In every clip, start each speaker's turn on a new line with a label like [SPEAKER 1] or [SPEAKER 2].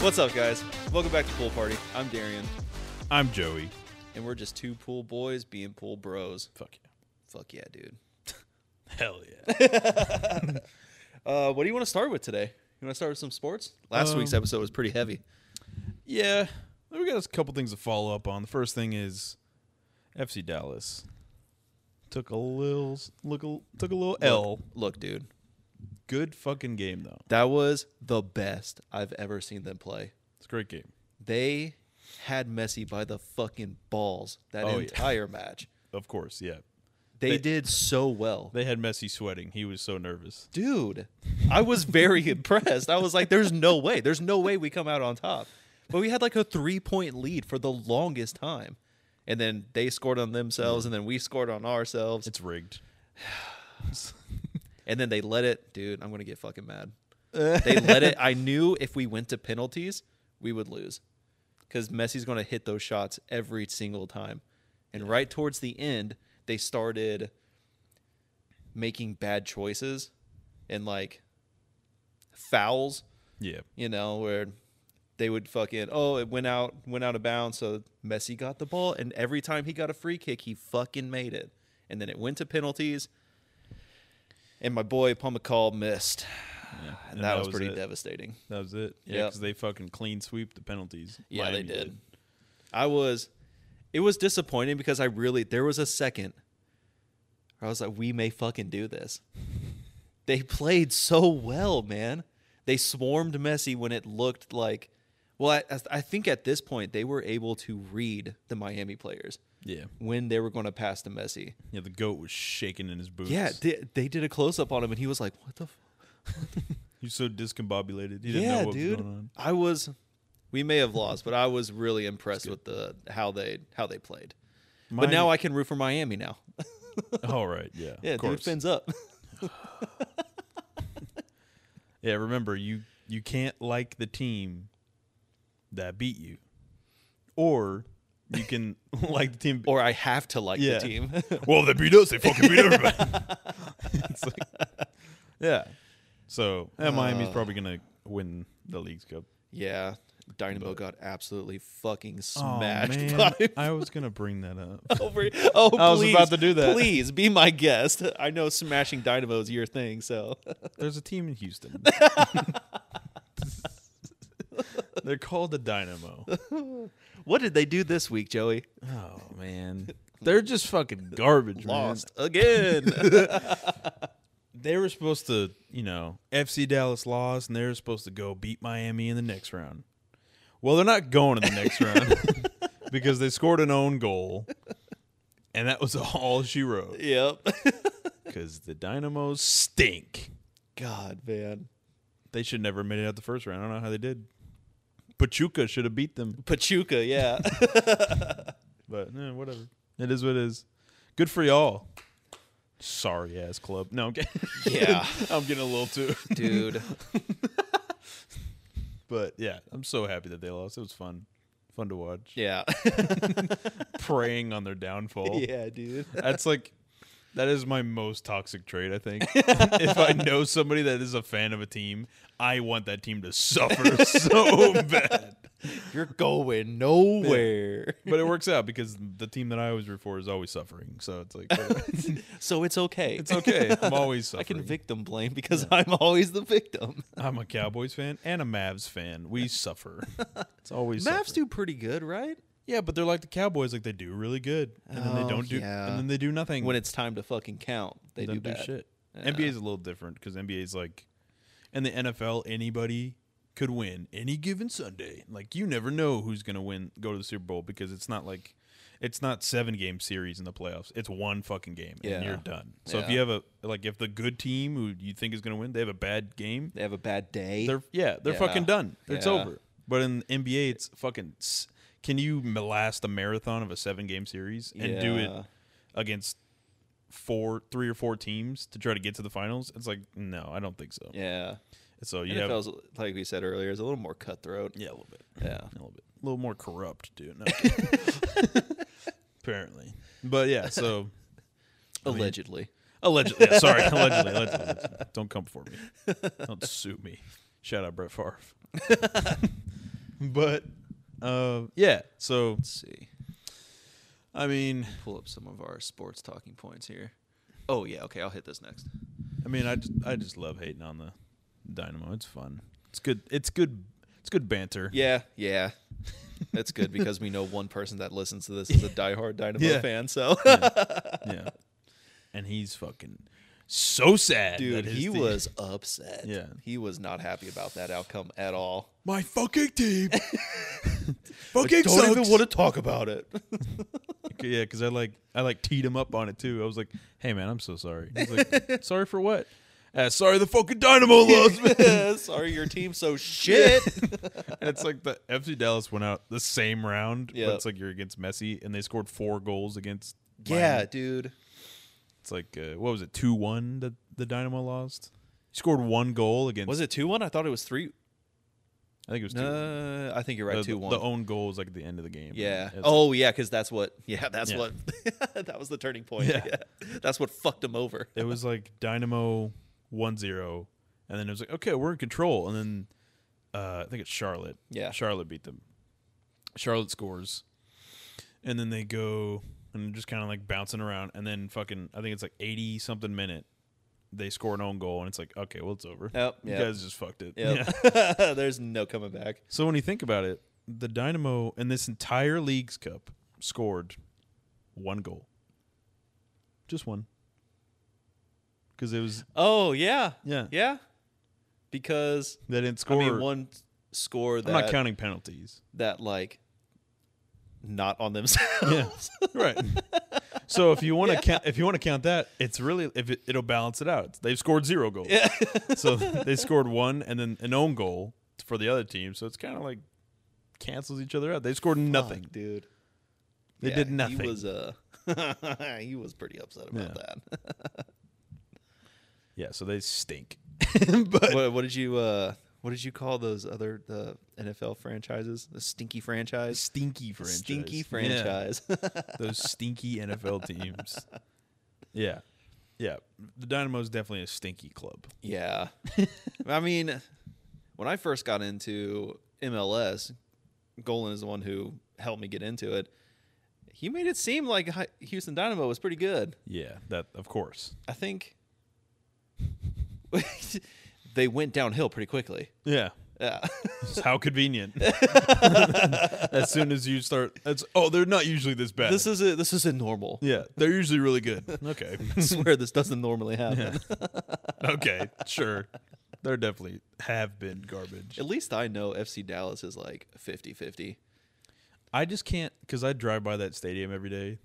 [SPEAKER 1] What's up, guys? Welcome back to Pool Party. I'm Darian,
[SPEAKER 2] I'm Joey.
[SPEAKER 1] and we're just two pool boys being pool bros.
[SPEAKER 2] Fuck yeah.
[SPEAKER 1] Fuck yeah, dude.
[SPEAKER 2] Hell yeah.
[SPEAKER 1] Uh, what do you want to start with today? You want to start with some sports? Last week's
[SPEAKER 2] Um,
[SPEAKER 1] episode was pretty heavy.
[SPEAKER 2] yeah. We got a couple things to follow up on. The first thing is FC Dallas took a little look a, took a little L.
[SPEAKER 1] Look, look, dude,
[SPEAKER 2] Good fucking game though.
[SPEAKER 1] that was the best I've ever seen them play.
[SPEAKER 2] It's a great game.
[SPEAKER 1] They had Messi by the fucking balls that
[SPEAKER 2] Oh, yeah.
[SPEAKER 1] entire match.
[SPEAKER 2] Of course, yeah.
[SPEAKER 1] They,
[SPEAKER 2] They-
[SPEAKER 1] did so well.
[SPEAKER 2] They had Messi sweating. He was so nervous.
[SPEAKER 1] dude, I was very impressed. I was like, there's no way. There's no way we come out on top. But we had like a three point lead for the longest time. And then they scored on themselves, and then we scored on ourselves.
[SPEAKER 2] It's rigged.
[SPEAKER 1] And then they let it, dude, I'm going to get fucking mad. They let it. I knew if we went to penalties, we would lose because Messi's going to hit those shots every single time. And right towards the end, they started making bad choices and like fouls,
[SPEAKER 2] Yeah.
[SPEAKER 1] you know, where they would fucking oh it went out went out of bounds so Messi got the ball and every time he got a free kick he fucking made it and then it went to penalties and my boy Paul McCall missed
[SPEAKER 2] yeah.
[SPEAKER 1] and, that, was, pretty
[SPEAKER 2] it.
[SPEAKER 1] devastating.
[SPEAKER 2] That was it. Yeah,
[SPEAKER 1] Yep.
[SPEAKER 2] because they fucking clean sweep the penalties.
[SPEAKER 1] Yeah,
[SPEAKER 2] Miami
[SPEAKER 1] they did. I was it was disappointing because I really there was a second where I was like, we may fucking do this. They played so well, man. They swarmed Messi when it looked like well, I, I- I think at this point they were able to read the Miami players
[SPEAKER 2] Yeah.
[SPEAKER 1] when they were going to pass to Messi.
[SPEAKER 2] Yeah, the goat was shaking in his boots.
[SPEAKER 1] Yeah, they, they did a close up on him, and he was like, "What the?" F-?
[SPEAKER 2] He's so discombobulated. He didn't
[SPEAKER 1] Yeah,
[SPEAKER 2] know what
[SPEAKER 1] dude.
[SPEAKER 2] was going on.
[SPEAKER 1] I was, we may have lost, but I was really impressed with the how they how they played. But now I can root for Miami now.
[SPEAKER 2] All right, yeah.
[SPEAKER 1] Yeah,
[SPEAKER 2] of course.
[SPEAKER 1] dude, fins up.
[SPEAKER 2] Yeah, remember you you can't like the team that beat you, or you can like the team.
[SPEAKER 1] or I have to like
[SPEAKER 2] Yeah.
[SPEAKER 1] the team.
[SPEAKER 2] well, they beat us. They fucking beat everybody. It's like- yeah. So yeah, Miami's
[SPEAKER 1] Uh.
[SPEAKER 2] probably gonna win the league's cup.
[SPEAKER 1] yeah, Dynamo got absolutely fucking
[SPEAKER 2] Oh,
[SPEAKER 1] smashed.
[SPEAKER 2] man.
[SPEAKER 1] by
[SPEAKER 2] I was gonna bring that up.
[SPEAKER 1] over. Oh,
[SPEAKER 2] I was
[SPEAKER 1] please,
[SPEAKER 2] about to do that.
[SPEAKER 1] Please be my guest. I know smashing Dynamo is your thing, so
[SPEAKER 2] There's a team in Houston. They're called the Dynamo.
[SPEAKER 1] what did they do this week, Joey?
[SPEAKER 2] Oh man, they're just fucking garbage. man.
[SPEAKER 1] Lost again.
[SPEAKER 2] they were supposed to, you know, FC Dallas lost, and they were supposed to go beat Miami in the next round. Well, they're not going in the next round because they scored an own goal, and that was all she wrote.
[SPEAKER 1] yep.
[SPEAKER 2] Because the Dynamos stink.
[SPEAKER 1] God, man.
[SPEAKER 2] They should never have made it out the first round. I don't know how they did. Pachuca should have beat them,
[SPEAKER 1] Pachuca, yeah.
[SPEAKER 2] but eh, whatever. It is what it is. Good for y'all. Sorry ass club. No, I'm kidding.
[SPEAKER 1] Yeah.
[SPEAKER 2] I'm getting a little too.
[SPEAKER 1] Dude.
[SPEAKER 2] But yeah, I'm so happy that they lost. It was fun. Fun to watch.
[SPEAKER 1] Yeah.
[SPEAKER 2] Preying on their downfall.
[SPEAKER 1] yeah, dude.
[SPEAKER 2] That's like that is my most toxic trait, I think. if I know somebody that is a fan of a team, I want that team to suffer so bad.
[SPEAKER 1] You're going nowhere.
[SPEAKER 2] But it works out because the team that I always root for is always suffering. So it's like whatever.
[SPEAKER 1] So it's okay.
[SPEAKER 2] it's okay. I'm always
[SPEAKER 1] I
[SPEAKER 2] suffering.
[SPEAKER 1] can victim blame because I'm always the victim.
[SPEAKER 2] I'm a Cowboys fan and a Mavs fan. We suffer. It's always
[SPEAKER 1] Maps
[SPEAKER 2] suffering.
[SPEAKER 1] do pretty good, right?
[SPEAKER 2] Yeah, but they're like the Cowboys, like they do really good, and then
[SPEAKER 1] Oh,
[SPEAKER 2] they don't do,
[SPEAKER 1] yeah.
[SPEAKER 2] and then they do nothing.
[SPEAKER 1] When it's time to fucking count, they do,
[SPEAKER 2] don't
[SPEAKER 1] bad.
[SPEAKER 2] shit.
[SPEAKER 1] Yeah.
[SPEAKER 2] NBA's a little different because NBA's like, in the NFL, anybody could win any given Sunday. Like you never know who's gonna win, go to the Super Bowl because it's not like, it's not seven game series in the playoffs. It's one fucking game
[SPEAKER 1] Yeah.
[SPEAKER 2] and you're done. So if
[SPEAKER 1] Yeah.
[SPEAKER 2] you have a like, if the good team who you think is gonna win, they have a bad game.
[SPEAKER 1] They have a bad day.
[SPEAKER 2] They're yeah, they're
[SPEAKER 1] Yeah.
[SPEAKER 2] fucking done. It's
[SPEAKER 1] Yeah.
[SPEAKER 2] over. But in NBA, it's fucking. s- Can you m- last a marathon of a seven game series and do
[SPEAKER 1] Yeah.
[SPEAKER 2] it against four, three or four teams to try to get to the finals? It's like no, I don't think so.
[SPEAKER 1] yeah.
[SPEAKER 2] So you have
[SPEAKER 1] NFL's like we said earlier is a little more cutthroat.
[SPEAKER 2] yeah, a little bit,
[SPEAKER 1] Yeah.
[SPEAKER 2] a little bit, a little more corrupt, dude. No, I'm kidding. Apparently, but yeah. So mean-
[SPEAKER 1] Allegedly.
[SPEAKER 2] allegedly, yeah, sorry, allegedly, allegedly, allegedly. Don't come for me. Don't sue me. Shout out Brett Favre. But uh, yeah, so
[SPEAKER 1] Let's see.
[SPEAKER 2] I mean,
[SPEAKER 1] Pull up some of our sports talking points here. Oh yeah, okay, I'll hit this next.
[SPEAKER 2] I mean, I just I just love hating on the Dynamo. It's fun. It's good. It's good. It's good banter.
[SPEAKER 1] Yeah, yeah. That's good because we know one person that listens to this is a diehard Dynamo
[SPEAKER 2] Yeah.
[SPEAKER 1] fan. So,
[SPEAKER 2] yeah. And he's fucking so sad.
[SPEAKER 1] dude,
[SPEAKER 2] that his
[SPEAKER 1] he
[SPEAKER 2] team-
[SPEAKER 1] was upset.
[SPEAKER 2] Yeah.
[SPEAKER 1] he was not happy about that outcome at all.
[SPEAKER 2] my fucking team. fucking
[SPEAKER 1] don't
[SPEAKER 2] sucks.
[SPEAKER 1] even want to talk about it.
[SPEAKER 2] yeah, because I like I like teed him up on it too. I was like, "Hey man, I'm so sorry." He's like, "Sorry for what?" Uh, sorry, the fucking Dynamo lost. man."
[SPEAKER 1] Sorry, your team's so shit.
[SPEAKER 2] And it's like the FC Dallas went out the same round.
[SPEAKER 1] Yeah.
[SPEAKER 2] but it's like you're against Messi, and they scored four goals against. Miami.
[SPEAKER 1] yeah, dude.
[SPEAKER 2] it's like uh, what was it, two one that the Dynamo lost. He scored one goal against.
[SPEAKER 1] Was it two one? I thought it was three.
[SPEAKER 2] I think it was two.
[SPEAKER 1] No, I think you're right.
[SPEAKER 2] the,
[SPEAKER 1] Two one.
[SPEAKER 2] The own goal was like at the end of the game.
[SPEAKER 1] Yeah.
[SPEAKER 2] It's
[SPEAKER 1] Oh, yeah, because that's what. Yeah, that's
[SPEAKER 2] Yeah.
[SPEAKER 1] what. that was the turning point.
[SPEAKER 2] Yeah.
[SPEAKER 1] Yeah. That's what fucked him over.
[SPEAKER 2] it was like Dynamo 1-0 and then it was like okay we're in control and then uh, I think it's Charlotte
[SPEAKER 1] Yeah.
[SPEAKER 2] Charlotte beat them Charlotte scores and then they go and just kind of like bouncing around and then fucking I think it's like 80 something minute they score an own goal and it's like okay well it's over
[SPEAKER 1] Yep,
[SPEAKER 2] you
[SPEAKER 1] yep.
[SPEAKER 2] guys just fucked it
[SPEAKER 1] Yep. There's no coming back.
[SPEAKER 2] so when you think about it the Dynamo in this entire league's cup scored one goal just one because it was
[SPEAKER 1] Oh yeah.
[SPEAKER 2] Yeah.
[SPEAKER 1] Yeah. Because
[SPEAKER 2] They didn't score.
[SPEAKER 1] I mean, one score
[SPEAKER 2] I'm not
[SPEAKER 1] that
[SPEAKER 2] counting penalties.
[SPEAKER 1] that like not on themselves.
[SPEAKER 2] Yeah, right. So if you want to count, if you want to count that, it's really if it, it'll balance it out. They've scored zero goals. Yeah. so they scored one and then an own goal for the other team. So it's kind of like cancels each other out. They scored nothing.
[SPEAKER 1] Fuck, dude.
[SPEAKER 2] They
[SPEAKER 1] Yeah,
[SPEAKER 2] did nothing.
[SPEAKER 1] He was uh he was pretty upset about that.
[SPEAKER 2] yeah. So they stink.
[SPEAKER 1] what, what did you uh what did you call those other the NFL franchises? The stinky franchise?
[SPEAKER 2] Stinky franchise.
[SPEAKER 1] Stinky
[SPEAKER 2] Yeah.
[SPEAKER 1] franchise.
[SPEAKER 2] Those stinky NFL teams. Yeah. Yeah. The Dynamo's definitely a stinky club.
[SPEAKER 1] Yeah. I mean, when I first got into MLS, Golan is the one who helped me get into it. He made it seem like Hi- Houston Dynamo was pretty good.
[SPEAKER 2] Yeah. That of course.
[SPEAKER 1] I think they went downhill pretty quickly.
[SPEAKER 2] Yeah.
[SPEAKER 1] Yeah.
[SPEAKER 2] Just How convenient. as soon as you start, it's, oh, they're not usually this bad.
[SPEAKER 1] this is a, this isn't normal.
[SPEAKER 2] yeah, they're usually really good. Okay.
[SPEAKER 1] I swear this doesn't normally happen.
[SPEAKER 2] okay, sure. They're definitely have been garbage.
[SPEAKER 1] At least I know FC Dallas is like 50-50.
[SPEAKER 2] I just can't, because I drive by that stadium every day.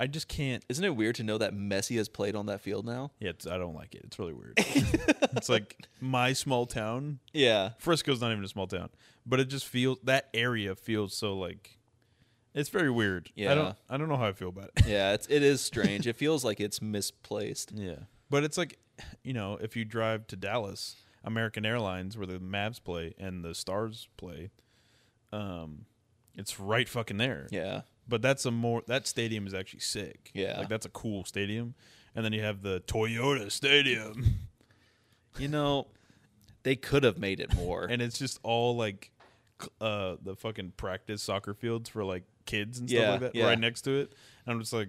[SPEAKER 2] I just can't.
[SPEAKER 1] Isn't it weird to know that Messi has played on that field now?
[SPEAKER 2] Yeah, it's, I don't like it. It's really weird. it's like my small town.
[SPEAKER 1] Yeah.
[SPEAKER 2] Frisco's not even a small town, but it just feels, that area feels so like, it's very weird. I
[SPEAKER 1] Yeah.
[SPEAKER 2] don't, I don't know how I feel about it.
[SPEAKER 1] Yeah, it's, it is strange. it feels like it's misplaced.
[SPEAKER 2] Yeah. But it's like, you know, if you drive to Dallas, American Airlines, where the Mavs play and the Stars play, um, it's right fucking there.
[SPEAKER 1] Yeah.
[SPEAKER 2] But that's a more that stadium is actually sick.
[SPEAKER 1] Yeah.
[SPEAKER 2] Like that's a cool stadium. And then you have the Toyota Stadium,
[SPEAKER 1] You know, they could have made it more.
[SPEAKER 2] and it's just all like, cl- uh, the fucking practice soccer fields for like kids and stuff
[SPEAKER 1] Yeah,
[SPEAKER 2] like that,
[SPEAKER 1] yeah.
[SPEAKER 2] right next to it. And I'm just like,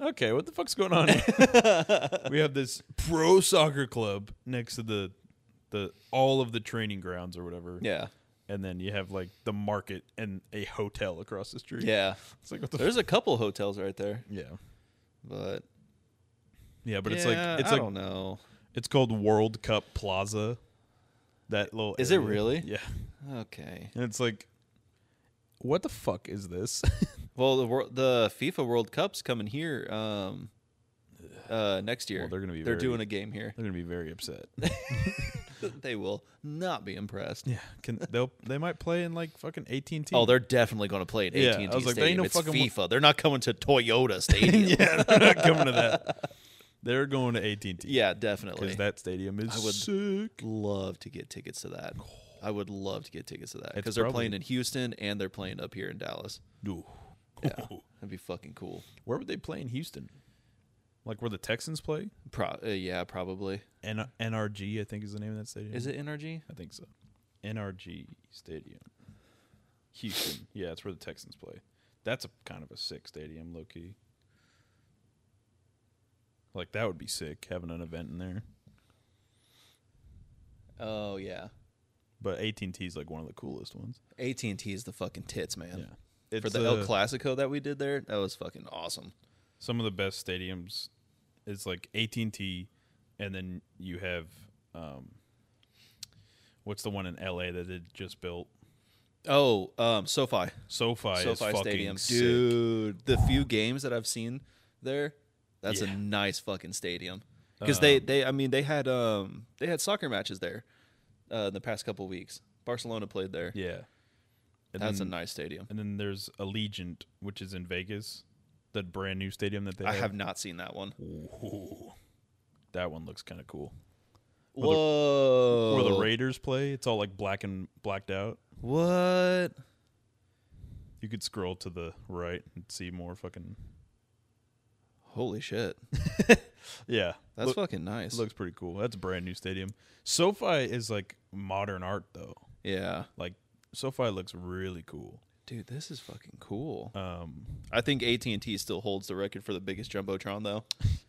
[SPEAKER 2] okay, what the fuck's going on? here? we have this pro soccer club next to the the all of the training grounds or whatever.
[SPEAKER 1] yeah.
[SPEAKER 2] And then you have like the market and a hotel across the street.
[SPEAKER 1] Yeah.
[SPEAKER 2] It's like what the f-
[SPEAKER 1] There's a couple hotels right there,
[SPEAKER 2] yeah.
[SPEAKER 1] but
[SPEAKER 2] Yeah, but it's
[SPEAKER 1] yeah,
[SPEAKER 2] like it's
[SPEAKER 1] I
[SPEAKER 2] like
[SPEAKER 1] don't know.
[SPEAKER 2] it's called World Cup Plaza. That little
[SPEAKER 1] Is it
[SPEAKER 2] area.
[SPEAKER 1] really?
[SPEAKER 2] Yeah.
[SPEAKER 1] Okay.
[SPEAKER 2] And it's like what the fuck is this?
[SPEAKER 1] Well, the wor- the FIFA World Cup's coming here um uh next year.
[SPEAKER 2] they're gonna be
[SPEAKER 1] They're
[SPEAKER 2] very-
[SPEAKER 1] doing a game here.
[SPEAKER 2] They're going to be very upset.
[SPEAKER 1] they will not be impressed.
[SPEAKER 2] yeah. Can they'll they might play in like fucking AT&T.
[SPEAKER 1] Oh, they're definitely going to play at
[SPEAKER 2] Yeah,
[SPEAKER 1] AT&T
[SPEAKER 2] I was like, there ain't
[SPEAKER 1] Stadium.
[SPEAKER 2] no
[SPEAKER 1] it's
[SPEAKER 2] fucking wa-
[SPEAKER 1] FIFA. They're not coming to Toyota Stadium. yeah.
[SPEAKER 2] yeah, they're not coming to that. They're going to AT&T.
[SPEAKER 1] definitely.
[SPEAKER 2] Cuz that stadium is
[SPEAKER 1] would-
[SPEAKER 2] sick.
[SPEAKER 1] love to get tickets to that. I would love to get tickets to that
[SPEAKER 2] It's
[SPEAKER 1] because they're
[SPEAKER 2] probably-
[SPEAKER 1] playing in Houston and they're playing up here in Dallas.
[SPEAKER 2] Ooh.
[SPEAKER 1] That'd be fucking cool.
[SPEAKER 2] Where would they play in Houston? Like where the Texans play?
[SPEAKER 1] Pro- uh, yeah, probably.
[SPEAKER 2] N- NRG, I think is the name of that stadium.
[SPEAKER 1] Is it NRG?
[SPEAKER 2] I think so. NRG Stadium. Houston. Yeah, that's where the Texans play. That's a kind of a sick stadium, low key. Like that would be sick having an event in there.
[SPEAKER 1] Oh yeah.
[SPEAKER 2] But AT and T is like one of the coolest ones.
[SPEAKER 1] AT and T is the fucking tits, man.
[SPEAKER 2] Yeah, it's
[SPEAKER 1] For the
[SPEAKER 2] uh,
[SPEAKER 1] El Clasico that we did there, that was fucking awesome.
[SPEAKER 2] some of the best stadiums. It's like AT and T, and then you have um, what's the one in L A that they just built?
[SPEAKER 1] Oh, um, SoFi,
[SPEAKER 2] SoFi, is
[SPEAKER 1] SoFi
[SPEAKER 2] fucking
[SPEAKER 1] Stadium,
[SPEAKER 2] sick.
[SPEAKER 1] dude. The few games that I've seen there, that's
[SPEAKER 2] Yeah.
[SPEAKER 1] a nice fucking stadium. Because they, they, I mean, they had um, they had soccer matches there uh, in the past couple weeks. Barcelona played there.
[SPEAKER 2] Yeah, and
[SPEAKER 1] that's
[SPEAKER 2] then,
[SPEAKER 1] a nice stadium.
[SPEAKER 2] and then there's Allegiant, which is in Vegas, that brand new stadium that they
[SPEAKER 1] I have not seen that one.
[SPEAKER 2] Ooh. That one looks kind of cool. the-
[SPEAKER 1] Whoa!
[SPEAKER 2] Where the Raiders play, it's all like black and blacked out.
[SPEAKER 1] What?
[SPEAKER 2] You could scroll to the right and see more fucking.
[SPEAKER 1] Holy shit!
[SPEAKER 2] Yeah,
[SPEAKER 1] That's
[SPEAKER 2] Look-
[SPEAKER 1] fucking nice.
[SPEAKER 2] It looks pretty cool. That's a brand new stadium. SoFi is like modern art though.
[SPEAKER 1] yeah,
[SPEAKER 2] Like SoFi looks really cool.
[SPEAKER 1] dude, this is fucking cool.
[SPEAKER 2] Um
[SPEAKER 1] I think AT and T still holds the record for the biggest jumbotron, though.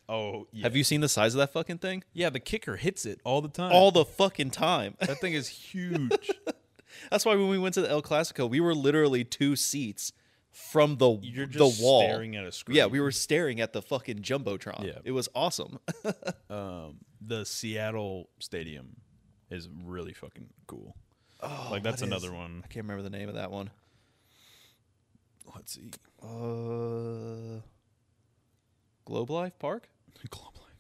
[SPEAKER 2] oh yeah.
[SPEAKER 1] Have you seen the size of that fucking thing?
[SPEAKER 2] Yeah, the kicker hits it all the time.
[SPEAKER 1] All the fucking time.
[SPEAKER 2] that thing is huge.
[SPEAKER 1] That's why when we went to the El Clasico, we were literally two seats from the
[SPEAKER 2] You're
[SPEAKER 1] the
[SPEAKER 2] just
[SPEAKER 1] wall.
[SPEAKER 2] staring at a screen.
[SPEAKER 1] Yeah, we were staring at the fucking jumbotron.
[SPEAKER 2] Yeah.
[SPEAKER 1] It was awesome.
[SPEAKER 2] um the Seattle stadium is really fucking cool. like that's
[SPEAKER 1] what
[SPEAKER 2] another
[SPEAKER 1] Oh, is-
[SPEAKER 2] one.
[SPEAKER 1] I can't remember the name of that one.
[SPEAKER 2] Let's see.
[SPEAKER 1] Uh, Globe Life Park.
[SPEAKER 2] Globe Life.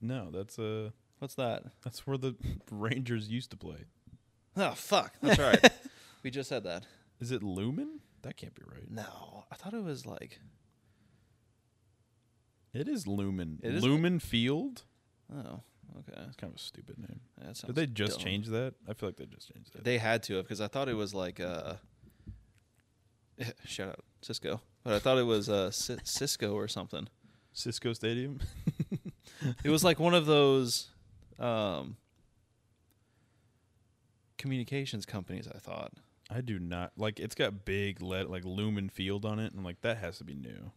[SPEAKER 2] No, that's uh
[SPEAKER 1] What's that?
[SPEAKER 2] that's where the Rangers used to play.
[SPEAKER 1] Oh fuck, that's right. we just said that.
[SPEAKER 2] Is it Lumen? That can't be right.
[SPEAKER 1] No, I thought it was like
[SPEAKER 2] It is Lumen.
[SPEAKER 1] It is-
[SPEAKER 2] Lumen Field?
[SPEAKER 1] oh okay.
[SPEAKER 2] That's kind of a stupid name.
[SPEAKER 1] That sounds
[SPEAKER 2] Did they just
[SPEAKER 1] dumb.
[SPEAKER 2] change that? I feel like they just changed that.
[SPEAKER 1] They had to have because I thought it was like uh, shout out Cisco, but I thought it was uh C- Cisco or something.
[SPEAKER 2] Cisco Stadium.
[SPEAKER 1] It was like one of those um communications companies. I thought.
[SPEAKER 2] I do not like. It's got big let like Lumen Field on it, and I'm like that has to be new,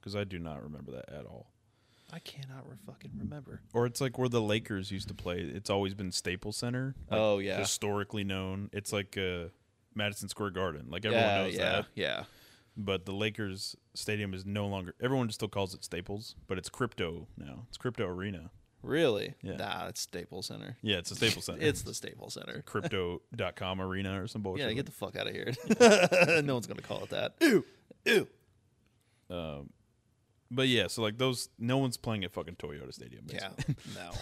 [SPEAKER 2] because I do not remember that at all.
[SPEAKER 1] I cannot re- fucking remember.
[SPEAKER 2] Or it's like where the Lakers used to play. It's always been Staples Center. like,
[SPEAKER 1] Oh, yeah.
[SPEAKER 2] historically known. It's like uh, Madison Square Garden. Like everyone
[SPEAKER 1] yeah,
[SPEAKER 2] knows
[SPEAKER 1] yeah,
[SPEAKER 2] that.
[SPEAKER 1] yeah.
[SPEAKER 2] But the Lakers Stadium is no longer. Everyone still calls it Staples, but it's Crypto now. It's Crypto Arena.
[SPEAKER 1] Really?
[SPEAKER 2] Yeah.
[SPEAKER 1] Nah, it's Staples Center.
[SPEAKER 2] Yeah, it's a Staples Center.
[SPEAKER 1] It's the Staples Center.
[SPEAKER 2] Crypto.com Arena or some bullshit.
[SPEAKER 1] Yeah,
[SPEAKER 2] like
[SPEAKER 1] get the fuck out of here. no one's gonna call it that.
[SPEAKER 2] Um, but yeah, so like those, no one's playing at fucking Toyota Stadium.
[SPEAKER 1] Yeah.
[SPEAKER 2] basically.
[SPEAKER 1] No.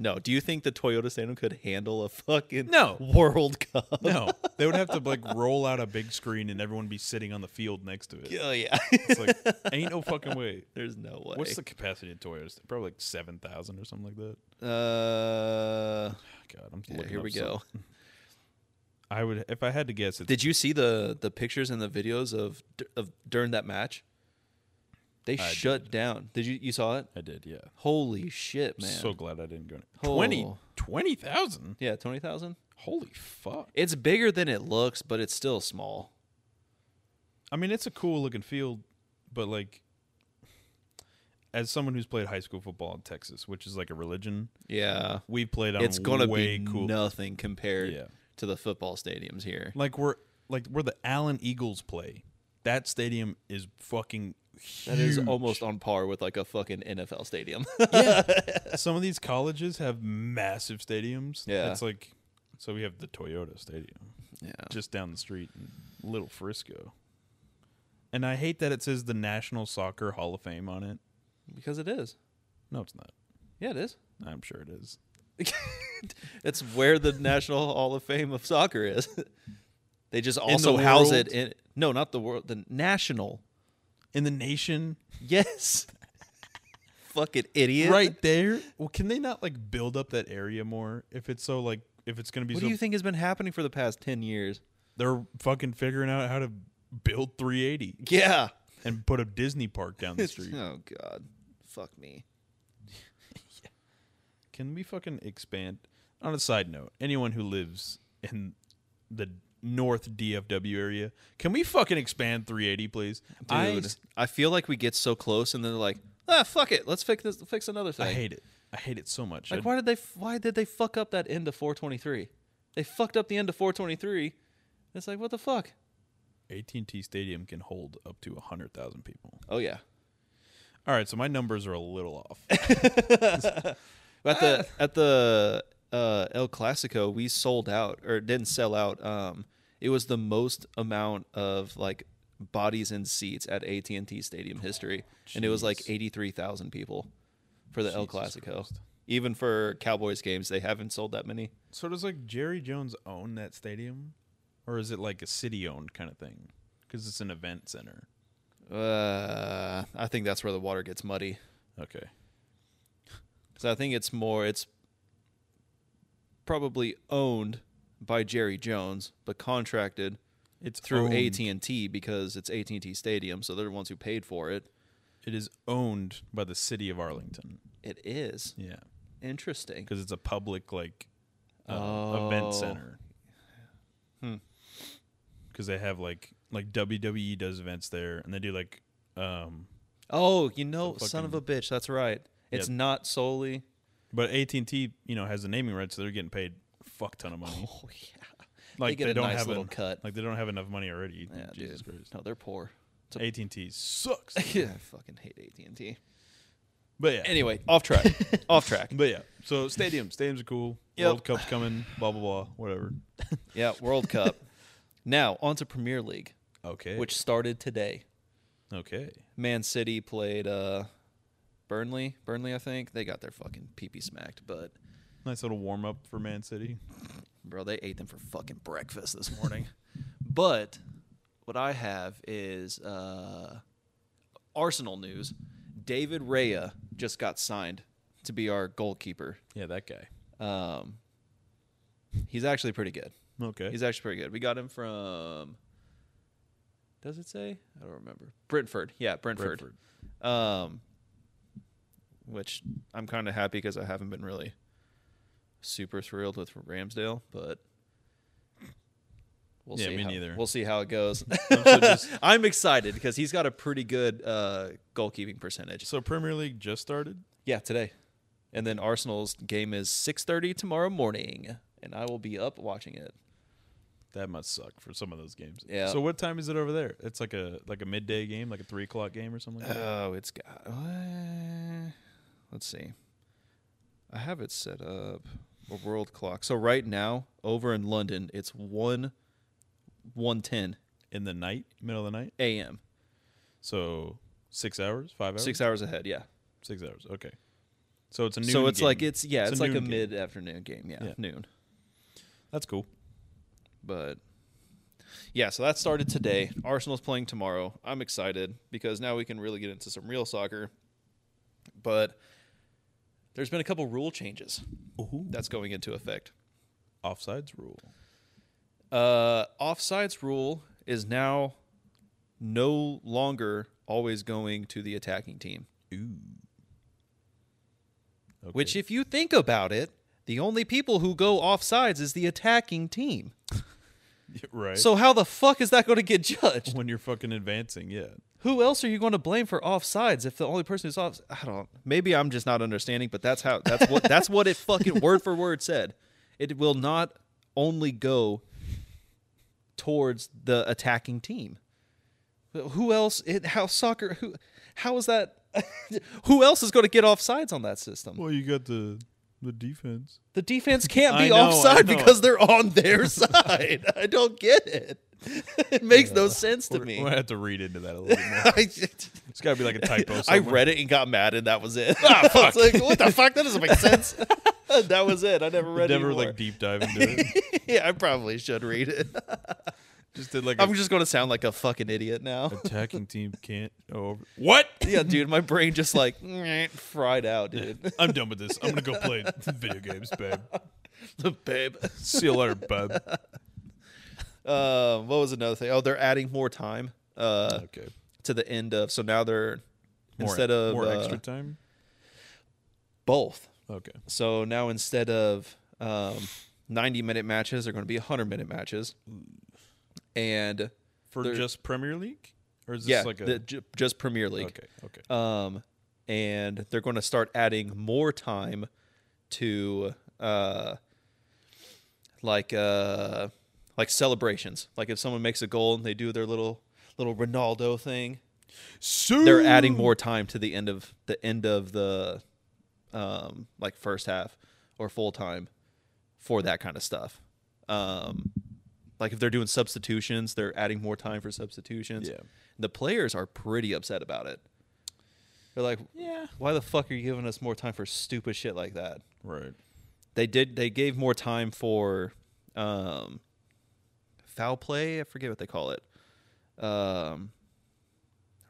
[SPEAKER 1] No. Do you think the Toyota Stadium could handle a fucking
[SPEAKER 2] No.
[SPEAKER 1] World Cup?
[SPEAKER 2] no, they would have to like roll out a big screen and everyone be sitting on the field next to it.
[SPEAKER 1] Oh yeah.
[SPEAKER 2] It's like ain't no fucking way.
[SPEAKER 1] There's no way.
[SPEAKER 2] What's the capacity of Toyota? Sta- Probably like seven thousand or something like that.
[SPEAKER 1] uh
[SPEAKER 2] God, I'm
[SPEAKER 1] yeah,
[SPEAKER 2] looking
[SPEAKER 1] here
[SPEAKER 2] up
[SPEAKER 1] we
[SPEAKER 2] some-
[SPEAKER 1] go.
[SPEAKER 2] I would, if I had to guess, it's
[SPEAKER 1] Did you see the the pictures and the videos of of during that match? They
[SPEAKER 2] I
[SPEAKER 1] shut down. Did you you saw it?
[SPEAKER 2] I did. Yeah,
[SPEAKER 1] Holy shit, man.
[SPEAKER 2] so glad I didn't go.
[SPEAKER 1] Oh.
[SPEAKER 2] Twenty, twenty thousand.
[SPEAKER 1] yeah, 20,000.
[SPEAKER 2] Holy fuck!
[SPEAKER 1] It's bigger than it looks, but it's still small.
[SPEAKER 2] I mean, it's a cool looking field, but like, as someone who's played high school football in Texas, which is like a religion,
[SPEAKER 1] Yeah.
[SPEAKER 2] we played on
[SPEAKER 1] It's going to
[SPEAKER 2] way
[SPEAKER 1] be
[SPEAKER 2] cool.
[SPEAKER 1] nothing compared
[SPEAKER 2] Yeah.
[SPEAKER 1] to the football stadiums here.
[SPEAKER 2] Like we're like where the Allen Eagles play. That stadium is fucking. Huge.
[SPEAKER 1] That is almost on par with like a fucking NFL stadium.
[SPEAKER 2] Some of these colleges have massive stadiums.
[SPEAKER 1] Yeah.
[SPEAKER 2] it's like so we have the Toyota Stadium
[SPEAKER 1] yeah.
[SPEAKER 2] just down the street in Little Frisco. And I hate that it says the National Soccer Hall of Fame on it.
[SPEAKER 1] Because it is.
[SPEAKER 2] No, it's not.
[SPEAKER 1] Yeah, it is.
[SPEAKER 2] I'm sure it is.
[SPEAKER 1] It's where the National Hall of Fame of Soccer is. they just
[SPEAKER 2] the
[SPEAKER 1] also house it
[SPEAKER 2] world?
[SPEAKER 1] in No, not the world, the national.
[SPEAKER 2] In the nation,
[SPEAKER 1] Yes. fucking idiot.
[SPEAKER 2] right there. Well, can they not like build up that area more if it's so like if it's gonna be
[SPEAKER 1] What
[SPEAKER 2] so?
[SPEAKER 1] do you think has been happening for the past 10 years?
[SPEAKER 2] they're fucking figuring out how to build 380
[SPEAKER 1] Yeah.
[SPEAKER 2] and put a Disney park down the street.
[SPEAKER 1] Oh god. Fuck me.
[SPEAKER 2] Can we fucking expand? On a side note, anyone who lives in the North DFW area. Can we fucking expand 380, please? I
[SPEAKER 1] Dude,
[SPEAKER 2] s-
[SPEAKER 1] I, feel like we get so close and then they're like, ah, fuck it, let's fix this, fix another thing.
[SPEAKER 2] I, hate it. I hate it so much.
[SPEAKER 1] like,
[SPEAKER 2] I,
[SPEAKER 1] why did they? f- Why did they fuck up that end of 423? They fucked up the end of 423. It's like, what the fuck?
[SPEAKER 2] AT&T Stadium can hold up to 100,000 people.
[SPEAKER 1] Oh yeah.
[SPEAKER 2] All right, so my numbers are a little off.
[SPEAKER 1] At the at the uh, El Clasico, we sold out or didn't sell out. Um, it was the most amount of like bodies and seats at AT and T Stadium history, and it was like eighty three thousand people for the El
[SPEAKER 2] Jesus
[SPEAKER 1] Clasico. Even for Cowboys games, they haven't sold that many.
[SPEAKER 2] so does like Jerry Jones own that stadium? Or is it like a city-owned kind of thing? Cuz it's an event center.
[SPEAKER 1] Uh, I think that's where the water gets muddy.
[SPEAKER 2] Okay.
[SPEAKER 1] Because I think it's more, it's probably owned by Jerry Jones, but contracted
[SPEAKER 2] It's
[SPEAKER 1] through
[SPEAKER 2] owned-
[SPEAKER 1] AT and T because it's AT and T Stadium, so they're the ones who paid for it.
[SPEAKER 2] It is owned by the city of Arlington.
[SPEAKER 1] It is
[SPEAKER 2] Yeah.
[SPEAKER 1] interesting.
[SPEAKER 2] because it's a public like uh, event
[SPEAKER 1] Oh. Hmm.
[SPEAKER 2] center. Because they have like like WWE does events there, and they do like um,
[SPEAKER 1] Oh, you know,
[SPEAKER 2] The
[SPEAKER 1] son of a bitch, that's right. It's not solely.
[SPEAKER 2] but AT and T you know has the naming rights, so they're getting paid a fuck ton of money.
[SPEAKER 1] Oh yeah,
[SPEAKER 2] Like
[SPEAKER 1] get a
[SPEAKER 2] don't
[SPEAKER 1] nice
[SPEAKER 2] have
[SPEAKER 1] little
[SPEAKER 2] en-
[SPEAKER 1] cut.
[SPEAKER 2] Like they don't have enough money already.
[SPEAKER 1] yeah,
[SPEAKER 2] Jesus
[SPEAKER 1] dude.
[SPEAKER 2] Christ.
[SPEAKER 1] No, they're poor. It's a-
[SPEAKER 2] AT and T sucks.
[SPEAKER 1] yeah, I fucking hate AT and T.
[SPEAKER 2] but yeah,
[SPEAKER 1] Anyway, off track. off track.
[SPEAKER 2] but yeah. So stadiums, stadiums are cool.
[SPEAKER 1] Yep.
[SPEAKER 2] World Cup's coming. Blah blah blah. Whatever.
[SPEAKER 1] Yeah, World Cup. Now on to Premier League,
[SPEAKER 2] Okay.
[SPEAKER 1] which started today.
[SPEAKER 2] okay.
[SPEAKER 1] Man City played uh, Burnley. Burnley, I think they got their fucking pee pee smacked, but
[SPEAKER 2] Nice little warm up for Man City.
[SPEAKER 1] bro, they ate them for fucking breakfast this morning. but what I have is uh, Arsenal news. David Rea just got signed to be our goalkeeper.
[SPEAKER 2] Yeah, that guy.
[SPEAKER 1] Um, he's actually pretty good.
[SPEAKER 2] Okay.
[SPEAKER 1] He's actually pretty good. We got him from. Does it say? I don't remember. Brentford. Yeah, Brentford.
[SPEAKER 2] Brentford.
[SPEAKER 1] Um, which I'm kind of happy because I haven't been really super thrilled with Ramsdale, but we'll
[SPEAKER 2] Yeah,
[SPEAKER 1] see.
[SPEAKER 2] me
[SPEAKER 1] how,
[SPEAKER 2] neither.
[SPEAKER 1] We'll see how it goes.
[SPEAKER 2] I'm so just-
[SPEAKER 1] I'm excited because he's got a pretty good uh, goalkeeping percentage.
[SPEAKER 2] So Premier League just started.
[SPEAKER 1] Yeah, today. And then Arsenal's game is 6:30 tomorrow morning, and I will be up watching it.
[SPEAKER 2] That must suck for some of those games.
[SPEAKER 1] Yeah.
[SPEAKER 2] So what time is it over there? It's like a like a midday game, like a three o'clock game or something. Like that?
[SPEAKER 1] Oh, it's got. Uh, let's see. I have it set up a world clock. So right now, over in London, it's one one ten
[SPEAKER 2] In the night, middle of the night.
[SPEAKER 1] a.m.
[SPEAKER 2] So six hours, five hours,
[SPEAKER 1] Six hours ahead. Yeah.
[SPEAKER 2] six hours. Okay. So it's a noon.
[SPEAKER 1] so it's like
[SPEAKER 2] game.
[SPEAKER 1] it's yeah,
[SPEAKER 2] It's
[SPEAKER 1] it's,
[SPEAKER 2] a
[SPEAKER 1] like a
[SPEAKER 2] noon game.
[SPEAKER 1] mid afternoon game. Yeah,
[SPEAKER 2] Yeah.
[SPEAKER 1] noon.
[SPEAKER 2] That's cool.
[SPEAKER 1] But yeah, so that started today. Arsenal's playing tomorrow. I'm excited because now we can really get into some real soccer. But there's been a couple rule changes
[SPEAKER 2] Ooh.
[SPEAKER 1] that's going into effect.
[SPEAKER 2] Offsides rule.
[SPEAKER 1] Uh, offsides rule is now no longer always going to the attacking team.
[SPEAKER 2] Ooh. Okay.
[SPEAKER 1] Which, if you think about it, the only people who go offsides is the attacking team.
[SPEAKER 2] right.
[SPEAKER 1] So how the fuck is that going to get judged?
[SPEAKER 2] when you're fucking advancing, yeah.
[SPEAKER 1] Who else are you going to blame for offsides if the only person who's off? I don't. Maybe I'm just not understanding, but that's how. That's what. that's what it fucking word for word said. It will not only go towards the attacking team. But Who else? It, how soccer? Who? How is that? who else is going to get offsides on that system?
[SPEAKER 2] Well, you got the the defense.
[SPEAKER 1] The defense can't
[SPEAKER 2] I
[SPEAKER 1] be
[SPEAKER 2] know, I
[SPEAKER 1] offside
[SPEAKER 2] know.
[SPEAKER 1] because they're on their side. I don't get it. It makes no sense to
[SPEAKER 2] We're-
[SPEAKER 1] me.
[SPEAKER 2] we're gonna have to read into that a little bit more.
[SPEAKER 1] I-
[SPEAKER 2] It's got to be like a typo.
[SPEAKER 1] I
[SPEAKER 2] somewhere.
[SPEAKER 1] read it and got mad, and that was it. Ah, fuck. like, what the fuck? That doesn't make sense. that was it. I never read
[SPEAKER 2] Never
[SPEAKER 1] it.
[SPEAKER 2] like deep dive into it.
[SPEAKER 1] yeah, I probably should read it.
[SPEAKER 2] Just did like a
[SPEAKER 1] I'm just going to sound like a fucking idiot now.
[SPEAKER 2] attacking team can't over. What?
[SPEAKER 1] yeah, dude, my brain just like fried out, dude.
[SPEAKER 2] I'm done with this. I'm gonna go play video games, babe.
[SPEAKER 1] Babe.
[SPEAKER 2] See you later, babe.
[SPEAKER 1] Um, what was another thing? Oh, they're adding more time uh,
[SPEAKER 2] Okay.
[SPEAKER 1] to the end of. So now they're
[SPEAKER 2] More,
[SPEAKER 1] instead of
[SPEAKER 2] more
[SPEAKER 1] uh,
[SPEAKER 2] extra time.
[SPEAKER 1] both.
[SPEAKER 2] Okay.
[SPEAKER 1] So now instead of um, 90 minute matches, they're going to be 100 minute matches. and
[SPEAKER 2] for
[SPEAKER 1] They're-
[SPEAKER 2] just Premier League, or is this
[SPEAKER 1] yeah,
[SPEAKER 2] like a
[SPEAKER 1] the- ju- just Premier League.
[SPEAKER 2] okay, okay,
[SPEAKER 1] Um, and they're going to start adding more time to uh, like uh, like celebrations. Like if someone makes a goal and they do their little little Ronaldo thing, they're adding
[SPEAKER 2] Mm.
[SPEAKER 1] more time to the end of the end of the um, like first half or full time for that kind of stuff. Um, like if they're doing substitutions, they're adding more time for substitutions.
[SPEAKER 2] Yeah.
[SPEAKER 1] The players are pretty upset about it. They're like,
[SPEAKER 2] Yeah,
[SPEAKER 1] why the fuck are you giving us more time for stupid shit like that?
[SPEAKER 2] right.
[SPEAKER 1] They did. They gave more time for um, foul play. I forget what they call it. Um,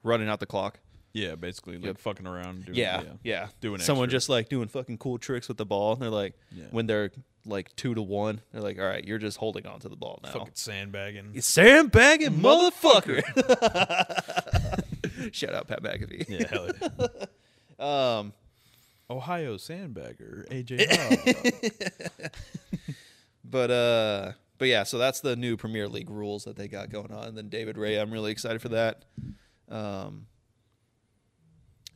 [SPEAKER 1] running out the clock.
[SPEAKER 2] Yeah, basically like
[SPEAKER 1] Yep.
[SPEAKER 2] fucking around. Doing,
[SPEAKER 1] yeah,
[SPEAKER 2] uh,
[SPEAKER 1] yeah,
[SPEAKER 2] Doing
[SPEAKER 1] someone
[SPEAKER 2] extra.
[SPEAKER 1] just like doing fucking cool tricks with the ball, and they're like,
[SPEAKER 2] Yeah.
[SPEAKER 1] when they're like two to one, they're like, all right, you're just holding on to the ball now.
[SPEAKER 2] fucking sandbagging.
[SPEAKER 1] You sandbagging motherfucker. Shout out Pat McAfee.
[SPEAKER 2] Yeah, hell yeah.
[SPEAKER 1] Um,
[SPEAKER 2] Ohio sandbagger AJ. Hawk.
[SPEAKER 1] But uh but yeah, so that's the new Premier League rules that they got going on. And then David Ray, I'm really excited for that. Um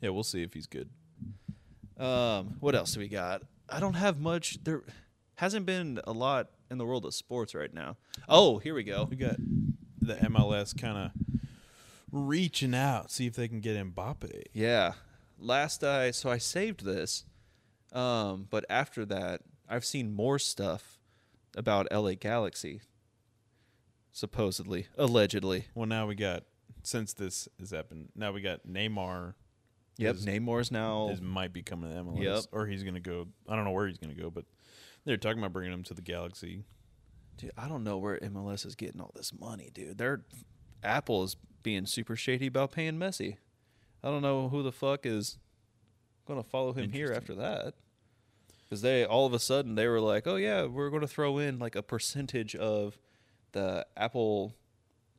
[SPEAKER 2] yeah, we'll see if he's good.
[SPEAKER 1] um what else do we got? I don't have much there hasn't been a lot in the world of sports right now. Oh, here we go.
[SPEAKER 2] We got the MLS kind of reaching out, see if they can get Mbappe.
[SPEAKER 1] Yeah. Last I so I saved this. Um but after that, I've seen more stuff about LA Galaxy. Supposedly, allegedly.
[SPEAKER 2] Well, now we got since this has happened. Now we got Neymar
[SPEAKER 1] Yep,
[SPEAKER 2] Is-
[SPEAKER 1] Namor's now
[SPEAKER 2] is might be coming to MLS,
[SPEAKER 1] Oh. Yep.
[SPEAKER 2] or he's gonna go. I don't know where he's gonna go, but they're talking about bringing him to the Galaxy.
[SPEAKER 1] Dude, I don't know where MLS is getting all this money, dude. They're Apple is being super shady about paying Messi. I don't know who the fuck is going to follow him here after that. Because they all of a sudden they were like, "Oh yeah, we're going to throw in like a percentage of the Apple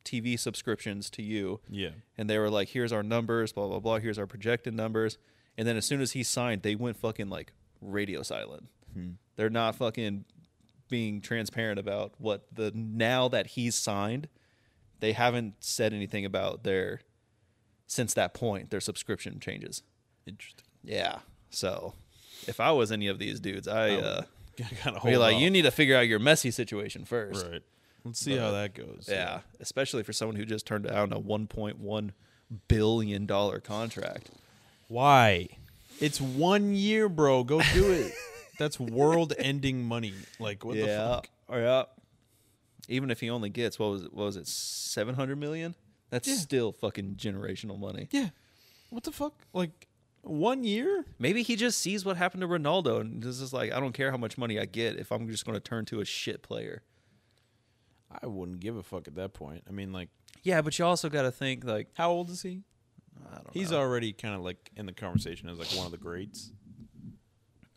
[SPEAKER 1] TV subscriptions to you,"
[SPEAKER 2] Yeah,
[SPEAKER 1] and they were like, "Here's our numbers, blah blah blah. Here's our projected numbers." And then as soon as he signed, they went fucking like radio silent. They're not fucking being transparent about what the now that he's signed, they haven't said anything about their since that point their subscription changes.
[SPEAKER 2] interesting.
[SPEAKER 1] Yeah. So if I was any of these dudes, I uh,
[SPEAKER 2] kind of
[SPEAKER 1] be like, you need to figure out your messy situation first.
[SPEAKER 2] right. Let's see how that goes.
[SPEAKER 1] Yeah, especially for someone who just turned down a 1.1 billion dollar contract.
[SPEAKER 2] Why? It's one year, bro. Go do it. That's world-ending money. Like what the fuck?
[SPEAKER 1] Yeah. Even if he only gets what was it? What was it? Seven hundred million. That's
[SPEAKER 2] Yeah.
[SPEAKER 1] still fucking generational money.
[SPEAKER 2] Yeah. What the fuck? Like one year?
[SPEAKER 1] Maybe he just sees what happened to Ronaldo and this is like, I don't care how much money I get if I'm just going to turn to a shit player.
[SPEAKER 2] I wouldn't give a fuck at that point. I mean, like,
[SPEAKER 1] Yeah, but you also got to think like,
[SPEAKER 2] how old is he?
[SPEAKER 1] I don't
[SPEAKER 2] He's
[SPEAKER 1] know.
[SPEAKER 2] already kind of like in the conversation as like one of the greats.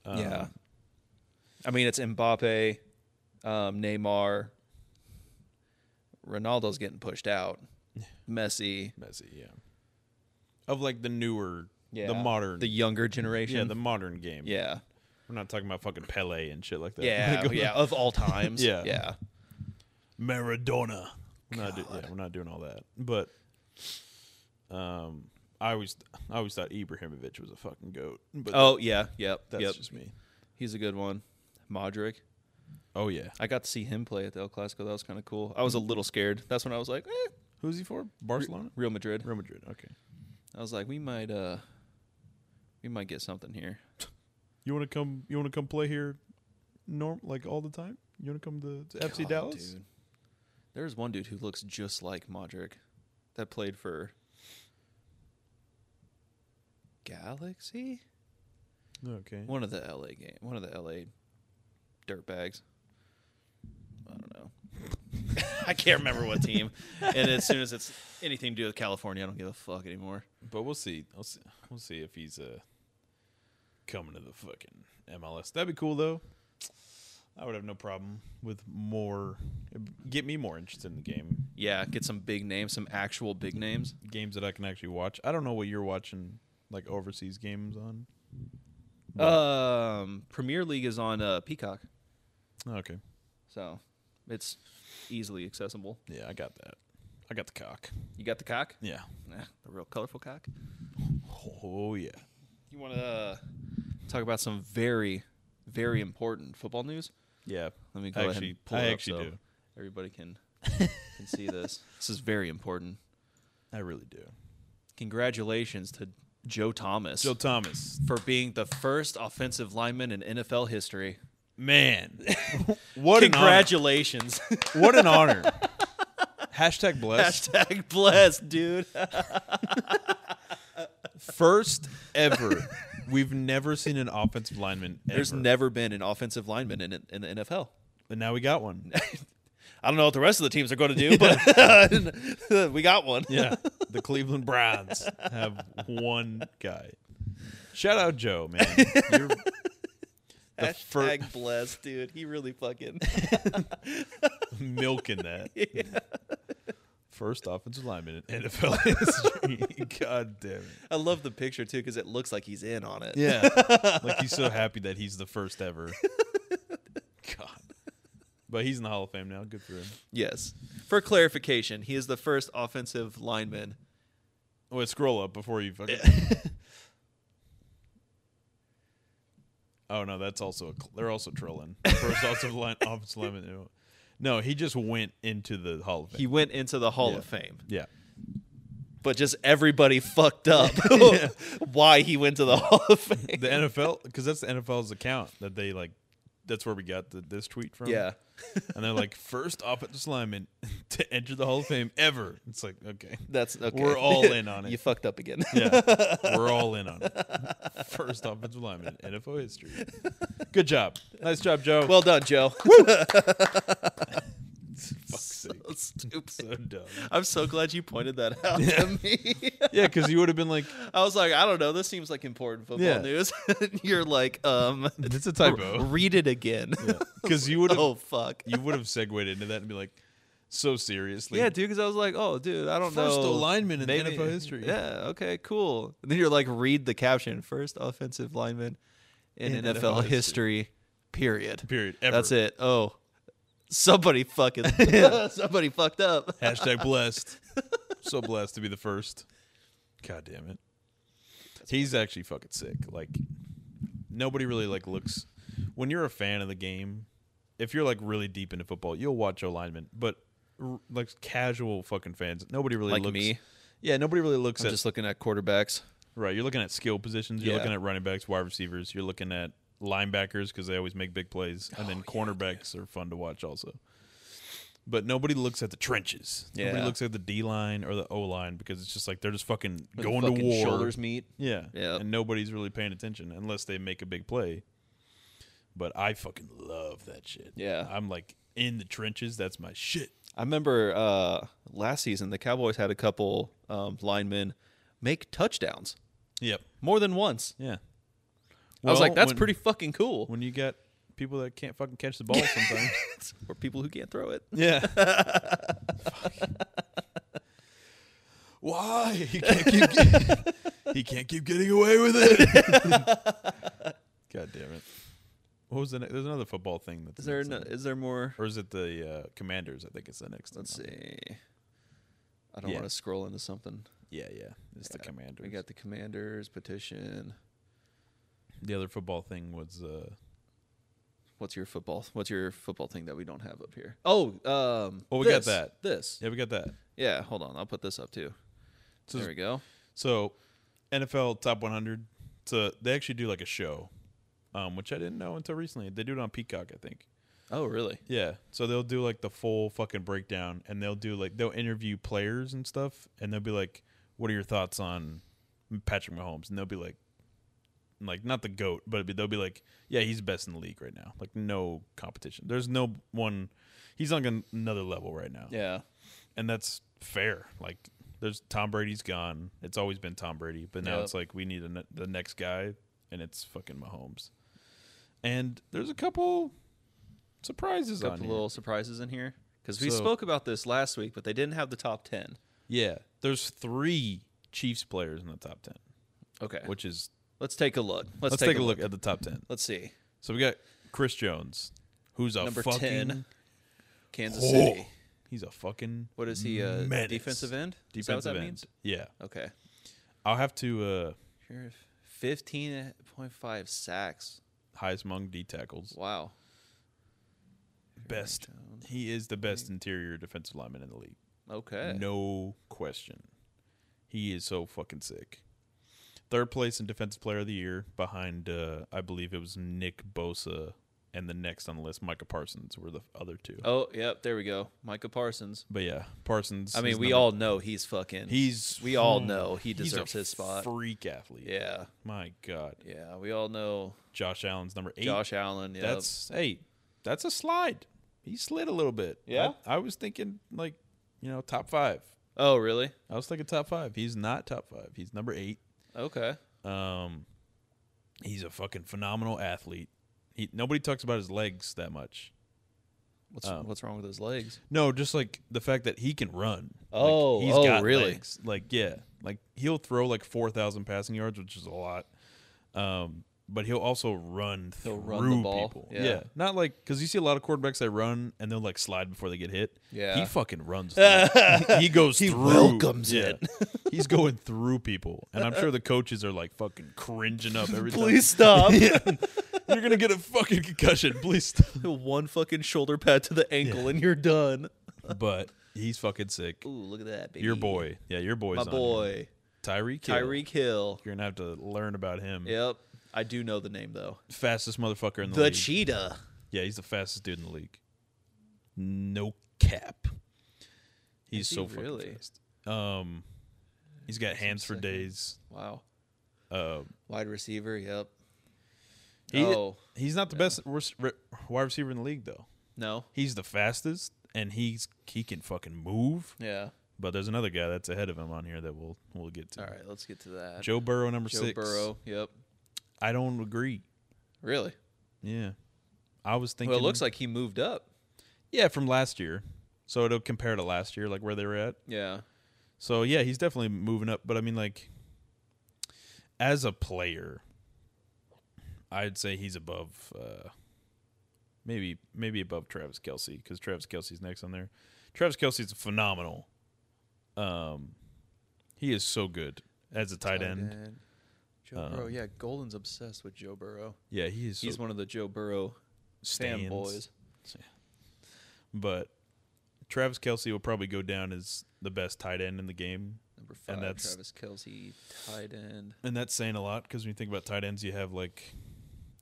[SPEAKER 2] Um,
[SPEAKER 1] yeah. I mean, it's Mbappe, um, Neymar. Ronaldo's getting pushed out. Messi,
[SPEAKER 2] Messi. Yeah. Of like the newer,
[SPEAKER 1] yeah,
[SPEAKER 2] the modern,
[SPEAKER 1] the younger
[SPEAKER 2] yeah,
[SPEAKER 1] generation.
[SPEAKER 2] the modern game.
[SPEAKER 1] yeah.
[SPEAKER 2] We're not talking about fucking Pele and shit like that.
[SPEAKER 1] Yeah,
[SPEAKER 2] Like,
[SPEAKER 1] yeah, of all times.
[SPEAKER 2] Yeah.
[SPEAKER 1] yeah.
[SPEAKER 2] Maradona. We're not, do- yeah, we're not doing all that. But um, I always, I always thought Ibrahimovic was a fucking goat. But
[SPEAKER 1] Oh yeah, yep,
[SPEAKER 2] that's
[SPEAKER 1] yep.
[SPEAKER 2] just me.
[SPEAKER 1] He's a good one. Modric.
[SPEAKER 2] Oh yeah.
[SPEAKER 1] I got to see him play at the El Clasico. That was kind of cool. I was a little scared. That's when I was like, eh,
[SPEAKER 2] Who's he for? Barcelona.
[SPEAKER 1] Real Madrid.
[SPEAKER 2] Real Madrid. Okay.
[SPEAKER 1] I was like, we might, uh, we might get something here.
[SPEAKER 2] You want to come? You want to come play here, norm like all the time? You want to come to, to FC
[SPEAKER 1] God,
[SPEAKER 2] Dallas?
[SPEAKER 1] dude. There's one dude who looks just like Modric, that played for Galaxy.
[SPEAKER 2] Okay.
[SPEAKER 1] One of the LA game. One of the LA dirtbags. I don't know. I can't remember what team. and as soon as it's anything to do with California, I don't give a fuck anymore.
[SPEAKER 2] But we'll see. We'll see. We'll see if he's uh coming to the fucking MLS. That'd be cool though. I would have no problem with more. Get me more interested in the game.
[SPEAKER 1] Yeah, get some big names, some actual big names.
[SPEAKER 2] Games that I can actually watch. I don't know what you're watching, like overseas games on.
[SPEAKER 1] Um, Premier League is on uh, Peacock,
[SPEAKER 2] Okay.
[SPEAKER 1] so It's easily accessible.
[SPEAKER 2] Yeah, I got that. I got the cock.
[SPEAKER 1] You got the cock?
[SPEAKER 2] Yeah.
[SPEAKER 1] Nah, the real colorful cock.
[SPEAKER 2] Oh yeah.
[SPEAKER 1] You want to uh, talk about some very, very important football news?
[SPEAKER 2] Yeah.
[SPEAKER 1] Let me go ahead
[SPEAKER 2] Actually-
[SPEAKER 1] and pull
[SPEAKER 2] I
[SPEAKER 1] it up
[SPEAKER 2] actually
[SPEAKER 1] so
[SPEAKER 2] do.
[SPEAKER 1] everybody can can see this. This is very important.
[SPEAKER 2] I really do.
[SPEAKER 1] Congratulations to Joe Thomas
[SPEAKER 2] Joe Thomas.
[SPEAKER 1] for being the first offensive lineman in NFL history.
[SPEAKER 2] Man. what an honor.
[SPEAKER 1] Congratulations.
[SPEAKER 2] What an honor. Hashtag blessed.
[SPEAKER 1] Hashtag blessed, dude.
[SPEAKER 2] First ever. We've never seen an offensive lineman ever.
[SPEAKER 1] There's never been an offensive lineman in, in the NFL.
[SPEAKER 2] but now we got one.
[SPEAKER 1] I don't know what the rest of the teams are going to do, but we got one.
[SPEAKER 2] Yeah. the Cleveland Browns have one guy. Shout out Joe, man. You're the fir-
[SPEAKER 1] Hashtag blessed, dude. He really fucking.
[SPEAKER 2] milking that. First offensive lineman in NFL history. God damn it.
[SPEAKER 1] I love the picture too because it looks like he's in on it.
[SPEAKER 2] Yeah. like he's so happy that he's the first ever. God. But he's in the Hall of Fame now. Good for him.
[SPEAKER 1] Yes. For clarification, he is the first offensive lineman.
[SPEAKER 2] Oh, wait, scroll up before you fucking. oh no, that's also a cl- they're also trolling. First offensive line, offensive lineman. no. No, he just went into the Hall of Fame.
[SPEAKER 1] He went into the Hall
[SPEAKER 2] Yeah.
[SPEAKER 1] of Fame,
[SPEAKER 2] yeah,
[SPEAKER 1] but just everybody fucked up why he went to the Hall of Fame.
[SPEAKER 2] the NFL because that's the NFL's account that they like. That's where we got the, this tweet from.
[SPEAKER 1] yeah.
[SPEAKER 2] and they're like first offensive lineman to enter the Hall of Fame ever. It's like okay,
[SPEAKER 1] That's okay.
[SPEAKER 2] We're all in on it.
[SPEAKER 1] you fucked up again.
[SPEAKER 2] Yeah, we're all in on it. First offensive lineman in NFL history. Good job, nice job, Joe.
[SPEAKER 1] Well done, Joe.
[SPEAKER 2] Fuck's sake.
[SPEAKER 1] So stupid.
[SPEAKER 2] so dumb.
[SPEAKER 1] I'm so glad you pointed that out to me.
[SPEAKER 2] Yeah, because you would have been like,
[SPEAKER 1] I was like, I don't know. This seems like important football
[SPEAKER 2] Yeah.
[SPEAKER 1] news. You're like, um,
[SPEAKER 2] "That's a
[SPEAKER 1] r-
[SPEAKER 2] typo,"
[SPEAKER 1] read it again.
[SPEAKER 2] because you would have
[SPEAKER 1] oh fuck.
[SPEAKER 2] you would have segued into that and be like, "So seriously,
[SPEAKER 1] Yeah, dude. Because I was like, oh, dude, I don't know.
[SPEAKER 2] first alignment in NFL history."
[SPEAKER 1] Yeah. Okay. Cool. And then you're like, read the caption: first offensive lineman in,
[SPEAKER 2] In
[SPEAKER 1] NFL,
[SPEAKER 2] NFL
[SPEAKER 1] history. Period.
[SPEAKER 2] Period. Ever.
[SPEAKER 1] That's it. Oh, somebody fucking somebody fucked up.
[SPEAKER 2] Hashtag blessed. so blessed to be the first. God damn it. He's actually fucking sick. Like nobody really like looks when you're a fan of the game. If you're like really deep into football, you'll watch your lineman, but r- like casual fucking fans, nobody really
[SPEAKER 1] Like
[SPEAKER 2] looks.
[SPEAKER 1] me?
[SPEAKER 2] Yeah, nobody really looks
[SPEAKER 1] I'm
[SPEAKER 2] at
[SPEAKER 1] just looking at quarterbacks.
[SPEAKER 2] right. You're looking at skill positions. You're
[SPEAKER 1] Yeah.
[SPEAKER 2] looking at running backs, wide receivers. You're looking at linebackers because they always make big plays,
[SPEAKER 1] Oh,
[SPEAKER 2] and then cornerbacks are fun to watch also. But nobody looks at the trenches. Nobody
[SPEAKER 1] Yeah.
[SPEAKER 2] looks at the D line or the O line because it's just like they're just fucking going
[SPEAKER 1] fucking
[SPEAKER 2] to war.
[SPEAKER 1] Shoulders meet.
[SPEAKER 2] Yeah.
[SPEAKER 1] Yep.
[SPEAKER 2] And nobody's really paying attention unless they make a big play. But I fucking love that shit.
[SPEAKER 1] Yeah.
[SPEAKER 2] I'm like in the trenches. That's my shit.
[SPEAKER 1] I remember uh, last season the Cowboys had a couple um, linemen make touchdowns
[SPEAKER 2] Yep.
[SPEAKER 1] more than once.
[SPEAKER 2] Yeah.
[SPEAKER 1] I was
[SPEAKER 2] Well,
[SPEAKER 1] like, that's
[SPEAKER 2] when-
[SPEAKER 1] pretty fucking cool.
[SPEAKER 2] When you got people that can't fucking catch the ball sometimes.
[SPEAKER 1] Or people who can't throw it.
[SPEAKER 2] Yeah. Why he can't keep get- he can't keep getting away with it? God damn it! What was the? Ne- there's another football thing that's
[SPEAKER 1] Is there
[SPEAKER 2] next
[SPEAKER 1] no,
[SPEAKER 2] up.
[SPEAKER 1] is there more?
[SPEAKER 2] or is it the uh, Commanders? I think it's the next.
[SPEAKER 1] Let's
[SPEAKER 2] one.
[SPEAKER 1] see. I don't
[SPEAKER 2] Yeah.
[SPEAKER 1] want to scroll into something.
[SPEAKER 2] Yeah, yeah, it's the Commanders.
[SPEAKER 1] We got the commanders petition.
[SPEAKER 2] the other football thing was uh,
[SPEAKER 1] What's your football? What's your football thing that we don't have up here? Oh, um,
[SPEAKER 2] Well, we got
[SPEAKER 1] this,
[SPEAKER 2] that.
[SPEAKER 1] This.
[SPEAKER 2] yeah, we got that.
[SPEAKER 1] Yeah, hold on. I'll put this up too.
[SPEAKER 2] So-
[SPEAKER 1] there we go.
[SPEAKER 2] So, NFL Top 100. So they actually do like a show, um, which I didn't know until recently. They do it on Peacock, I think.
[SPEAKER 1] Oh, really?
[SPEAKER 2] Yeah. So they'll do like the full fucking breakdown and they'll do like they'll interview players and stuff and they'll be like, What are your thoughts on Patrick Mahomes? And they'll be like like not the GOAT, but it'd be- they'll be like, Yeah, he's best in the league right now. Like no competition. There's no one he's on an- another level right now.
[SPEAKER 1] Yeah.
[SPEAKER 2] And that's fair. Like there's Tom Brady's gone. It's always been Tom Brady, but now
[SPEAKER 1] Yep.
[SPEAKER 2] it's like we need a ne- the next guy and it's fucking Mahomes. And there's a couple surprises
[SPEAKER 1] couple
[SPEAKER 2] on here.
[SPEAKER 1] little surprises in here because we
[SPEAKER 2] So-
[SPEAKER 1] spoke about this last week, but they didn't have the top ten.
[SPEAKER 2] Yeah, there's three Chiefs players in the top ten,
[SPEAKER 1] Okay,
[SPEAKER 2] which is
[SPEAKER 1] let's take a look. Let's,
[SPEAKER 2] let's, take, a look at the top ten.
[SPEAKER 1] Let's see.
[SPEAKER 2] So we got Chris Jones, who's a
[SPEAKER 1] Number
[SPEAKER 2] fucking
[SPEAKER 1] 10. Kansas City.
[SPEAKER 2] He's a fucking
[SPEAKER 1] What is he? Uh,
[SPEAKER 2] Oh, menace.
[SPEAKER 1] defensive end. Is that what
[SPEAKER 2] Defensive
[SPEAKER 1] that
[SPEAKER 2] end.
[SPEAKER 1] means?
[SPEAKER 2] Yeah,
[SPEAKER 1] Okay.
[SPEAKER 2] I'll have to uh,
[SPEAKER 1] Sheriff, fifteen point five sacks.
[SPEAKER 2] uh, highest among D tackles.
[SPEAKER 1] Wow.
[SPEAKER 2] Best. He is the best interior defensive lineman in the league.
[SPEAKER 1] Okay.
[SPEAKER 2] No question. He is so fucking sick. Third place in Defensive Player of the Year behind, uh, I believe it was Nick Bosa, and the next on the list, Micah Parsons, were the other two.
[SPEAKER 1] Oh, yep. There we go. Micah Parsons.
[SPEAKER 2] But yeah, Parsons.
[SPEAKER 1] I
[SPEAKER 2] is
[SPEAKER 1] mean, we
[SPEAKER 2] number-
[SPEAKER 1] all know he's fucking.
[SPEAKER 2] He's.
[SPEAKER 1] we all know he
[SPEAKER 2] he's a
[SPEAKER 1] deserves his spot.
[SPEAKER 2] Freak athlete.
[SPEAKER 1] yeah.
[SPEAKER 2] My God.
[SPEAKER 1] Yeah. We all know
[SPEAKER 2] Josh Allen's number eight.
[SPEAKER 1] Josh Allen. Yep.
[SPEAKER 2] That's hey, that's a slide. He slid a little bit.
[SPEAKER 1] Yeah?
[SPEAKER 2] I, I was thinking like, you know, top five.
[SPEAKER 1] oh, really?
[SPEAKER 2] I was thinking top five. He's not top five. He's number eight.
[SPEAKER 1] Okay.
[SPEAKER 2] Um, he's a fucking phenomenal athlete. He, nobody talks about his legs that much.
[SPEAKER 1] What's
[SPEAKER 2] Um,
[SPEAKER 1] what's wrong with his legs?
[SPEAKER 2] No, just like the fact that he can run.
[SPEAKER 1] Oh,
[SPEAKER 2] like, he's
[SPEAKER 1] oh, really?
[SPEAKER 2] legs. Like, yeah, like he'll throw like four thousand passing yards, which is a lot. Um, but he'll also run
[SPEAKER 1] He'll
[SPEAKER 2] through
[SPEAKER 1] run the ball,
[SPEAKER 2] people.
[SPEAKER 1] yeah.
[SPEAKER 2] not like because you see a lot of quarterbacks that run and they'll like slide before they get hit.
[SPEAKER 1] Yeah.
[SPEAKER 2] he fucking runs. Through. it. he goes.
[SPEAKER 1] He
[SPEAKER 2] through.
[SPEAKER 1] welcomes it.
[SPEAKER 2] he's going through people, and I'm sure the coaches are like fucking cringing up every time.
[SPEAKER 1] Please stop.
[SPEAKER 2] You're gonna get a fucking concussion. Please stop.
[SPEAKER 1] One fucking shoulder pad to the ankle and you're done.
[SPEAKER 2] But he's fucking sick.
[SPEAKER 1] Ooh, look at that, baby.
[SPEAKER 2] Your boy, yeah, your boy's
[SPEAKER 1] My
[SPEAKER 2] on here.
[SPEAKER 1] boy.
[SPEAKER 2] Tyreek. Hill.
[SPEAKER 1] Tyreek Hill.
[SPEAKER 2] You're gonna have to learn about him.
[SPEAKER 1] Yep. I do know the name though.
[SPEAKER 2] Fastest motherfucker in the,
[SPEAKER 1] The
[SPEAKER 2] league.
[SPEAKER 1] cheetah.
[SPEAKER 2] yeah, he's the fastest dude in the league. No cap. He's
[SPEAKER 1] Is he
[SPEAKER 2] so fucking
[SPEAKER 1] really?
[SPEAKER 2] fast. Um, he's got hands for
[SPEAKER 1] second.
[SPEAKER 2] days.
[SPEAKER 1] Wow.
[SPEAKER 2] Uh,
[SPEAKER 1] Wide receiver. Yep.
[SPEAKER 2] he,
[SPEAKER 1] oh
[SPEAKER 2] he's not the best res- re- wide receiver in the league though.
[SPEAKER 1] no.
[SPEAKER 2] He's the fastest, and he's he can fucking move.
[SPEAKER 1] Yeah.
[SPEAKER 2] But there's another guy that's ahead of him on here that we'll we'll get to.
[SPEAKER 1] All right. Let's get to that.
[SPEAKER 2] Joe Burrow number
[SPEAKER 1] Joe
[SPEAKER 2] six.
[SPEAKER 1] Burrow. Yep.
[SPEAKER 2] I don't agree.
[SPEAKER 1] Really?
[SPEAKER 2] Yeah, I was thinking.
[SPEAKER 1] Well, it looks like he moved up.
[SPEAKER 2] Yeah, from last year. So it'll compare to last year, like where they were at.
[SPEAKER 1] Yeah.
[SPEAKER 2] So yeah, he's definitely moving up. But I mean, like, as a player, I'd say he's above, uh, maybe maybe above Travis Kelsey because Travis Kelsey's next on there. Travis Kelsey's phenomenal. Um, he is so good as a tight, end.
[SPEAKER 1] Joe Burrow. Yeah. Golden's obsessed with Joe Burrow.
[SPEAKER 2] Yeah, he is.
[SPEAKER 1] He's
[SPEAKER 2] so
[SPEAKER 1] one of the Joe Burrow
[SPEAKER 2] stands.
[SPEAKER 1] fanboys.
[SPEAKER 2] but Travis Kelsey will probably go down as the best tight end in the game.
[SPEAKER 1] Number five,
[SPEAKER 2] And that's-
[SPEAKER 1] Travis Kelsey, tight end.
[SPEAKER 2] and that's saying a lot because when you think about tight ends, you have like,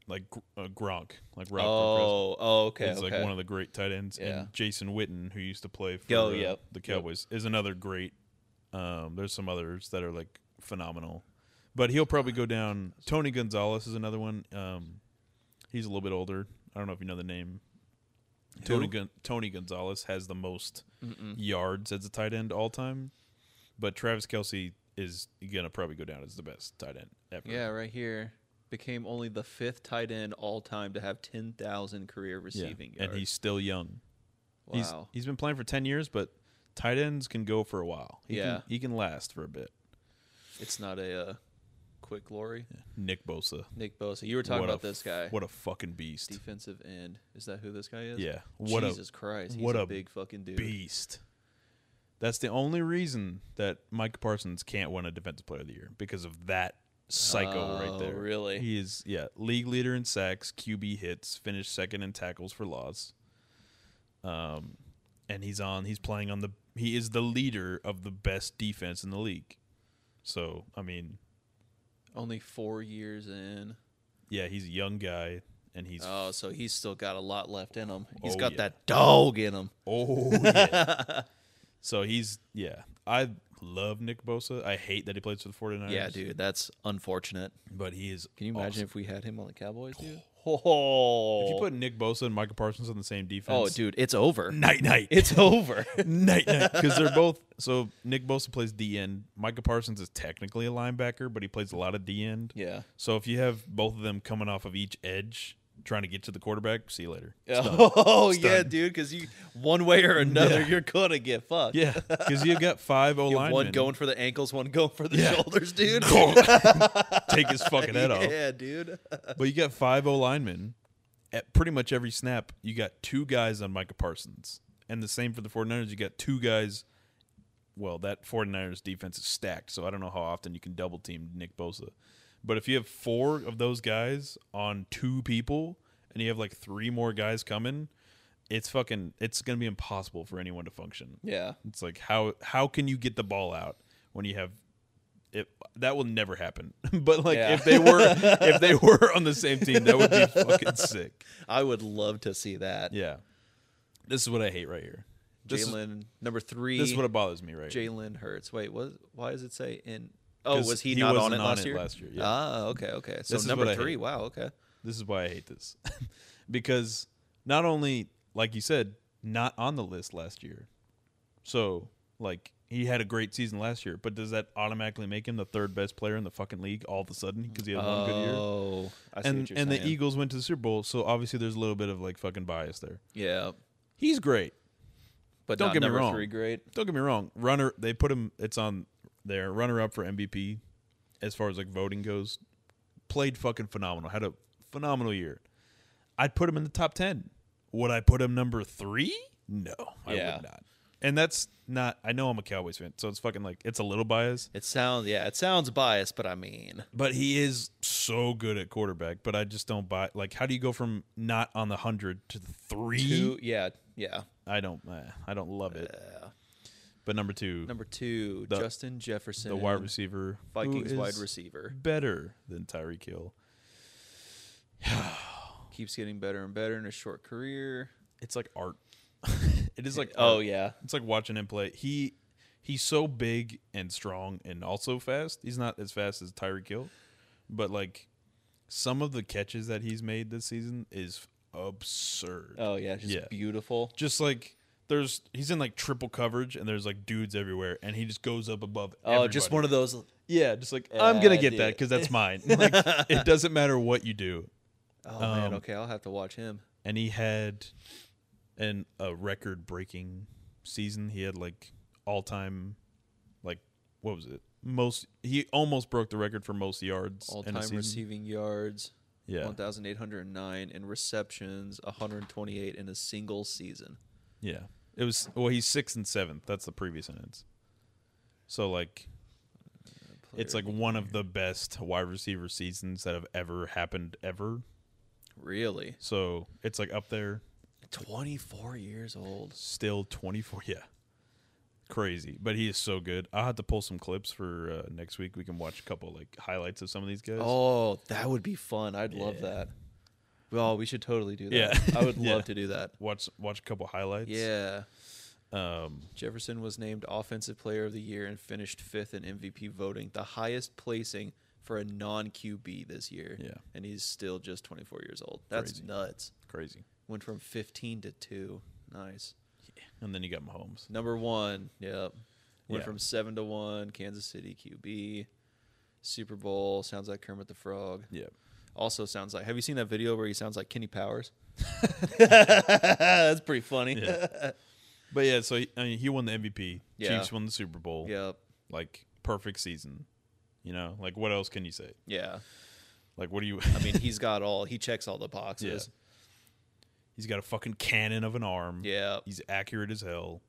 [SPEAKER 2] like Gr- uh, Gronk, like Rob.
[SPEAKER 1] oh, oh, okay.
[SPEAKER 2] he's
[SPEAKER 1] okay.
[SPEAKER 2] like one of the great tight ends,
[SPEAKER 1] Yeah.
[SPEAKER 2] and Jason Witten, who used to play for
[SPEAKER 1] Oh,
[SPEAKER 2] the,
[SPEAKER 1] yep.
[SPEAKER 2] the
[SPEAKER 1] Yep.
[SPEAKER 2] Cowboys, is another great. Um, there's some others that are like phenomenal, but he'll probably go down. Tony Gonzalez is another one. Um, he's a little bit older. I don't know if you know the name. Tony Gon- Tony Gonzalez has the most yards as a tight end all time, but Travis Kelsey is gonna probably go down as the best tight end ever.
[SPEAKER 1] yeah, right here. Became only the fifth tight end all time to have 10,000 career
[SPEAKER 2] Yeah,
[SPEAKER 1] receiving yards.
[SPEAKER 2] and he's still young.
[SPEAKER 1] wow.
[SPEAKER 2] He's he's been playing for ten years, but tight ends can go for a while. He
[SPEAKER 1] Yeah.
[SPEAKER 2] can, he can last for a bit.
[SPEAKER 1] it's not a uh, quick glory.
[SPEAKER 2] Nick Bosa,
[SPEAKER 1] Nick Bosa. You were talking
[SPEAKER 2] What a
[SPEAKER 1] about this guy.
[SPEAKER 2] what a fucking beast,
[SPEAKER 1] Defensive end. Is that who this guy is?
[SPEAKER 2] Yeah. What a-
[SPEAKER 1] Jesus Christ. He's
[SPEAKER 2] what
[SPEAKER 1] a,
[SPEAKER 2] a
[SPEAKER 1] big fucking dude.
[SPEAKER 2] beast. That's the only reason that Mike Parsons can't win a Defensive Player of the Year because of that psycho
[SPEAKER 1] Oh,
[SPEAKER 2] right there.
[SPEAKER 1] really?
[SPEAKER 2] He is yeah league leader in sacks, QB hits, finished second in tackles for loss. Um, and he's on. He's playing on the. He is the leader of the best defense in the league. So I mean,
[SPEAKER 1] Only four years in.
[SPEAKER 2] Yeah, he's a young guy, and he's
[SPEAKER 1] Oh, so he's still got a lot left in him. He's
[SPEAKER 2] Oh,
[SPEAKER 1] got
[SPEAKER 2] yeah.
[SPEAKER 1] that dog in him.
[SPEAKER 2] oh yeah. so he's yeah. I love Nick Bosa. I hate that he plays for the 49ers.
[SPEAKER 1] Yeah, dude. That's unfortunate.
[SPEAKER 2] But he is.
[SPEAKER 1] Can you imagine
[SPEAKER 2] awesome.
[SPEAKER 1] if we had him on the Cowboys, dude?
[SPEAKER 2] if,
[SPEAKER 1] Oh,
[SPEAKER 2] you put Nick Bosa and Michael Parsons on the same defense?
[SPEAKER 1] oh, dude, it's over.
[SPEAKER 2] night night,
[SPEAKER 1] It's over.
[SPEAKER 2] night night, because they're both. So Nick Bosa plays D end. Michael Parsons is technically a linebacker, but he plays a lot of D end.
[SPEAKER 1] yeah.
[SPEAKER 2] So if you have both of them coming off of each edge, trying to get to the quarterback, see you later.
[SPEAKER 1] Oh yeah,
[SPEAKER 2] Stunned.
[SPEAKER 1] dude. Because you one way or another,
[SPEAKER 2] Yeah.
[SPEAKER 1] you're gonna get fucked.
[SPEAKER 2] Yeah, because you've got five O
[SPEAKER 1] You have
[SPEAKER 2] linemen.
[SPEAKER 1] one going for the ankles, one going for the
[SPEAKER 2] Yeah.
[SPEAKER 1] shoulders, dude.
[SPEAKER 2] take his fucking head off.
[SPEAKER 1] yeah, dude.
[SPEAKER 2] But you got five O linemen at pretty much every snap. You got two guys on Micah Parsons And the same for the 49ers. You got two guys. Well, that 49ers defense is stacked, so I don't know how often you can double team Nick Bosa. But if you have four of those guys on two people and you have like three more guys coming, it's fucking it's going to be impossible for anyone to function.
[SPEAKER 1] Yeah.
[SPEAKER 2] It's like how how can you get the ball out when you have it that will never happen. but like
[SPEAKER 1] Yeah.
[SPEAKER 2] if they were if they were on the same team, that would be fucking sick.
[SPEAKER 1] I would love to see that.
[SPEAKER 2] Yeah. This is what I hate right here. This is-
[SPEAKER 1] Jalen number three.
[SPEAKER 2] This is what bothers me right here.
[SPEAKER 1] Jalen Hurts. Wait, what? Why does it say in? Oh,
[SPEAKER 2] 'Cause
[SPEAKER 1] was he,
[SPEAKER 2] he
[SPEAKER 1] not on
[SPEAKER 2] wasn't
[SPEAKER 1] it
[SPEAKER 2] on
[SPEAKER 1] last
[SPEAKER 2] it
[SPEAKER 1] year?
[SPEAKER 2] last year, yeah.
[SPEAKER 1] Ah, okay, okay. So
[SPEAKER 2] This is what
[SPEAKER 1] number
[SPEAKER 2] I
[SPEAKER 1] three.
[SPEAKER 2] hate.
[SPEAKER 1] Wow. Okay.
[SPEAKER 2] This is why I hate this. because not only like you said, not on the list last year. So, like he had a great season last year, but does that automatically make him the third best player in the fucking league all of a sudden because he had one good year?
[SPEAKER 1] Oh, I see
[SPEAKER 2] And
[SPEAKER 1] what you're
[SPEAKER 2] and
[SPEAKER 1] saying.
[SPEAKER 2] the Eagles went to the Super Bowl, so obviously there's a little bit of like fucking bias there.
[SPEAKER 1] Yeah,
[SPEAKER 2] He's great.
[SPEAKER 1] but
[SPEAKER 2] Don't
[SPEAKER 1] not
[SPEAKER 2] get me
[SPEAKER 1] number
[SPEAKER 2] wrong.
[SPEAKER 1] Three, great.
[SPEAKER 2] Don't get me wrong. Runner, they put him. It's on there. Runner up for MVP as far as like voting goes. Played fucking phenomenal. Had a phenomenal year. I'd put him in the top ten. Would I put him number three? No, I
[SPEAKER 1] Yeah.
[SPEAKER 2] would not. And that's not. I know I'm a Cowboys fan, so it's fucking like it's a little biased.
[SPEAKER 1] It sounds yeah, it sounds biased, but I mean,
[SPEAKER 2] But he is so good at quarterback. But I just don't buy. Like, how do you go from not on the hundred to three?
[SPEAKER 1] two. Yeah, yeah.
[SPEAKER 2] I don't. Uh, I don't love it.
[SPEAKER 1] Uh,
[SPEAKER 2] But number two,
[SPEAKER 1] number two,
[SPEAKER 2] The-
[SPEAKER 1] Justin Jefferson,
[SPEAKER 2] the wide receiver, who
[SPEAKER 1] Vikings wide
[SPEAKER 2] is-
[SPEAKER 1] receiver,
[SPEAKER 2] better than Tyreek Hill.
[SPEAKER 1] keeps getting better and better in his short career.
[SPEAKER 2] It's like art. it is like
[SPEAKER 1] Oh
[SPEAKER 2] oh,
[SPEAKER 1] yeah,
[SPEAKER 2] it's like watching him play. He he's so big and strong and also fast. He's not as fast as Tyreek Hill, but like some of the catches that he's made this season is absurd.
[SPEAKER 1] oh yeah, just
[SPEAKER 2] Yeah.
[SPEAKER 1] beautiful.
[SPEAKER 2] Just like there's he's in like triple coverage and there's like dudes everywhere and he just goes up above.
[SPEAKER 1] Oh, just
[SPEAKER 2] everybody.
[SPEAKER 1] one of those.
[SPEAKER 2] yeah, just like I'm gonna
[SPEAKER 1] Yeah,
[SPEAKER 2] get that
[SPEAKER 1] dude.
[SPEAKER 2] because that's mine. Like, it doesn't matter what you do.
[SPEAKER 1] Oh man,
[SPEAKER 2] Um,
[SPEAKER 1] okay, I'll have to watch him.
[SPEAKER 2] and he had an a record breaking season. He had like all time like what was it? Most he almost broke the record for most yards
[SPEAKER 1] All
[SPEAKER 2] in a
[SPEAKER 1] time
[SPEAKER 2] season.
[SPEAKER 1] receiving yards,
[SPEAKER 2] yeah.
[SPEAKER 1] 1,809, and receptions, 128 in a single season.
[SPEAKER 2] Yeah. It was well he's 6th and 7th. That's the previous innings. So like it's like one of the best wide receiver seasons that have ever happened ever.
[SPEAKER 1] Really?
[SPEAKER 2] So it's like up there
[SPEAKER 1] 24 years old.
[SPEAKER 2] still 24 yeah crazy but he is so good i'll have to pull some clips for uh, next week we can watch a couple like highlights of some of these guys
[SPEAKER 1] Oh, that would be fun. I'd love
[SPEAKER 2] Yeah.
[SPEAKER 1] that. Well, we should totally do that.
[SPEAKER 2] Yeah.
[SPEAKER 1] I would
[SPEAKER 2] Yeah.
[SPEAKER 1] love to do that.
[SPEAKER 2] watch watch a couple highlights
[SPEAKER 1] Yeah.
[SPEAKER 2] um
[SPEAKER 1] Jefferson was named Offensive Player of the Year and finished fifth in MVP voting, the highest placing for a non QB this year.
[SPEAKER 2] Yeah.
[SPEAKER 1] And he's still just 24 years old. That's
[SPEAKER 2] Crazy.
[SPEAKER 1] nuts.
[SPEAKER 2] crazy
[SPEAKER 1] Went from 15 to 2. Nice.
[SPEAKER 2] and then you got mahomes
[SPEAKER 1] Number one. Yep. Went
[SPEAKER 2] Yeah.
[SPEAKER 1] from 7 to 1. Kansas City QB. Super Bowl. Sounds like Kermit the Frog.
[SPEAKER 2] yeah
[SPEAKER 1] Also sounds like. Have you seen that video where he sounds like Kenny Powers? That's pretty funny.
[SPEAKER 2] Yeah. but yeah so he, I mean, he won the mvp
[SPEAKER 1] Yeah.
[SPEAKER 2] chiefs won the super bowl
[SPEAKER 1] yep.
[SPEAKER 2] like perfect season you know like what else can you say
[SPEAKER 1] Yeah.
[SPEAKER 2] like what do you
[SPEAKER 1] I mean, he's got all. He checks all the boxes.
[SPEAKER 2] he's got a fucking cannon of an arm
[SPEAKER 1] Yeah.
[SPEAKER 2] he's accurate as hell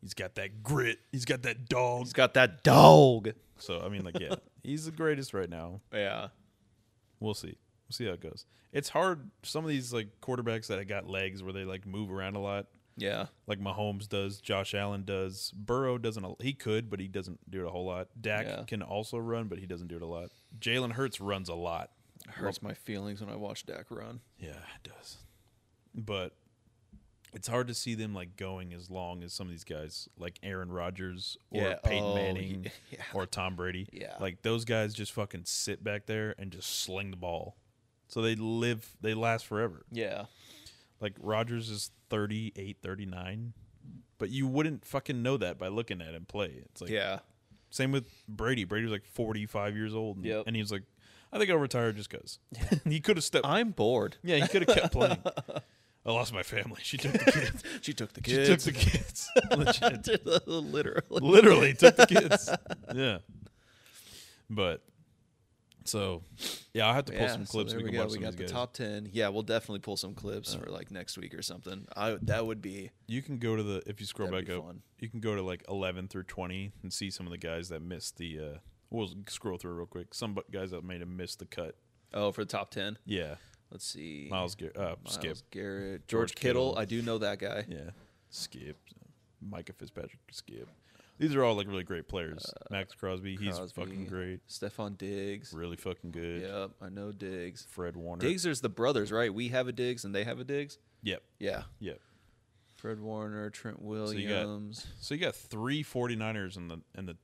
[SPEAKER 2] he's got that grit he's got that dog
[SPEAKER 1] He's got that dog.
[SPEAKER 2] So I mean, like, yeah, he's the greatest right now.
[SPEAKER 1] Yeah.
[SPEAKER 2] We'll see. We'll see how it goes. It's hard. Some of these like quarterbacks that got legs where they like move around a lot,
[SPEAKER 1] Yeah.
[SPEAKER 2] like Mahomes does, Josh Allen does, Burrow doesn't. a- He could, but he doesn't do it a whole lot. Dak
[SPEAKER 1] Yeah.
[SPEAKER 2] can also run, but he doesn't do it a lot. Jalen Hurts runs a lot.
[SPEAKER 1] Hurts my feelings when I watch Dak run.
[SPEAKER 2] Yeah, it does. But it's hard to see them like going as long as some of these guys, like Aaron Rodgers or
[SPEAKER 1] Yeah,
[SPEAKER 2] Peyton
[SPEAKER 1] oh,
[SPEAKER 2] Manning
[SPEAKER 1] yeah.
[SPEAKER 2] or Tom Brady.
[SPEAKER 1] Yeah.
[SPEAKER 2] like those guys just fucking sit back there and just sling the ball, so they live, they last forever.
[SPEAKER 1] Yeah.
[SPEAKER 2] Like Rodgers is 38, 39, but you wouldn't fucking know that by looking at him play. It's like
[SPEAKER 1] yeah.
[SPEAKER 2] same with Brady. Brady was like forty five years old, and,
[SPEAKER 1] Yep.
[SPEAKER 2] and he was like, I think I'll retire just because he could have stepped.
[SPEAKER 1] I'm bored.
[SPEAKER 2] Yeah, he could have kept playing. I lost my family. She took the kids.
[SPEAKER 1] She took the
[SPEAKER 2] She took the kids. Legit.
[SPEAKER 1] Literally.
[SPEAKER 2] Literally took the kids. Yeah. But So, yeah, I'll have to pull
[SPEAKER 1] yeah,
[SPEAKER 2] some
[SPEAKER 1] so
[SPEAKER 2] clips.
[SPEAKER 1] there
[SPEAKER 2] we
[SPEAKER 1] we
[SPEAKER 2] can
[SPEAKER 1] go.
[SPEAKER 2] watch
[SPEAKER 1] we
[SPEAKER 2] some
[SPEAKER 1] got
[SPEAKER 2] of
[SPEAKER 1] the
[SPEAKER 2] these guys.
[SPEAKER 1] top ten. Yeah, we'll definitely pull some clips for like next week or something. I that would be
[SPEAKER 2] You can go to the if you scroll
[SPEAKER 1] That'd
[SPEAKER 2] back
[SPEAKER 1] be
[SPEAKER 2] up,
[SPEAKER 1] fun.
[SPEAKER 2] you can go to like eleven through twenty and see some of the guys that missed the. uh We'll scroll through real quick. Some bu- guys that made him miss the cut.
[SPEAKER 1] oh for the top ten.
[SPEAKER 2] Yeah,
[SPEAKER 1] Let's see.
[SPEAKER 2] Miles, Gar- uh, Skip.
[SPEAKER 1] Miles Garrett,
[SPEAKER 2] George
[SPEAKER 1] George, Kittle.
[SPEAKER 2] Kittle.
[SPEAKER 1] I do know that guy.
[SPEAKER 2] Yeah, Skip, Micah Fitzpatrick, Skip. These are all like really great players. Max Crosby, he's fucking
[SPEAKER 1] Uh, Crosby.
[SPEAKER 2] great,
[SPEAKER 1] Stephon Diggs.
[SPEAKER 2] really fucking good.
[SPEAKER 1] Yep, I know Diggs.
[SPEAKER 2] Fred Warner.
[SPEAKER 1] Diggs is the brothers, right? We have a Diggs and they have a Diggs.
[SPEAKER 2] Yep.
[SPEAKER 1] Yeah.
[SPEAKER 2] Yep.
[SPEAKER 1] Fred Warner, Trent
[SPEAKER 2] you got-
[SPEAKER 1] Williams.
[SPEAKER 2] So you got three 49ers in the in the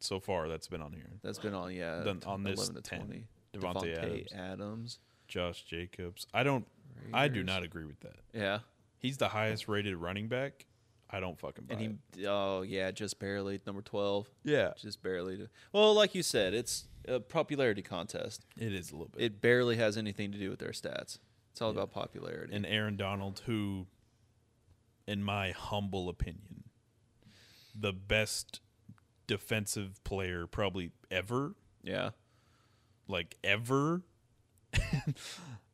[SPEAKER 2] so far that's been on here.
[SPEAKER 1] That's been on, yeah.
[SPEAKER 2] Then on this
[SPEAKER 1] 11 to
[SPEAKER 2] 10,
[SPEAKER 1] 20.
[SPEAKER 2] Devontae Adams.
[SPEAKER 1] Adams.
[SPEAKER 2] Josh Jacobs. I don't. I do
[SPEAKER 1] Raiders.
[SPEAKER 2] not agree with that.
[SPEAKER 1] Yeah.
[SPEAKER 2] He's the highest rated running back. I don't fucking buy
[SPEAKER 1] And he, oh, yeah, just barely, number 12.
[SPEAKER 2] it. Yeah,
[SPEAKER 1] Just barely. to- Well, like you said, it's a popularity contest.
[SPEAKER 2] it is a little bit.
[SPEAKER 1] It barely has anything to do with their stats. It's all about popularity.
[SPEAKER 2] and Aaron Donald, who, in my humble opinion, the best defensive player probably ever,
[SPEAKER 1] yeah.
[SPEAKER 2] like ever.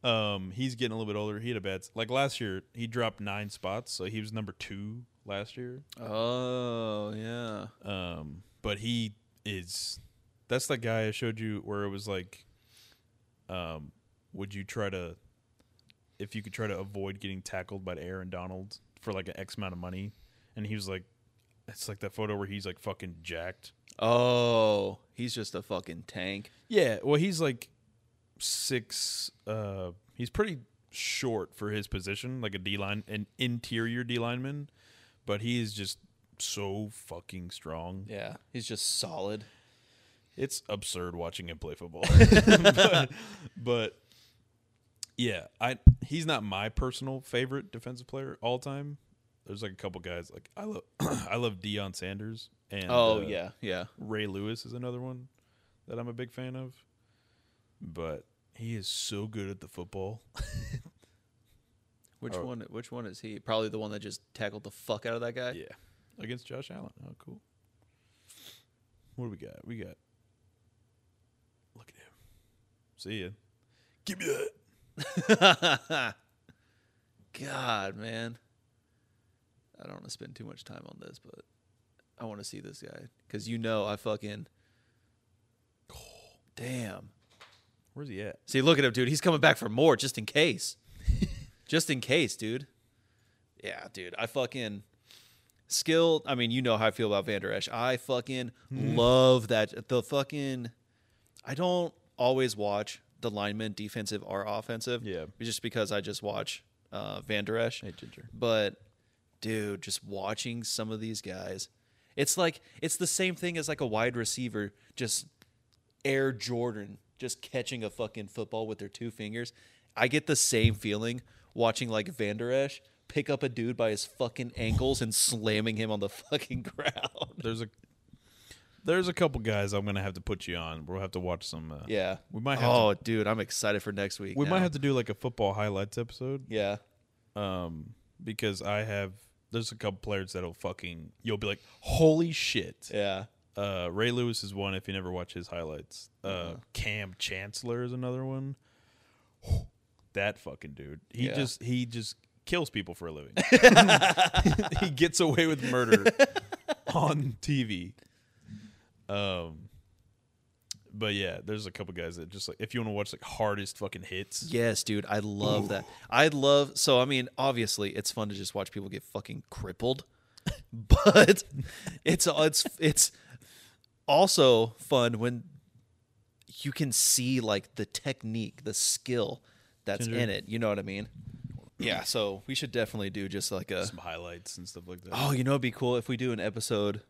[SPEAKER 2] um, he's getting a little bit older. He had a bad s- like last year. He dropped nine spots, so he was number two last year.
[SPEAKER 1] Oh, yeah.
[SPEAKER 2] Um, but he is that's the guy I showed you where it was like, um, would you try to if you could try to avoid getting tackled by Aaron Donald for like an X amount of money? And he was like, it's like that photo where he's like fucking jacked.
[SPEAKER 1] Oh, he's just a fucking tank.
[SPEAKER 2] Yeah, well, he's like six. Uh, he's pretty short for his position, like a D line, an interior D lineman, but he is just so fucking strong.
[SPEAKER 1] Yeah. He's just solid.
[SPEAKER 2] it's absurd watching him play football. but, but, yeah, I he's not my personal favorite defensive player all time. There's like a couple guys like I love I love Deion Sanders and
[SPEAKER 1] oh,
[SPEAKER 2] uh,
[SPEAKER 1] yeah. Yeah.
[SPEAKER 2] Ray Lewis is another one that I'm a big fan of. But he is so good at the football.
[SPEAKER 1] Which
[SPEAKER 2] Oh.
[SPEAKER 1] one? Which one is he? Probably the one that just tackled the fuck out of that guy.
[SPEAKER 2] Yeah. Against Josh Allen. Oh, cool. What do we got? We got. Look at him. See ya. Give me that.
[SPEAKER 1] God, man. I don't want to spend too much time on this, but I want to see this guy because you know I fucking. Damn.
[SPEAKER 2] Where's he at?
[SPEAKER 1] See, look at him, dude. He's coming back for more just in case. just in case, dude. Yeah, dude. I fucking skill. I mean, you know how I feel about Van Der Esch. I fucking
[SPEAKER 2] Mm-hmm.
[SPEAKER 1] love that. The fucking. I don't always watch the linemen, defensive or offensive.
[SPEAKER 2] Yeah.
[SPEAKER 1] Just because I just watch uh, Van Der Esch.
[SPEAKER 2] Hey, Ginger.
[SPEAKER 1] But dude, just watching some of these guys, it's like it's the same thing as like a wide receiver just Air Jordan just catching a fucking football with their two fingers. I get the same feeling watching like Van Der Esch pick up a dude by his fucking ankles and slamming him on the fucking ground.
[SPEAKER 2] There's a there's a couple guys I'm gonna have to put you on. We'll have to watch some. Uh,
[SPEAKER 1] Yeah.
[SPEAKER 2] We might have to-
[SPEAKER 1] Oh, dude, I'm excited for next week.
[SPEAKER 2] we might
[SPEAKER 1] now.
[SPEAKER 2] have to do like a football highlights episode.
[SPEAKER 1] Yeah.
[SPEAKER 2] Um, because I have there's a couple players that'll fucking you'll be like, holy shit.
[SPEAKER 1] Yeah.
[SPEAKER 2] Uh, Ray Lewis is one. If you never watch his highlights, uh,
[SPEAKER 1] Uh-huh.
[SPEAKER 2] Cam Chancellor is another one. That fucking dude. He
[SPEAKER 1] Yeah.
[SPEAKER 2] just he just kills people for a living. he gets away with murder on TV. Um, but yeah, there's a couple guys that just like if you want to watch like hardest fucking hits.
[SPEAKER 1] Yes, dude. I love that. I love so I mean, obviously it's fun to just watch people get fucking crippled. But it's uh, it's it's also fun when you can see like the technique, the skill that's
[SPEAKER 2] Ginger.
[SPEAKER 1] in it. You know what I mean? Yeah, so we should definitely do just like a
[SPEAKER 2] Some highlights and stuff like that.
[SPEAKER 1] Oh, you know it'd be cool if we do an episode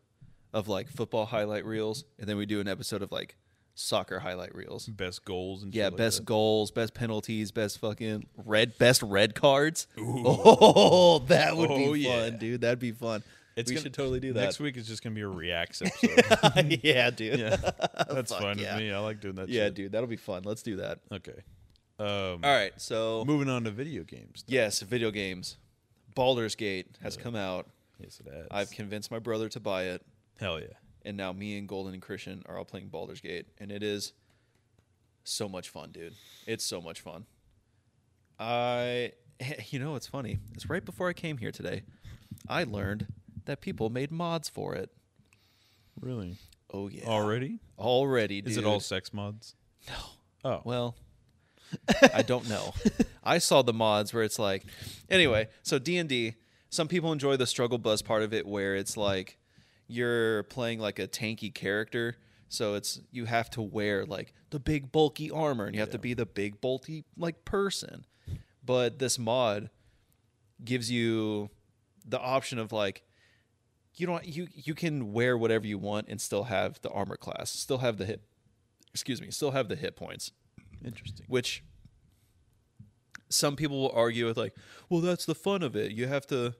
[SPEAKER 1] of like football highlight reels and then we do an episode of like soccer highlight reels.
[SPEAKER 2] Best goals and
[SPEAKER 1] Yeah,
[SPEAKER 2] shit like
[SPEAKER 1] best
[SPEAKER 2] that.
[SPEAKER 1] goals, best penalties, best fucking red, best red cards. Oh, that would
[SPEAKER 2] Oh,
[SPEAKER 1] be
[SPEAKER 2] yeah.
[SPEAKER 1] fun, dude. That'd be fun.
[SPEAKER 2] It's
[SPEAKER 1] we
[SPEAKER 2] gonna-
[SPEAKER 1] should totally do
[SPEAKER 2] Next
[SPEAKER 1] that.
[SPEAKER 2] week is just gonna be a reacts episode.
[SPEAKER 1] yeah, dude.
[SPEAKER 2] yeah,
[SPEAKER 1] Yeah,
[SPEAKER 2] that's
[SPEAKER 1] Fuck
[SPEAKER 2] fine
[SPEAKER 1] yeah.
[SPEAKER 2] with me. I like doing that. shit.
[SPEAKER 1] dude. That'll be fun. Let's do that.
[SPEAKER 2] Okay. Um,
[SPEAKER 1] All right. So
[SPEAKER 2] Moving on to video games.
[SPEAKER 1] yes, video games. Baldur's Gate has come out.
[SPEAKER 2] Yes, it has.
[SPEAKER 1] I've convinced my brother to buy it,
[SPEAKER 2] Hell yeah.
[SPEAKER 1] and now me and Golden and Christian are all playing Baldur's Gate, and it is so much fun, dude. It's so much fun. I, you know, it's funny. It's right before I came here today. I learned that people made mods for it.
[SPEAKER 2] Really?
[SPEAKER 1] Oh yeah,
[SPEAKER 2] Already?
[SPEAKER 1] already.
[SPEAKER 2] Is it
[SPEAKER 1] dude.
[SPEAKER 2] all sex mods?
[SPEAKER 1] No.
[SPEAKER 2] Oh.
[SPEAKER 1] Well, I don't know. I saw the mods where it's like, anyway. So D and D, some people enjoy the struggle buzz part of it, where it's like you're playing like a tanky character, so it's you have to wear like the big bulky armor, and you have to be the big bulky like person. But this mod gives you the option of like you don't you you can wear whatever you want and still have the armor class, still have the hit, excuse me, still have the hit points
[SPEAKER 2] Interesting.
[SPEAKER 1] which some people will argue with like well that's the fun of it you have to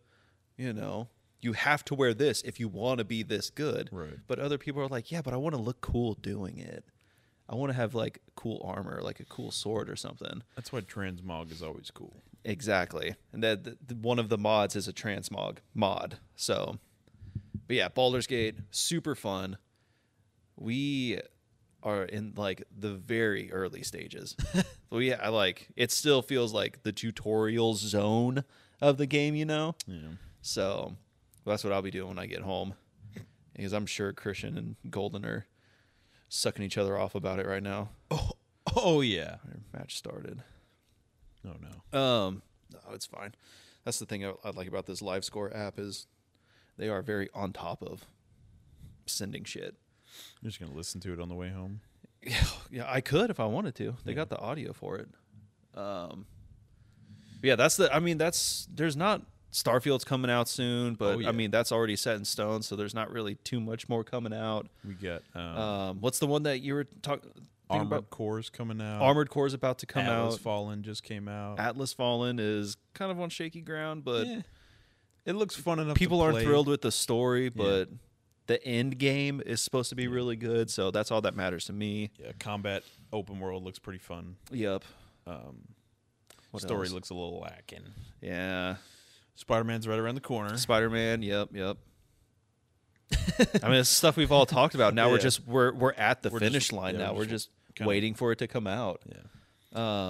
[SPEAKER 1] you know you have to wear this if you want to be this good
[SPEAKER 2] Right.
[SPEAKER 1] but other people are like yeah but i want to look cool doing it i want to have like cool armor like a cool sword or something
[SPEAKER 2] That's why transmog is always cool.
[SPEAKER 1] exactly and that th- th- one of the mods is a transmog mod so but yeah Baldur's Gate super fun we are in like the very early stages. we I like it still feels like the tutorial zone of the game, you know.
[SPEAKER 2] Yeah.
[SPEAKER 1] So that's what I'll be doing when I get home, because I'm sure Christian and Golden are sucking each other off about it right now.
[SPEAKER 2] Oh, oh yeah.
[SPEAKER 1] Our match started.
[SPEAKER 2] Oh no.
[SPEAKER 1] Um, no, it's fine. That's the thing I, I like about this live score app is they are very on top of sending shit.
[SPEAKER 2] You're just gonna listen to it on the way home.
[SPEAKER 1] Yeah, yeah, I could if I wanted to. They got the audio for it. Um, yeah, that's the. I mean, that's there's not Starfield's coming out soon, but
[SPEAKER 2] Oh, yeah.
[SPEAKER 1] I mean that's already set in stone. So there's not really too much more coming out.
[SPEAKER 2] We got um,
[SPEAKER 1] Um, what's the one that you were talking
[SPEAKER 2] Armored
[SPEAKER 1] about?
[SPEAKER 2] Core's coming out.
[SPEAKER 1] Armored Core's about to come
[SPEAKER 2] Atlas
[SPEAKER 1] out.
[SPEAKER 2] Fallen just came out.
[SPEAKER 1] Atlas Fallen is kind of on shaky ground, but
[SPEAKER 2] Eh. It looks fun enough. to
[SPEAKER 1] people aren't
[SPEAKER 2] play.
[SPEAKER 1] thrilled with the story. But the end game is supposed to be really good, so that's all that matters to me.
[SPEAKER 2] Yeah, combat open world looks pretty fun.
[SPEAKER 1] Yep.
[SPEAKER 2] Um,
[SPEAKER 1] What
[SPEAKER 2] story
[SPEAKER 1] else?
[SPEAKER 2] looks a little lacking.
[SPEAKER 1] Yeah.
[SPEAKER 2] Spider Man's right around the corner.
[SPEAKER 1] Spider Man. Yep, yep. I mean, it's stuff we've all talked about. Now we're
[SPEAKER 2] Yeah.
[SPEAKER 1] just we're we're at the
[SPEAKER 2] We're
[SPEAKER 1] finish
[SPEAKER 2] just-
[SPEAKER 1] line.
[SPEAKER 2] yeah,
[SPEAKER 1] now
[SPEAKER 2] we're
[SPEAKER 1] we're
[SPEAKER 2] just
[SPEAKER 1] just,
[SPEAKER 2] kinda-
[SPEAKER 1] waiting for it to come out.
[SPEAKER 2] yeah,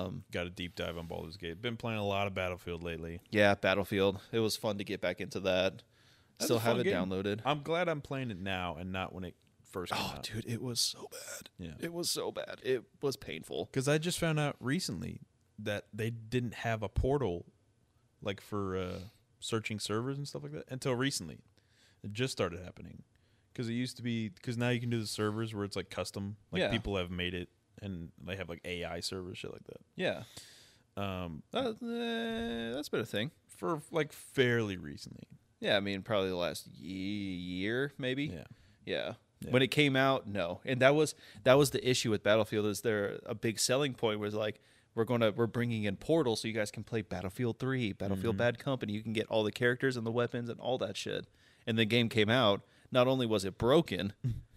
[SPEAKER 1] Um,
[SPEAKER 2] got a deep dive on Baldur's Gate. Been playing a lot of Battlefield lately.
[SPEAKER 1] yeah, Battlefield. It was fun to get back into that.
[SPEAKER 2] That's
[SPEAKER 1] Still
[SPEAKER 2] a fun
[SPEAKER 1] have it
[SPEAKER 2] game.
[SPEAKER 1] downloaded.
[SPEAKER 2] I'm glad I'm playing it now and not when it first came
[SPEAKER 1] Oh,
[SPEAKER 2] out.
[SPEAKER 1] dude, it was so bad.
[SPEAKER 2] Yeah.
[SPEAKER 1] It was so bad. It was painful.
[SPEAKER 2] Because I just found out recently that they didn't have a portal like for uh, searching servers and stuff like that until recently. It just started happening because it used to be because now you can do the servers where it's like custom, like
[SPEAKER 1] Yeah.
[SPEAKER 2] people have made it and they have like AI servers, shit like that.
[SPEAKER 1] Yeah,
[SPEAKER 2] Um,
[SPEAKER 1] that, uh, that's been a thing.
[SPEAKER 2] for like fairly recently,
[SPEAKER 1] Yeah, I mean, probably the last ye- year, maybe.
[SPEAKER 2] yeah,
[SPEAKER 1] Yeah.
[SPEAKER 2] Yeah.
[SPEAKER 1] When it came out, no. And that was that was the issue with Battlefield is there a big selling point was like we're going to we're bringing in Portal so you guys can play Battlefield 3, Battlefield
[SPEAKER 2] Mm-hmm.
[SPEAKER 1] Bad Company, you can get all the characters and the weapons and all that shit. And the game came out, not only was it broken,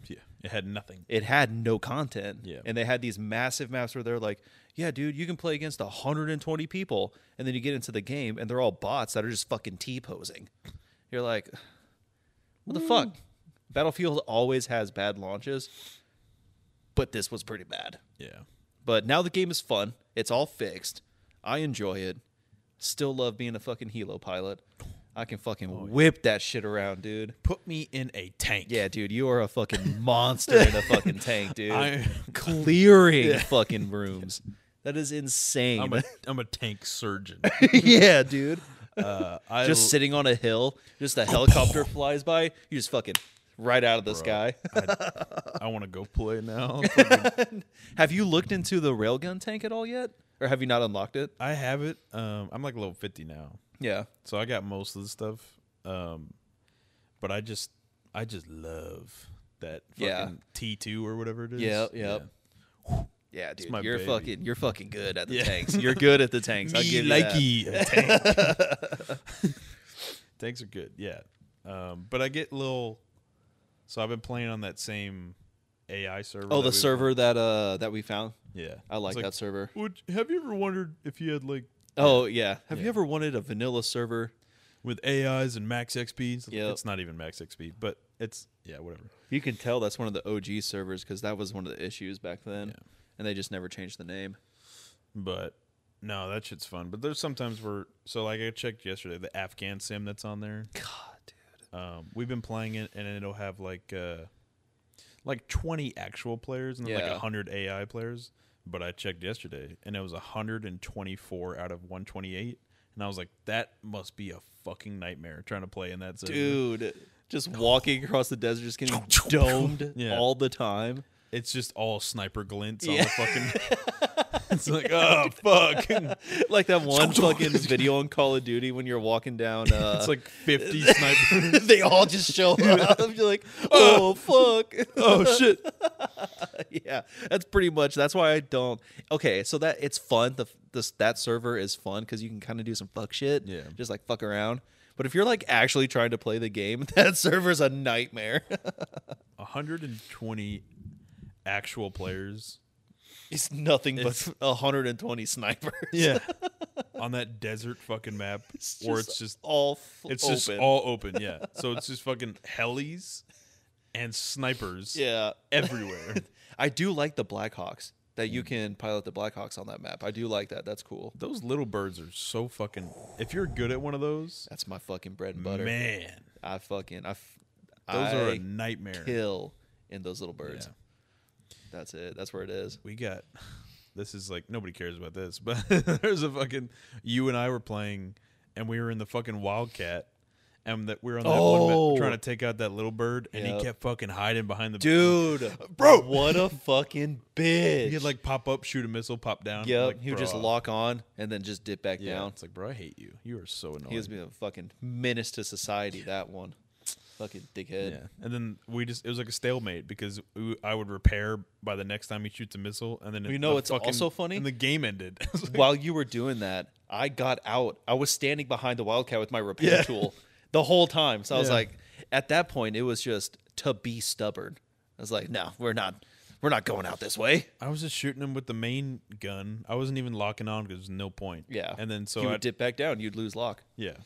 [SPEAKER 2] yeah. It had nothing.
[SPEAKER 1] it had no content.
[SPEAKER 2] Yeah.
[SPEAKER 1] And they had these massive maps where they're like, "Yeah, dude, you can play against 120 people." And then you get into the game and they're all bots that are just fucking T-posing. You're like, "What the fuck?" Battlefield always has bad launches, but this was pretty bad.
[SPEAKER 2] Yeah,
[SPEAKER 1] But now the game is fun. It's all fixed. I enjoy it. Still love being a fucking Helo pilot. I can fucking whip that shit around, dude.
[SPEAKER 2] put me in a tank.
[SPEAKER 1] Yeah, dude, you are a fucking monster in a fucking tank, dude.
[SPEAKER 2] I-
[SPEAKER 1] Clearing fucking rooms. That is insane.
[SPEAKER 2] I'm a I'm a tank surgeon.
[SPEAKER 1] yeah, dude.
[SPEAKER 2] Uh, I
[SPEAKER 1] Just sitting on a hill, just a helicopter flies by, you just fucking right out of the sky.
[SPEAKER 2] I want to go play now.
[SPEAKER 1] Have you looked into the railgun tank at all yet? Or have you not unlocked it?
[SPEAKER 2] I have it. Um, I'm like level 50 now,
[SPEAKER 1] Yeah.
[SPEAKER 2] so I got most of the stuff. Um, but I just, I just love that
[SPEAKER 1] Yeah.
[SPEAKER 2] fucking T2 or whatever it is.
[SPEAKER 1] Yep, yep. Yeah, dude.
[SPEAKER 2] my
[SPEAKER 1] You're
[SPEAKER 2] baby.
[SPEAKER 1] fucking you're fucking good at the
[SPEAKER 2] Yeah.
[SPEAKER 1] tanks. You're good at the tanks.
[SPEAKER 2] Yeah.
[SPEAKER 1] I give you that.
[SPEAKER 2] likey a tank. Tanks are good. Yeah. Um, but I get little. So I've been playing on that same AI server.
[SPEAKER 1] Oh,
[SPEAKER 2] that
[SPEAKER 1] the
[SPEAKER 2] we-
[SPEAKER 1] server that uh that we found.
[SPEAKER 2] Yeah.
[SPEAKER 1] I like,
[SPEAKER 2] It's
[SPEAKER 1] that server.
[SPEAKER 2] Would have you ever wondered if you had like
[SPEAKER 1] Oh yeah. Have you ever wanted a vanilla server?
[SPEAKER 2] with AIs and max XP? It's,
[SPEAKER 1] Yep.
[SPEAKER 2] it's not even max XP, but it's yeah, whatever.
[SPEAKER 1] You can tell that's one of the OG servers because that was one of the issues back then. and they just never changed the name.
[SPEAKER 2] But no, that shit's fun. But there's sometimes where so like I checked yesterday the Afghan sim that's on there.
[SPEAKER 1] God, dude.
[SPEAKER 2] Um, we've been playing it and it'll have like uh, like 20 actual players and then like
[SPEAKER 1] Yeah.
[SPEAKER 2] 100 AI players. But I checked yesterday and it was 124 out of 128. And I was like, that must be a fucking nightmare trying to play in that sim.
[SPEAKER 1] Dude, just walking across the desert, just getting domed
[SPEAKER 2] Yeah.
[SPEAKER 1] all the time.
[SPEAKER 2] It's just all sniper glints on
[SPEAKER 1] Yeah.
[SPEAKER 2] the fucking. it's like, oh, fuck.
[SPEAKER 1] Like that one fucking video on Call of Duty when you're walking down. Uh,
[SPEAKER 2] It's like 50 sniper.
[SPEAKER 1] they all just show up. You're like, oh fuck.
[SPEAKER 2] oh, shit.
[SPEAKER 1] yeah, that's pretty much. That's why I don't. Okay, so that it's fun. The this that server is fun because you can kind of do some fuck shit.
[SPEAKER 2] Yeah.
[SPEAKER 1] just like fuck around. But if you're like actually trying to play the game, that server's a nightmare.
[SPEAKER 2] 120 actual players.
[SPEAKER 1] it's nothing
[SPEAKER 2] It's-
[SPEAKER 1] but 120 snipers.
[SPEAKER 2] Yeah. on that desert fucking map
[SPEAKER 1] It's
[SPEAKER 2] or it's just
[SPEAKER 1] all f-
[SPEAKER 2] it's
[SPEAKER 1] open.
[SPEAKER 2] just all open, yeah. So it's just fucking helis and snipers
[SPEAKER 1] yeah.
[SPEAKER 2] everywhere.
[SPEAKER 1] I do like the Blackhawks that
[SPEAKER 2] Mm.
[SPEAKER 1] you can pilot the Blackhawks on that map. I do like that. That's cool.
[SPEAKER 2] those little birds are so fucking If you're good at one of those,
[SPEAKER 1] That's my fucking bread and butter.
[SPEAKER 2] man,
[SPEAKER 1] I fucking I. f-
[SPEAKER 2] those are
[SPEAKER 1] I
[SPEAKER 2] a nightmare.
[SPEAKER 1] kill in those little birds.
[SPEAKER 2] Yeah.
[SPEAKER 1] That's it. That's where it is.
[SPEAKER 2] we got this is like nobody cares about this, but there's a fucking you and I were playing and we were in the fucking wildcat and that we were on that one
[SPEAKER 1] Oh.
[SPEAKER 2] map trying to take out that little bird and
[SPEAKER 1] Yep.
[SPEAKER 2] he kept fucking hiding behind the
[SPEAKER 1] Dude, bro, what a fucking bitch.
[SPEAKER 2] He'd like pop up, shoot a missile, pop down.
[SPEAKER 1] yep,
[SPEAKER 2] like,
[SPEAKER 1] he would just
[SPEAKER 2] bruh.
[SPEAKER 1] lock on and then just dip back
[SPEAKER 2] Yeah,
[SPEAKER 1] down.
[SPEAKER 2] it's like, bro, I hate you. You are so annoying.
[SPEAKER 1] He was being a fucking menace to society. That one, fucking dickhead.
[SPEAKER 2] yeah, and then we just—it was like a stalemate because we- I would repair by the next time he shoots a missile, and then
[SPEAKER 1] You know
[SPEAKER 2] the
[SPEAKER 1] what's also funny?
[SPEAKER 2] And the game ended. It was like-
[SPEAKER 1] While you were doing that, I got out. I was standing behind the wildcat with my repair
[SPEAKER 2] Yeah.
[SPEAKER 1] tool the whole time. So I was
[SPEAKER 2] Yeah.
[SPEAKER 1] like, at that point, it was just to be stubborn. I was like, no, we're not, we're not going out this way.
[SPEAKER 2] I was just shooting him with the main gun. I wasn't even locking on because there's no point.
[SPEAKER 1] Yeah,
[SPEAKER 2] and then so
[SPEAKER 1] you
[SPEAKER 2] I
[SPEAKER 1] would dip back down, you'd lose lock.
[SPEAKER 2] yeah,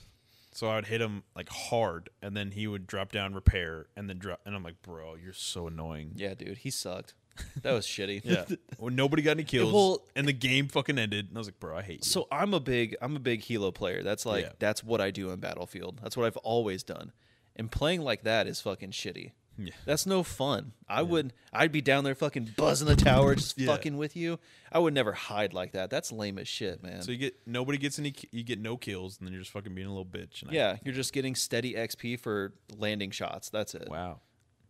[SPEAKER 2] so I'd hit him like hard, and then he would drop down, repair, and then drop. And I'm like, bro, you're so annoying.
[SPEAKER 1] Yeah, dude, he sucked. That was shitty.
[SPEAKER 2] Yeah, well, nobody got any kills,
[SPEAKER 1] Well-
[SPEAKER 2] and the game fucking ended. And I was like, bro, I hate you.
[SPEAKER 1] So I'm a big I'm a big Hilo player. That's like
[SPEAKER 2] Yeah.
[SPEAKER 1] that's what I do in Battlefield. That's what I've always done. And playing like that is fucking shitty.
[SPEAKER 2] Yeah.
[SPEAKER 1] That's no fun. I would I'd be down there fucking buzzing the tower just
[SPEAKER 2] Yeah.
[SPEAKER 1] fucking with you. I would never hide like that. That's lame as shit, man.
[SPEAKER 2] So you get nobody gets any. You get no kills, and then you're just fucking being a little bitch. And I-
[SPEAKER 1] yeah, you're just getting steady XP for landing shots. That's it.
[SPEAKER 2] wow.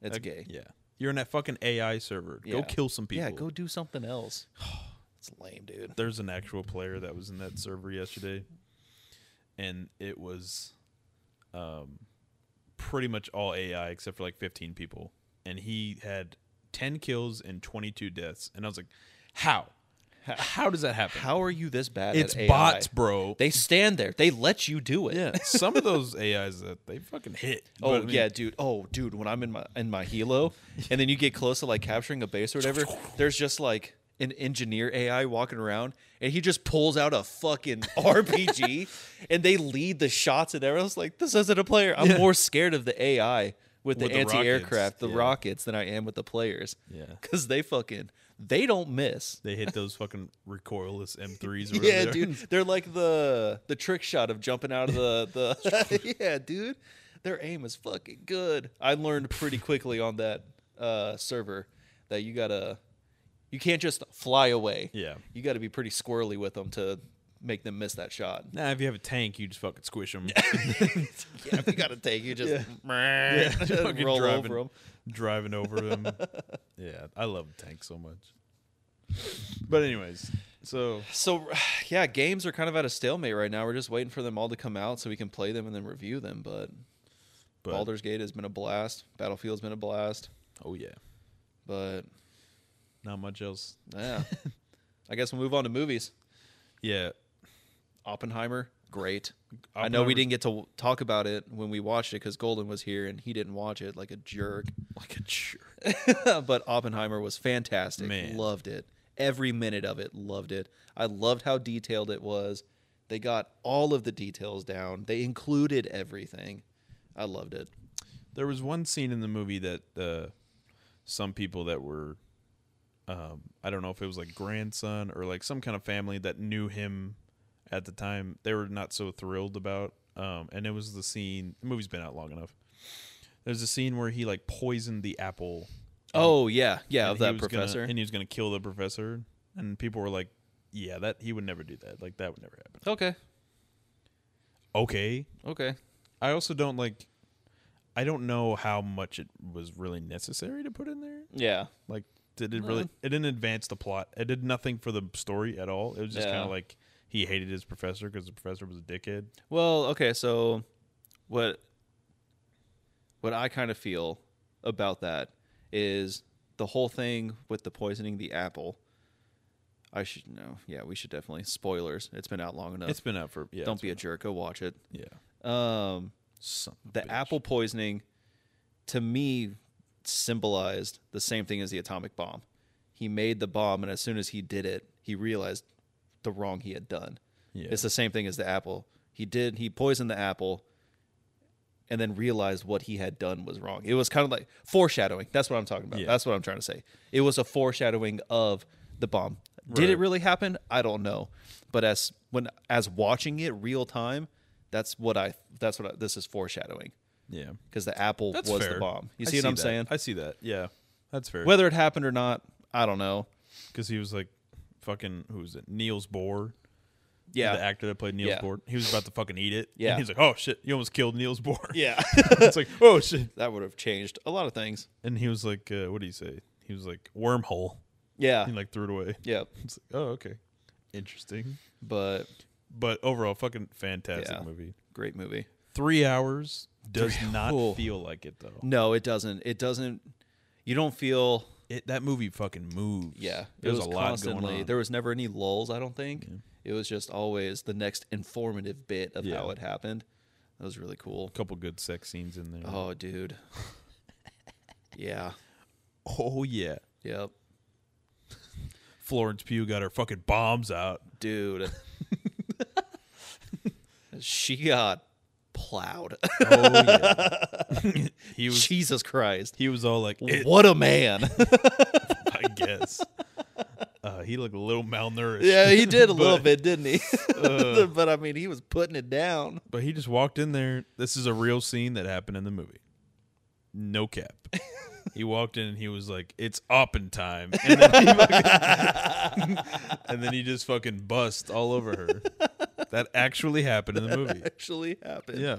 [SPEAKER 1] It's
[SPEAKER 2] Like,
[SPEAKER 1] gay.
[SPEAKER 2] Yeah. You're in that fucking AI server. Go
[SPEAKER 1] Yeah.
[SPEAKER 2] kill some people.
[SPEAKER 1] Yeah, go do something else. it's lame, dude.
[SPEAKER 2] There's an actual player that was in that server yesterday, and it was, um, pretty much all AI except for like 15 people, and he had 10 kills and 22 deaths, and I was like, how? How does that happen?
[SPEAKER 1] How are you this bad
[SPEAKER 2] it's
[SPEAKER 1] at AI?
[SPEAKER 2] bots, bro.
[SPEAKER 1] They stand there. They let you do it.
[SPEAKER 2] yeah, some of those AIs that they fucking hit.
[SPEAKER 1] Oh
[SPEAKER 2] But, I mean,
[SPEAKER 1] yeah, dude. Oh dude, when I'm in my in my Hilo, and then you get close to like capturing a base or whatever, there's just like an engineer AI walking around, and he just pulls out a fucking RPG, and they lead the shots and everything. I was like, this isn't a player. I'm more scared of the AI with the
[SPEAKER 2] With the rockets,
[SPEAKER 1] anti-aircraft, the
[SPEAKER 2] yeah.
[SPEAKER 1] rockets, than I am with the players.
[SPEAKER 2] Yeah.
[SPEAKER 1] because they fucking they don't miss.
[SPEAKER 2] They hit those fucking recoilless M3s. Or whatever
[SPEAKER 1] Yeah,
[SPEAKER 2] they are.
[SPEAKER 1] dude. They're like the the trick shot of jumping out of the the Yeah, dude. Their aim is fucking good. I learned pretty quickly on that uh, server that you gotta you can't just fly away.
[SPEAKER 2] Yeah.
[SPEAKER 1] You gotta be pretty squirrely with them to make them miss that shot.
[SPEAKER 2] Nah, if you have a tank, you just fucking squish them.
[SPEAKER 1] yeah, if you gotta take you just roll
[SPEAKER 2] driving,
[SPEAKER 1] over them.
[SPEAKER 2] Driving over them. yeah, I love tanks so much. But anyways, so
[SPEAKER 1] So yeah, games are kind of at a stalemate right now. We're just waiting for them all to come out so we can play them and then review them. But,
[SPEAKER 2] but,
[SPEAKER 1] Baldur's Gate has been a blast. Battlefield's been a blast.
[SPEAKER 2] oh yeah,
[SPEAKER 1] But
[SPEAKER 2] not much else.
[SPEAKER 1] Yeah. I guess we'll move on to movies.
[SPEAKER 2] Yeah,
[SPEAKER 1] Oppenheimer, great. I know we
[SPEAKER 2] Oppenheimer's-
[SPEAKER 1] didn't get to w- talk about it when we watched it because Golden was here and he didn't watch it like a jerk.
[SPEAKER 2] like a jerk.
[SPEAKER 1] but Oppenheimer was fantastic.
[SPEAKER 2] Man.
[SPEAKER 1] Loved it. Every minute of it, loved it. I loved how detailed it was. They got all of the details down, they included everything. I loved it.
[SPEAKER 2] There was one scene in the movie that uh, some people that were um, I don't know if it was like grandson or like some kind of family that knew him at the time. They were not so thrilled about. Um, and it was the scene. The movie's been out long enough. There's a scene where he like poisoned the apple.
[SPEAKER 1] Oh yeah, yeah,
[SPEAKER 2] and
[SPEAKER 1] of
[SPEAKER 2] he
[SPEAKER 1] that
[SPEAKER 2] was gonna-
[SPEAKER 1] professor.
[SPEAKER 2] and he was gonna kill the professor. And people were like, "Yeah, that he would never do that. Like that would never happen."
[SPEAKER 1] okay,
[SPEAKER 2] Okay.
[SPEAKER 1] okay.
[SPEAKER 2] I also don't like. I don't know how much it was really necessary to put in there.
[SPEAKER 1] Yeah.
[SPEAKER 2] Like, did it
[SPEAKER 1] No.
[SPEAKER 2] really? It didn't advance the plot. It did nothing for the story at all. It was just
[SPEAKER 1] Yeah.
[SPEAKER 2] kind of like he hated his professor because the professor was a dickhead.
[SPEAKER 1] Well, okay, so what what I kind of feel about that is the whole thing with the poisoning the apple. I should know. Yeah, we should definitely spoilers. It's been out long enough.
[SPEAKER 2] It's been out for yeah.
[SPEAKER 1] Don't be a jerk. Go watch it.
[SPEAKER 2] yeah.
[SPEAKER 1] Um,
[SPEAKER 2] Son of
[SPEAKER 1] the
[SPEAKER 2] a bitch.
[SPEAKER 1] apple poisoning to me symbolized the same thing as the atomic bomb. He made the bomb, and as soon as he did it, he realized the wrong he had done.
[SPEAKER 2] Yeah.
[SPEAKER 1] It's the same thing as the apple. He did he poisoned the apple and then realized what he had done was wrong. It was kind of like foreshadowing. That's what I'm talking about.
[SPEAKER 2] Yeah.
[SPEAKER 1] That's what I'm trying to say. It was a foreshadowing of the bomb. Did it
[SPEAKER 2] Right.
[SPEAKER 1] really happen? I don't know. But as when as watching it real time, that's what I that's what I, this is foreshadowing
[SPEAKER 2] yeah.
[SPEAKER 1] because the apple
[SPEAKER 2] That's
[SPEAKER 1] was
[SPEAKER 2] fair.
[SPEAKER 1] the bomb. You
[SPEAKER 2] I
[SPEAKER 1] see, what I'm
[SPEAKER 2] that.
[SPEAKER 1] saying?
[SPEAKER 2] I see that. Yeah. That's fair.
[SPEAKER 1] Whether it happened or not, I don't know.
[SPEAKER 2] Because he was like, fucking, who was it? Niels Bohr.
[SPEAKER 1] Yeah.
[SPEAKER 2] The actor that played Niels
[SPEAKER 1] Yeah.
[SPEAKER 2] Bohr. He was about to fucking eat it.
[SPEAKER 1] Yeah.
[SPEAKER 2] And he's like, oh shit, you almost killed Niels Bohr.
[SPEAKER 1] yeah.
[SPEAKER 2] it's like, oh shit.
[SPEAKER 1] that would have changed a lot of things.
[SPEAKER 2] And he was like, uh, what do you say? He was like, wormhole.
[SPEAKER 1] Yeah.
[SPEAKER 2] He like threw it away.
[SPEAKER 1] yeah.
[SPEAKER 2] It's like, oh, okay. Interesting.
[SPEAKER 1] But
[SPEAKER 2] But overall, fucking fantastic
[SPEAKER 1] Yeah.
[SPEAKER 2] movie.
[SPEAKER 1] great movie.
[SPEAKER 2] Three hours does not
[SPEAKER 1] Oh.
[SPEAKER 2] feel like it, though.
[SPEAKER 1] No, it doesn't. It doesn't. You don't feel.
[SPEAKER 2] It, that movie fucking moves.
[SPEAKER 1] Yeah, it
[SPEAKER 2] There's
[SPEAKER 1] was
[SPEAKER 2] a lot going
[SPEAKER 1] constantly.
[SPEAKER 2] on.
[SPEAKER 1] There was never any lulls. I don't think. It was just always the next informative bit of how
[SPEAKER 2] Yeah.
[SPEAKER 1] it happened. That was really cool.
[SPEAKER 2] a couple good sex scenes in there.
[SPEAKER 1] Oh, dude. yeah.
[SPEAKER 2] oh yeah.
[SPEAKER 1] Yep.
[SPEAKER 2] Florence Pugh got her fucking bombs out.
[SPEAKER 1] Dude. she got plowed.
[SPEAKER 2] Oh yeah. he was
[SPEAKER 1] Jesus Christ.
[SPEAKER 2] he was all like, "It-
[SPEAKER 1] what a man.
[SPEAKER 2] I guess. Uh, he looked a little malnourished.
[SPEAKER 1] yeah, he did a little
[SPEAKER 2] But- Uh.
[SPEAKER 1] bit, didn't he? but I mean, he was putting it down.
[SPEAKER 2] But he just walked in there. This is a real scene that happened in the movie. No cap. he walked in and he was like, "It's oppen time," and then he, fucking- and then he just fucking bust all over her. That actually happened in the movie.
[SPEAKER 1] Actually happened.
[SPEAKER 2] Yeah,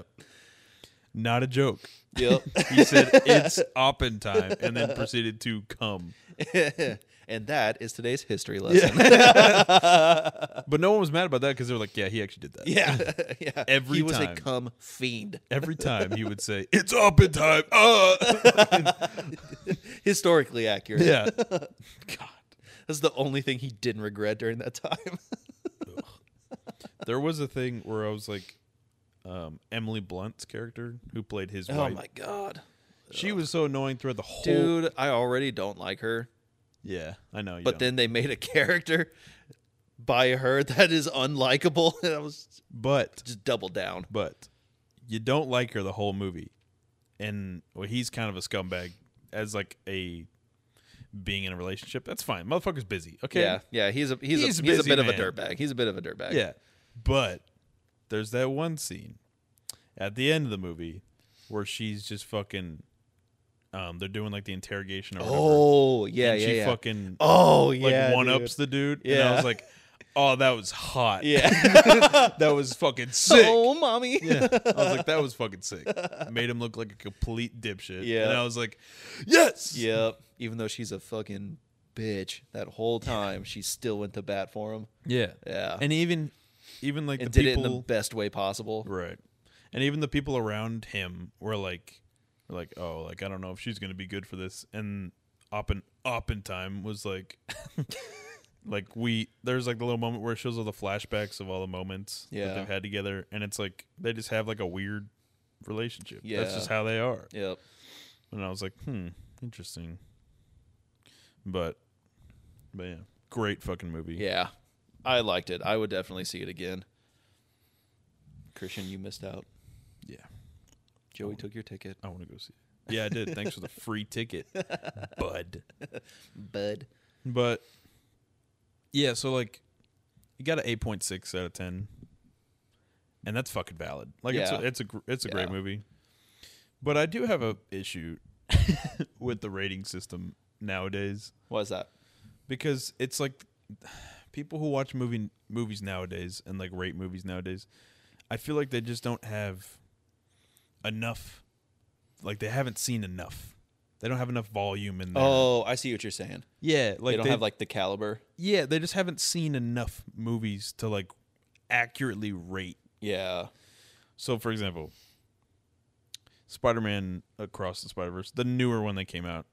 [SPEAKER 2] not a joke.
[SPEAKER 1] Yep.
[SPEAKER 2] He said, "It's oppen time," and then proceeded to come.
[SPEAKER 1] and that is today's history lesson.
[SPEAKER 2] But no one was mad about that because they were like, "Yeah, he actually did that."
[SPEAKER 1] Yeah. yeah.
[SPEAKER 2] Every
[SPEAKER 1] he was
[SPEAKER 2] time.
[SPEAKER 1] a cum fiend.
[SPEAKER 2] Every time he would say, "It's open time." Uh!
[SPEAKER 1] Historically accurate.
[SPEAKER 2] yeah.
[SPEAKER 1] God. That's the only thing he didn't regret during that time.
[SPEAKER 2] There was a thing where I was like, um, Emily Blunt's character who played his
[SPEAKER 1] oh
[SPEAKER 2] wife.
[SPEAKER 1] my god.
[SPEAKER 2] She was so annoying throughout the whole.
[SPEAKER 1] Dude, I already don't like her.
[SPEAKER 2] Yeah, I know. You
[SPEAKER 1] But then they made a character by her that is unlikable. And I was
[SPEAKER 2] but
[SPEAKER 1] just double down.
[SPEAKER 2] but you don't like her the whole movie, and well, he's kind of a scumbag as like a being in a relationship. That's fine. Motherfucker's busy. Okay.
[SPEAKER 1] Yeah. Yeah. He's a he's,
[SPEAKER 2] He's
[SPEAKER 1] a
[SPEAKER 2] a
[SPEAKER 1] he's a
[SPEAKER 2] busy
[SPEAKER 1] bit of a
[SPEAKER 2] man.
[SPEAKER 1] dirtbag. He's a bit of a dirtbag.
[SPEAKER 2] Yeah. But there's that one scene at the end of the movie where she's just fucking. Um, they're doing like the interrogation or whatever.
[SPEAKER 1] Oh, yeah,
[SPEAKER 2] and
[SPEAKER 1] yeah.
[SPEAKER 2] she
[SPEAKER 1] yeah.
[SPEAKER 2] fucking
[SPEAKER 1] oh, yeah.
[SPEAKER 2] like one
[SPEAKER 1] dude.
[SPEAKER 2] ups the dude. And
[SPEAKER 1] Yeah.
[SPEAKER 2] I was like, oh, that was hot.
[SPEAKER 1] Yeah.
[SPEAKER 2] that was fucking sick.
[SPEAKER 1] Oh, mommy.
[SPEAKER 2] Yeah. I was like, that was fucking sick. Made him look like a complete dipshit.
[SPEAKER 1] Yeah.
[SPEAKER 2] And I was like, yes.
[SPEAKER 1] Yep. Even though she's a fucking bitch that whole time, she still went to bat for him.
[SPEAKER 2] Yeah.
[SPEAKER 1] Yeah. And,
[SPEAKER 2] And even even like the
[SPEAKER 1] did
[SPEAKER 2] people
[SPEAKER 1] it in the best way possible.
[SPEAKER 2] Right. And even the people around him were like were like, oh, like I don't know if she's gonna be good for this and Oppen Oppentime was like like we there's like the little moment where it shows all the flashbacks of all the moments
[SPEAKER 1] Yeah.
[SPEAKER 2] that they've had together and it's like they just have like a weird relationship. That's
[SPEAKER 1] Yeah.
[SPEAKER 2] just how they are.
[SPEAKER 1] Yep.
[SPEAKER 2] And I was like, hmm, interesting. But but yeah. Great fucking movie.
[SPEAKER 1] Yeah. I liked it. I would definitely see it again. Christian, you missed out.
[SPEAKER 2] Yeah.
[SPEAKER 1] Joey took your ticket.
[SPEAKER 2] I wanna go see it. Yeah, I did. Thanks for the free ticket, bud.
[SPEAKER 1] Bud.
[SPEAKER 2] But yeah, so like you got an eight point six out of ten, and that's fucking valid. Like it's
[SPEAKER 1] Yeah.
[SPEAKER 2] a, it's a gr- it's a great
[SPEAKER 1] Yeah.
[SPEAKER 2] movie. But I do have a issue with the rating system nowadays
[SPEAKER 1] Why is that?
[SPEAKER 2] because it's like people who watch movie movies nowadays and like rate movies nowadays. I feel like they just don't have enough. Like they haven't seen enough. They don't have enough volume in there.
[SPEAKER 1] Oh, I see what you're saying.
[SPEAKER 2] yeah, like
[SPEAKER 1] they don't have like the caliber.
[SPEAKER 2] yeah, they just haven't seen enough movies to like accurately rate.
[SPEAKER 1] Yeah.
[SPEAKER 2] So, for example, Spider Man Across the Spider Verse, the newer one that came out,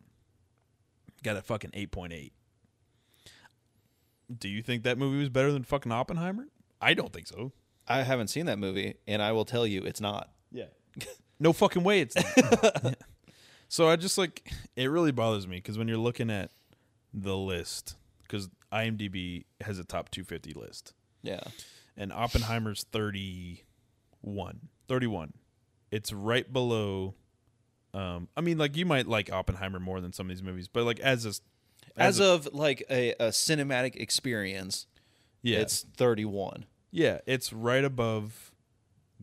[SPEAKER 2] got a fucking 8.8. Do you think that movie was better than fucking Oppenheimer? I don't think so.
[SPEAKER 1] I haven't seen that movie, and I will tell you it's not.
[SPEAKER 2] Yeah. no fucking way it's not. Yeah. So I just like it really bothers me because when you're looking at the list, because IMDb has a top 250 list.
[SPEAKER 1] Yeah.
[SPEAKER 2] and Oppenheimer's 31. 31. It's right below um I mean like you might like Oppenheimer more than some of these movies, but like as a
[SPEAKER 1] As, of like a, a cinematic experience,
[SPEAKER 2] yeah,
[SPEAKER 1] it's 31.
[SPEAKER 2] yeah, it's right above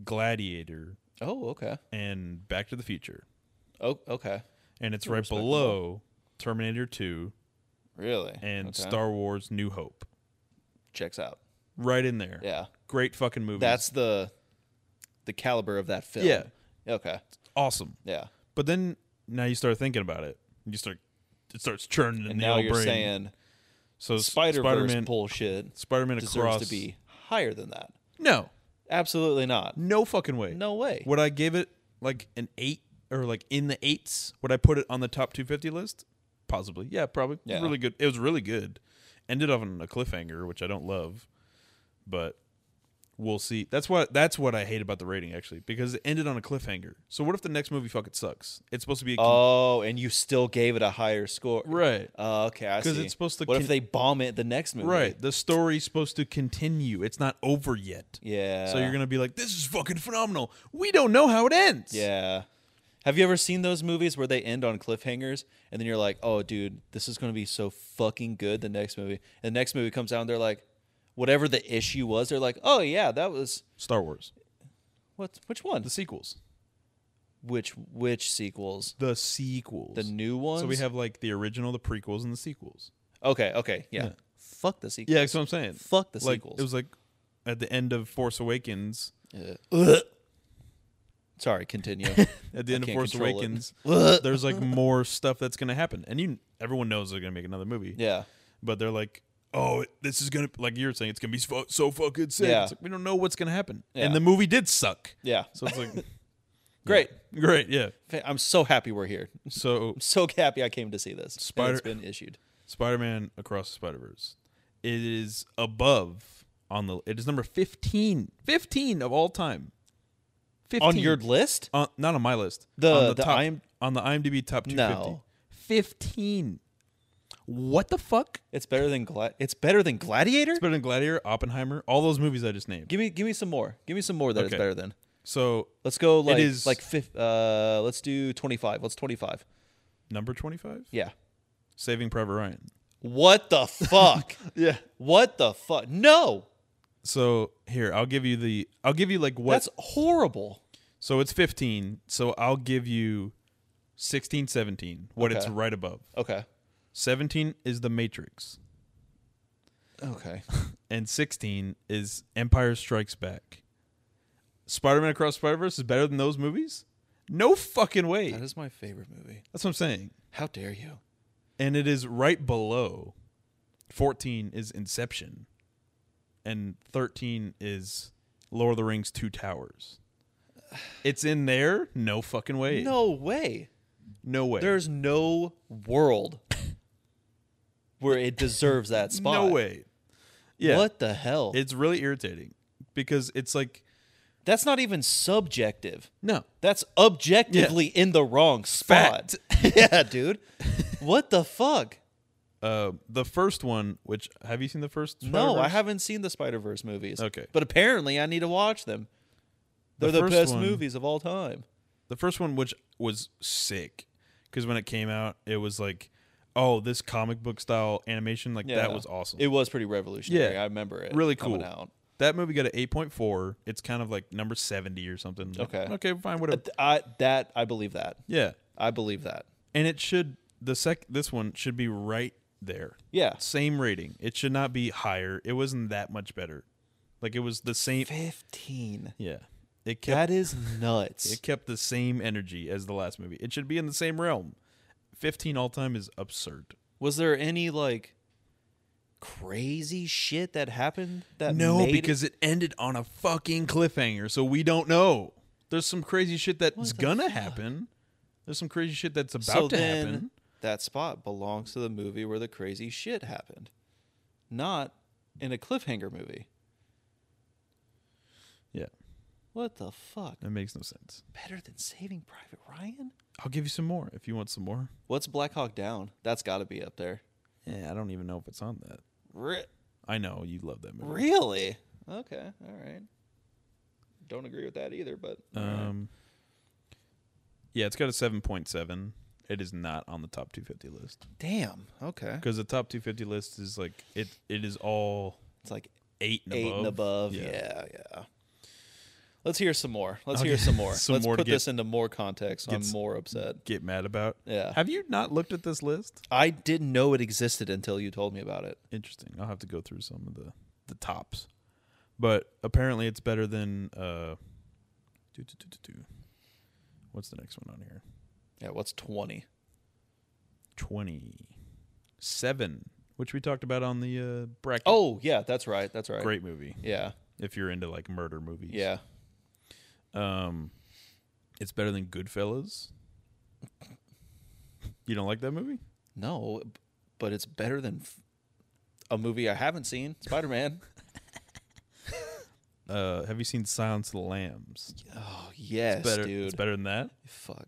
[SPEAKER 2] Gladiator
[SPEAKER 1] Oh, okay.
[SPEAKER 2] and Back to the Future.
[SPEAKER 1] Oh, okay.
[SPEAKER 2] And it's right
[SPEAKER 1] Respectable.
[SPEAKER 2] below Terminator 2
[SPEAKER 1] Really?
[SPEAKER 2] and
[SPEAKER 1] Okay.
[SPEAKER 2] Star Wars New Hope.
[SPEAKER 1] checks out.
[SPEAKER 2] Right in there.
[SPEAKER 1] Yeah.
[SPEAKER 2] Great fucking movie.
[SPEAKER 1] That's the the caliber of that film.
[SPEAKER 2] Yeah.
[SPEAKER 1] Okay.
[SPEAKER 2] awesome.
[SPEAKER 1] Yeah.
[SPEAKER 2] But then now you start thinking about it. You start it starts churning in
[SPEAKER 1] And
[SPEAKER 2] the
[SPEAKER 1] now
[SPEAKER 2] old
[SPEAKER 1] you're
[SPEAKER 2] brain.
[SPEAKER 1] saying
[SPEAKER 2] so
[SPEAKER 1] Spider Verse
[SPEAKER 2] Spider-Man,
[SPEAKER 1] bullshit
[SPEAKER 2] Spider-Man
[SPEAKER 1] deserves
[SPEAKER 2] across
[SPEAKER 1] to be higher than that.
[SPEAKER 2] No,
[SPEAKER 1] Absolutely not.
[SPEAKER 2] no fucking way.
[SPEAKER 1] No way.
[SPEAKER 2] Would I give it like an eight or like in the eights? Would I put it on the top 250 list? Possibly. Yeah, probably. It was
[SPEAKER 1] Yeah.
[SPEAKER 2] Really good. It was really good. Ended up on a cliffhanger, which I don't love, but we'll see. That's what that's what I hate about the rating actually, because it ended on a cliffhanger. So what if the next movie fucking sucks? It's supposed to be a con-
[SPEAKER 1] Oh, and you still gave it a higher score.
[SPEAKER 2] right.
[SPEAKER 1] Uh, okay, I see.
[SPEAKER 2] 'Cause it's supposed to
[SPEAKER 1] What
[SPEAKER 2] con-
[SPEAKER 1] if they bomb it the next movie?
[SPEAKER 2] Right. The story's supposed to continue. It's not over yet.
[SPEAKER 1] Yeah.
[SPEAKER 2] So you're gonna be like, "This is fucking phenomenal." We don't know how it ends.
[SPEAKER 1] Yeah. Have you ever seen those movies where they end on cliffhangers and then you're like, oh, dude, this is going to be so fucking good the next movie? And the next movie comes out and they're like, whatever the issue was, they're like, oh, yeah, that was.
[SPEAKER 2] Star Wars.
[SPEAKER 1] What? Which one?
[SPEAKER 2] The sequels.
[SPEAKER 1] Which which sequels?
[SPEAKER 2] The sequels.
[SPEAKER 1] The new ones.
[SPEAKER 2] So we have like the original, the prequels, and the sequels.
[SPEAKER 1] Okay. Okay. Yeah.
[SPEAKER 2] Yeah.
[SPEAKER 1] Fuck the sequels.
[SPEAKER 2] Yeah, that's what I'm saying.
[SPEAKER 1] Fuck the
[SPEAKER 2] like,
[SPEAKER 1] sequels.
[SPEAKER 2] It was like at the end of Force Awakens.
[SPEAKER 1] Ugh. Sorry. Continue.
[SPEAKER 2] At the
[SPEAKER 1] I
[SPEAKER 2] end of
[SPEAKER 1] can't
[SPEAKER 2] Force
[SPEAKER 1] control it.
[SPEAKER 2] Awakens, there's like more stuff that's gonna happen, and you everyone knows they're gonna make another movie.
[SPEAKER 1] yeah.
[SPEAKER 2] But they're like, oh, this is gonna like you're saying it's gonna be so, so fucking sick.
[SPEAKER 1] Yeah.
[SPEAKER 2] It's like, we don't know what's gonna happen, and
[SPEAKER 1] Yeah.
[SPEAKER 2] the movie did suck.
[SPEAKER 1] Yeah.
[SPEAKER 2] So it's like
[SPEAKER 1] Great.
[SPEAKER 2] great, yeah.
[SPEAKER 1] Fa- I'm so happy we're here. I'm
[SPEAKER 2] So
[SPEAKER 1] so happy I came to see this. and
[SPEAKER 2] Spider-
[SPEAKER 1] It's been issued.
[SPEAKER 2] Spider-Man Across the Spider-Verse. It is above on the it is number 15. 15 of all time. 15.
[SPEAKER 1] On your list?
[SPEAKER 2] Uh, not on my list.
[SPEAKER 1] The-
[SPEAKER 2] on
[SPEAKER 1] the
[SPEAKER 2] top
[SPEAKER 1] IM
[SPEAKER 2] on the IMDb top 250.
[SPEAKER 1] No.
[SPEAKER 2] 15. What the fuck?
[SPEAKER 1] It's better than Gla- It's better than Gladiator.
[SPEAKER 2] It's better than Gladiator, Oppenheimer, all those movies I just named.
[SPEAKER 1] give me give me some more. Give me some more that it's
[SPEAKER 2] Okay.
[SPEAKER 1] better than.
[SPEAKER 2] So,
[SPEAKER 1] Let's go like
[SPEAKER 2] is-
[SPEAKER 1] like fifth. Uh, let's do twenty five. What's twenty five?
[SPEAKER 2] number 25,
[SPEAKER 1] Yeah.
[SPEAKER 2] Saving Private Ryan.
[SPEAKER 1] What the fuck?
[SPEAKER 2] Yeah.
[SPEAKER 1] what the fuck? No,
[SPEAKER 2] So, here, I'll give you the I'll give you like what
[SPEAKER 1] that's horrible.
[SPEAKER 2] So it's 15. So I'll give you 16, 17, what it's
[SPEAKER 1] Okay.
[SPEAKER 2] right above.
[SPEAKER 1] Okay.
[SPEAKER 2] 17 is The Matrix,
[SPEAKER 1] Okay.
[SPEAKER 2] and 16 is Empire Strikes Back. Spider Man Across Spider Verse is better than those movies? No fucking way.
[SPEAKER 1] that is my favorite movie.
[SPEAKER 2] That's what I'm saying.
[SPEAKER 1] How dare you?
[SPEAKER 2] And it is right below. 14 is Inception, and 13 is Lord of the Rings Two Towers. It's in there? No fucking way.
[SPEAKER 1] No way.
[SPEAKER 2] no way.
[SPEAKER 1] There's no world where it deserves that spot.
[SPEAKER 2] No way. Yeah.
[SPEAKER 1] What the hell?
[SPEAKER 2] It's really irritating because it's like
[SPEAKER 1] that's not even subjective.
[SPEAKER 2] no.
[SPEAKER 1] That's objectively in the wrong spot. yeah, dude. What the fuck?
[SPEAKER 2] Uh, the first one, which have you seen the first?
[SPEAKER 1] No, I
[SPEAKER 2] Spider-Verse?
[SPEAKER 1] haven't seen the Spider Verse movies.
[SPEAKER 2] Okay.
[SPEAKER 1] But apparently I need to watch them.
[SPEAKER 2] The
[SPEAKER 1] They're the,
[SPEAKER 2] first
[SPEAKER 1] best
[SPEAKER 2] one-
[SPEAKER 1] movies of all time.
[SPEAKER 2] The first one, which was sick, because when it came out, it was like, oh, this comic book style animation, like that
[SPEAKER 1] Yeah.
[SPEAKER 2] was awesome.
[SPEAKER 1] It was pretty revolutionary.
[SPEAKER 2] Yeah.
[SPEAKER 1] I remember it.
[SPEAKER 2] Really
[SPEAKER 1] coming
[SPEAKER 2] cool.
[SPEAKER 1] Out.
[SPEAKER 2] that movie got an eight point four. It's kind of like number seventy or something. Like,
[SPEAKER 1] Okay.
[SPEAKER 2] okay, fine, whatever.
[SPEAKER 1] Th- I that I believe that.
[SPEAKER 2] yeah,
[SPEAKER 1] I believe that.
[SPEAKER 2] and it should the sec this one should be right there.
[SPEAKER 1] Yeah.
[SPEAKER 2] Same rating. It should not be higher. It wasn't that much better. Like it was the same.
[SPEAKER 1] 15.
[SPEAKER 2] Yeah, it kept
[SPEAKER 1] That is nuts.
[SPEAKER 2] It kept the same energy as the last movie. It should be in the same realm. 15 all time is absurd.
[SPEAKER 1] Was there any like crazy shit that happened that
[SPEAKER 2] No,
[SPEAKER 1] made it-
[SPEAKER 2] because it ended on a fucking cliffhanger, so we don't know. There's some crazy shit that's
[SPEAKER 1] the
[SPEAKER 2] gonna happen. There's some crazy shit that's about
[SPEAKER 1] so
[SPEAKER 2] to
[SPEAKER 1] then
[SPEAKER 2] happen.
[SPEAKER 1] that spot belongs to the movie where the crazy shit happened. Not in a cliffhanger movie.
[SPEAKER 2] Yeah,
[SPEAKER 1] What the fuck?
[SPEAKER 2] that makes no sense.
[SPEAKER 1] Better than Saving Private Ryan?
[SPEAKER 2] I'll give you some more if you want some more.
[SPEAKER 1] What's Black Hawk Down? That's got to be up there.
[SPEAKER 2] Yeah, I don't even know if it's on that.
[SPEAKER 1] Re-
[SPEAKER 2] I know you love that movie.
[SPEAKER 1] really? Okay, all right. Don't agree with that either, but all right.
[SPEAKER 2] Um, yeah, it's got a 7.7. It is not on the top 250 list
[SPEAKER 1] damn. Okay,
[SPEAKER 2] because the top 250 list is like it. It is all
[SPEAKER 1] it's like
[SPEAKER 2] eight and
[SPEAKER 1] eight
[SPEAKER 2] above.
[SPEAKER 1] and above. Yeah, yeah. Let's hear some more. Let's
[SPEAKER 2] Okay.
[SPEAKER 1] hear some more.
[SPEAKER 2] Some
[SPEAKER 1] Let's
[SPEAKER 2] more to
[SPEAKER 1] put
[SPEAKER 2] get-
[SPEAKER 1] this into more context. so
[SPEAKER 2] get
[SPEAKER 1] I'm
[SPEAKER 2] s-
[SPEAKER 1] more upset.
[SPEAKER 2] Get mad about.
[SPEAKER 1] Yeah.
[SPEAKER 2] Have you not looked at this list?
[SPEAKER 1] I didn't know it existed until you told me about it.
[SPEAKER 2] Interesting. I'll have to go through some of the the tops, but apparently it's better than. uh doo, doo, doo, doo, doo. What's the next one on here?
[SPEAKER 1] Yeah, what's 20?
[SPEAKER 2] Twenty seven, which we talked about on the uh, bracket.
[SPEAKER 1] Oh, yeah, that's right. That's right.
[SPEAKER 2] great movie!
[SPEAKER 1] Yeah.
[SPEAKER 2] If you're into like murder movies,
[SPEAKER 1] Yeah.
[SPEAKER 2] Um, it's better than Goodfellas. You don't like that movie?
[SPEAKER 1] No, b- but it's better than f- a movie I haven't seen, Spider-Man.
[SPEAKER 2] Uh, have you seen Silence of the Lambs?
[SPEAKER 1] oh, yes,
[SPEAKER 2] better,
[SPEAKER 1] dude.
[SPEAKER 2] It's better than that.
[SPEAKER 1] Fuck.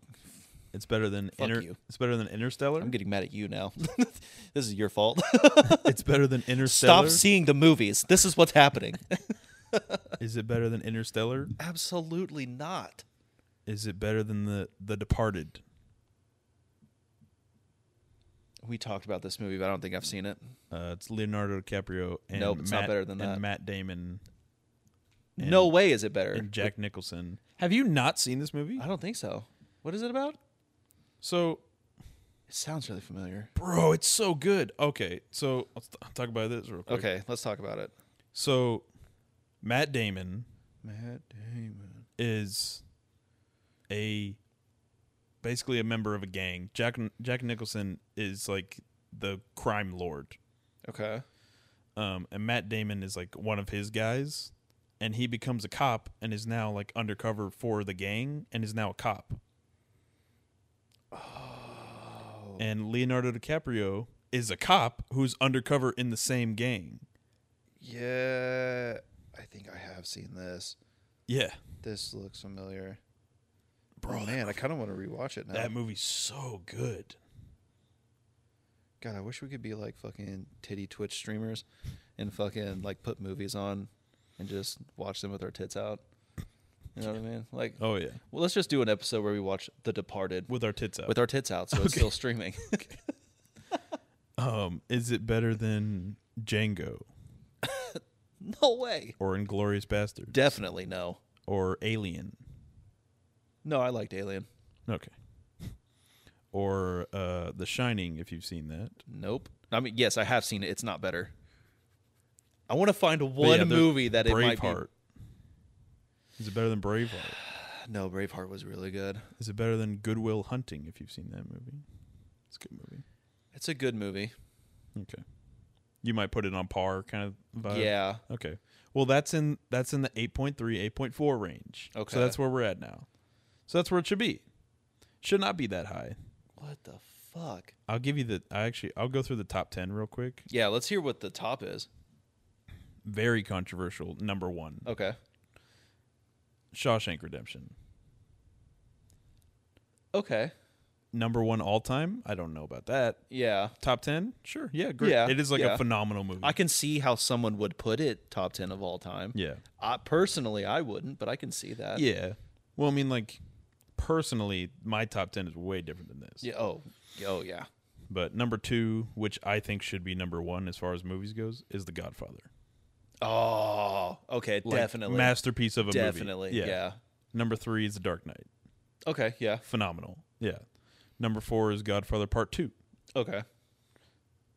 [SPEAKER 2] It's better than
[SPEAKER 1] Fuck
[SPEAKER 2] inter-
[SPEAKER 1] you.
[SPEAKER 2] It's better than Interstellar.
[SPEAKER 1] I'm getting mad at you now. this is your fault.
[SPEAKER 2] it's better than
[SPEAKER 1] Stop
[SPEAKER 2] Interstellar.
[SPEAKER 1] seeing the movies. This is what's happening.
[SPEAKER 2] Is it better than Interstellar?
[SPEAKER 1] Absolutely not.
[SPEAKER 2] Is it better than the The Departed?
[SPEAKER 1] We talked about this movie, but I don't think I've seen it.
[SPEAKER 2] Uh, it's Leonardo DiCaprio and
[SPEAKER 1] Nope, it's not
[SPEAKER 2] Matt,
[SPEAKER 1] better than
[SPEAKER 2] and
[SPEAKER 1] that.
[SPEAKER 2] Matt Damon And-
[SPEAKER 1] no way is it better.
[SPEAKER 2] and Jack Nicholson. Have you not seen this movie?
[SPEAKER 1] I don't think so. What is it about?
[SPEAKER 2] So,
[SPEAKER 1] It sounds really familiar.
[SPEAKER 2] bro, it's so good. Okay, so let's t- talk about this real quick.
[SPEAKER 1] Okay, let's talk about it.
[SPEAKER 2] So, Matt Damon
[SPEAKER 1] Matt Damon.
[SPEAKER 2] is a basically a member of a gang. Jack Jack Nicholson is like the crime lord.
[SPEAKER 1] Okay.
[SPEAKER 2] um, and Matt Damon is like one of his guys, and he becomes a cop and is now like undercover for the gang and is now a cop. And Leonardo DiCaprio is a cop who's undercover in the same gang.
[SPEAKER 1] Yeah, I think I have seen this.
[SPEAKER 2] Yeah,
[SPEAKER 1] This looks familiar.
[SPEAKER 2] bro,
[SPEAKER 1] oh,
[SPEAKER 2] that,
[SPEAKER 1] man, I kind of want to rewatch it now.
[SPEAKER 2] that movie's so good.
[SPEAKER 1] God, I wish we could be like fucking titty Twitch streamers and fucking like put movies on and just watch them with our tits out. You know what I mean? Like,
[SPEAKER 2] Oh yeah,
[SPEAKER 1] well, let's just do an episode where we watch The Departed
[SPEAKER 2] with our tits out.
[SPEAKER 1] with our tits out, so it's still streaming.
[SPEAKER 2] um, is it better than Django
[SPEAKER 1] no way.
[SPEAKER 2] or Inglorious Bastard
[SPEAKER 1] Definitely no.
[SPEAKER 2] or Alien?
[SPEAKER 1] No, I liked Alien.
[SPEAKER 2] Okay. Or uh, The Shining, if you've seen that.
[SPEAKER 1] Nope. I mean, yes, I have seen it. It's not better. I want to find
[SPEAKER 2] But
[SPEAKER 1] one
[SPEAKER 2] yeah, the-
[SPEAKER 1] movie that it might be.
[SPEAKER 2] Braveheart. Is it better than Braveheart?
[SPEAKER 1] No, Braveheart was really good.
[SPEAKER 2] Is it better than Goodwill Hunting? If you've seen that movie, it's a good movie.
[SPEAKER 1] It's a good movie.
[SPEAKER 2] Okay, you might put it on par, kind of vibe.
[SPEAKER 1] yeah.
[SPEAKER 2] Okay. Well, that's in that's in the 8.3, 8.4 range.
[SPEAKER 1] Okay.
[SPEAKER 2] So that's where we're at now. So that's where it should be. Should not be that high.
[SPEAKER 1] What the fuck?
[SPEAKER 2] I'll give you the. I actually I'll go through the top ten real quick.
[SPEAKER 1] Yeah, let's hear what the top is.
[SPEAKER 2] Very controversial. Number one,
[SPEAKER 1] Okay.
[SPEAKER 2] Shawshank Redemption.
[SPEAKER 1] Okay.
[SPEAKER 2] Number one all time. I don't know about that.
[SPEAKER 1] Yeah.
[SPEAKER 2] Top ten? Sure. Yeah, great.
[SPEAKER 1] Yeah,
[SPEAKER 2] it is like
[SPEAKER 1] yeah.
[SPEAKER 2] a phenomenal movie.
[SPEAKER 1] I can see how someone would put it top 10 of all time.
[SPEAKER 2] yeah.
[SPEAKER 1] I, personally, I wouldn't, but I can see that.
[SPEAKER 2] Yeah. Well, I mean, like personally, my top ten is way different than this.
[SPEAKER 1] Yeah, Oh, oh yeah.
[SPEAKER 2] But number two, which I think should be number one as far as movies goes, is The Godfather.
[SPEAKER 1] Oh, okay,
[SPEAKER 2] Like,
[SPEAKER 1] definitely,
[SPEAKER 2] masterpiece of a
[SPEAKER 1] definitely,
[SPEAKER 2] movie.
[SPEAKER 1] yeah.
[SPEAKER 2] Number three is The Dark Knight.
[SPEAKER 1] Okay, yeah,
[SPEAKER 2] Phenomenal. Yeah. Number four is Godfather Part Two.
[SPEAKER 1] okay.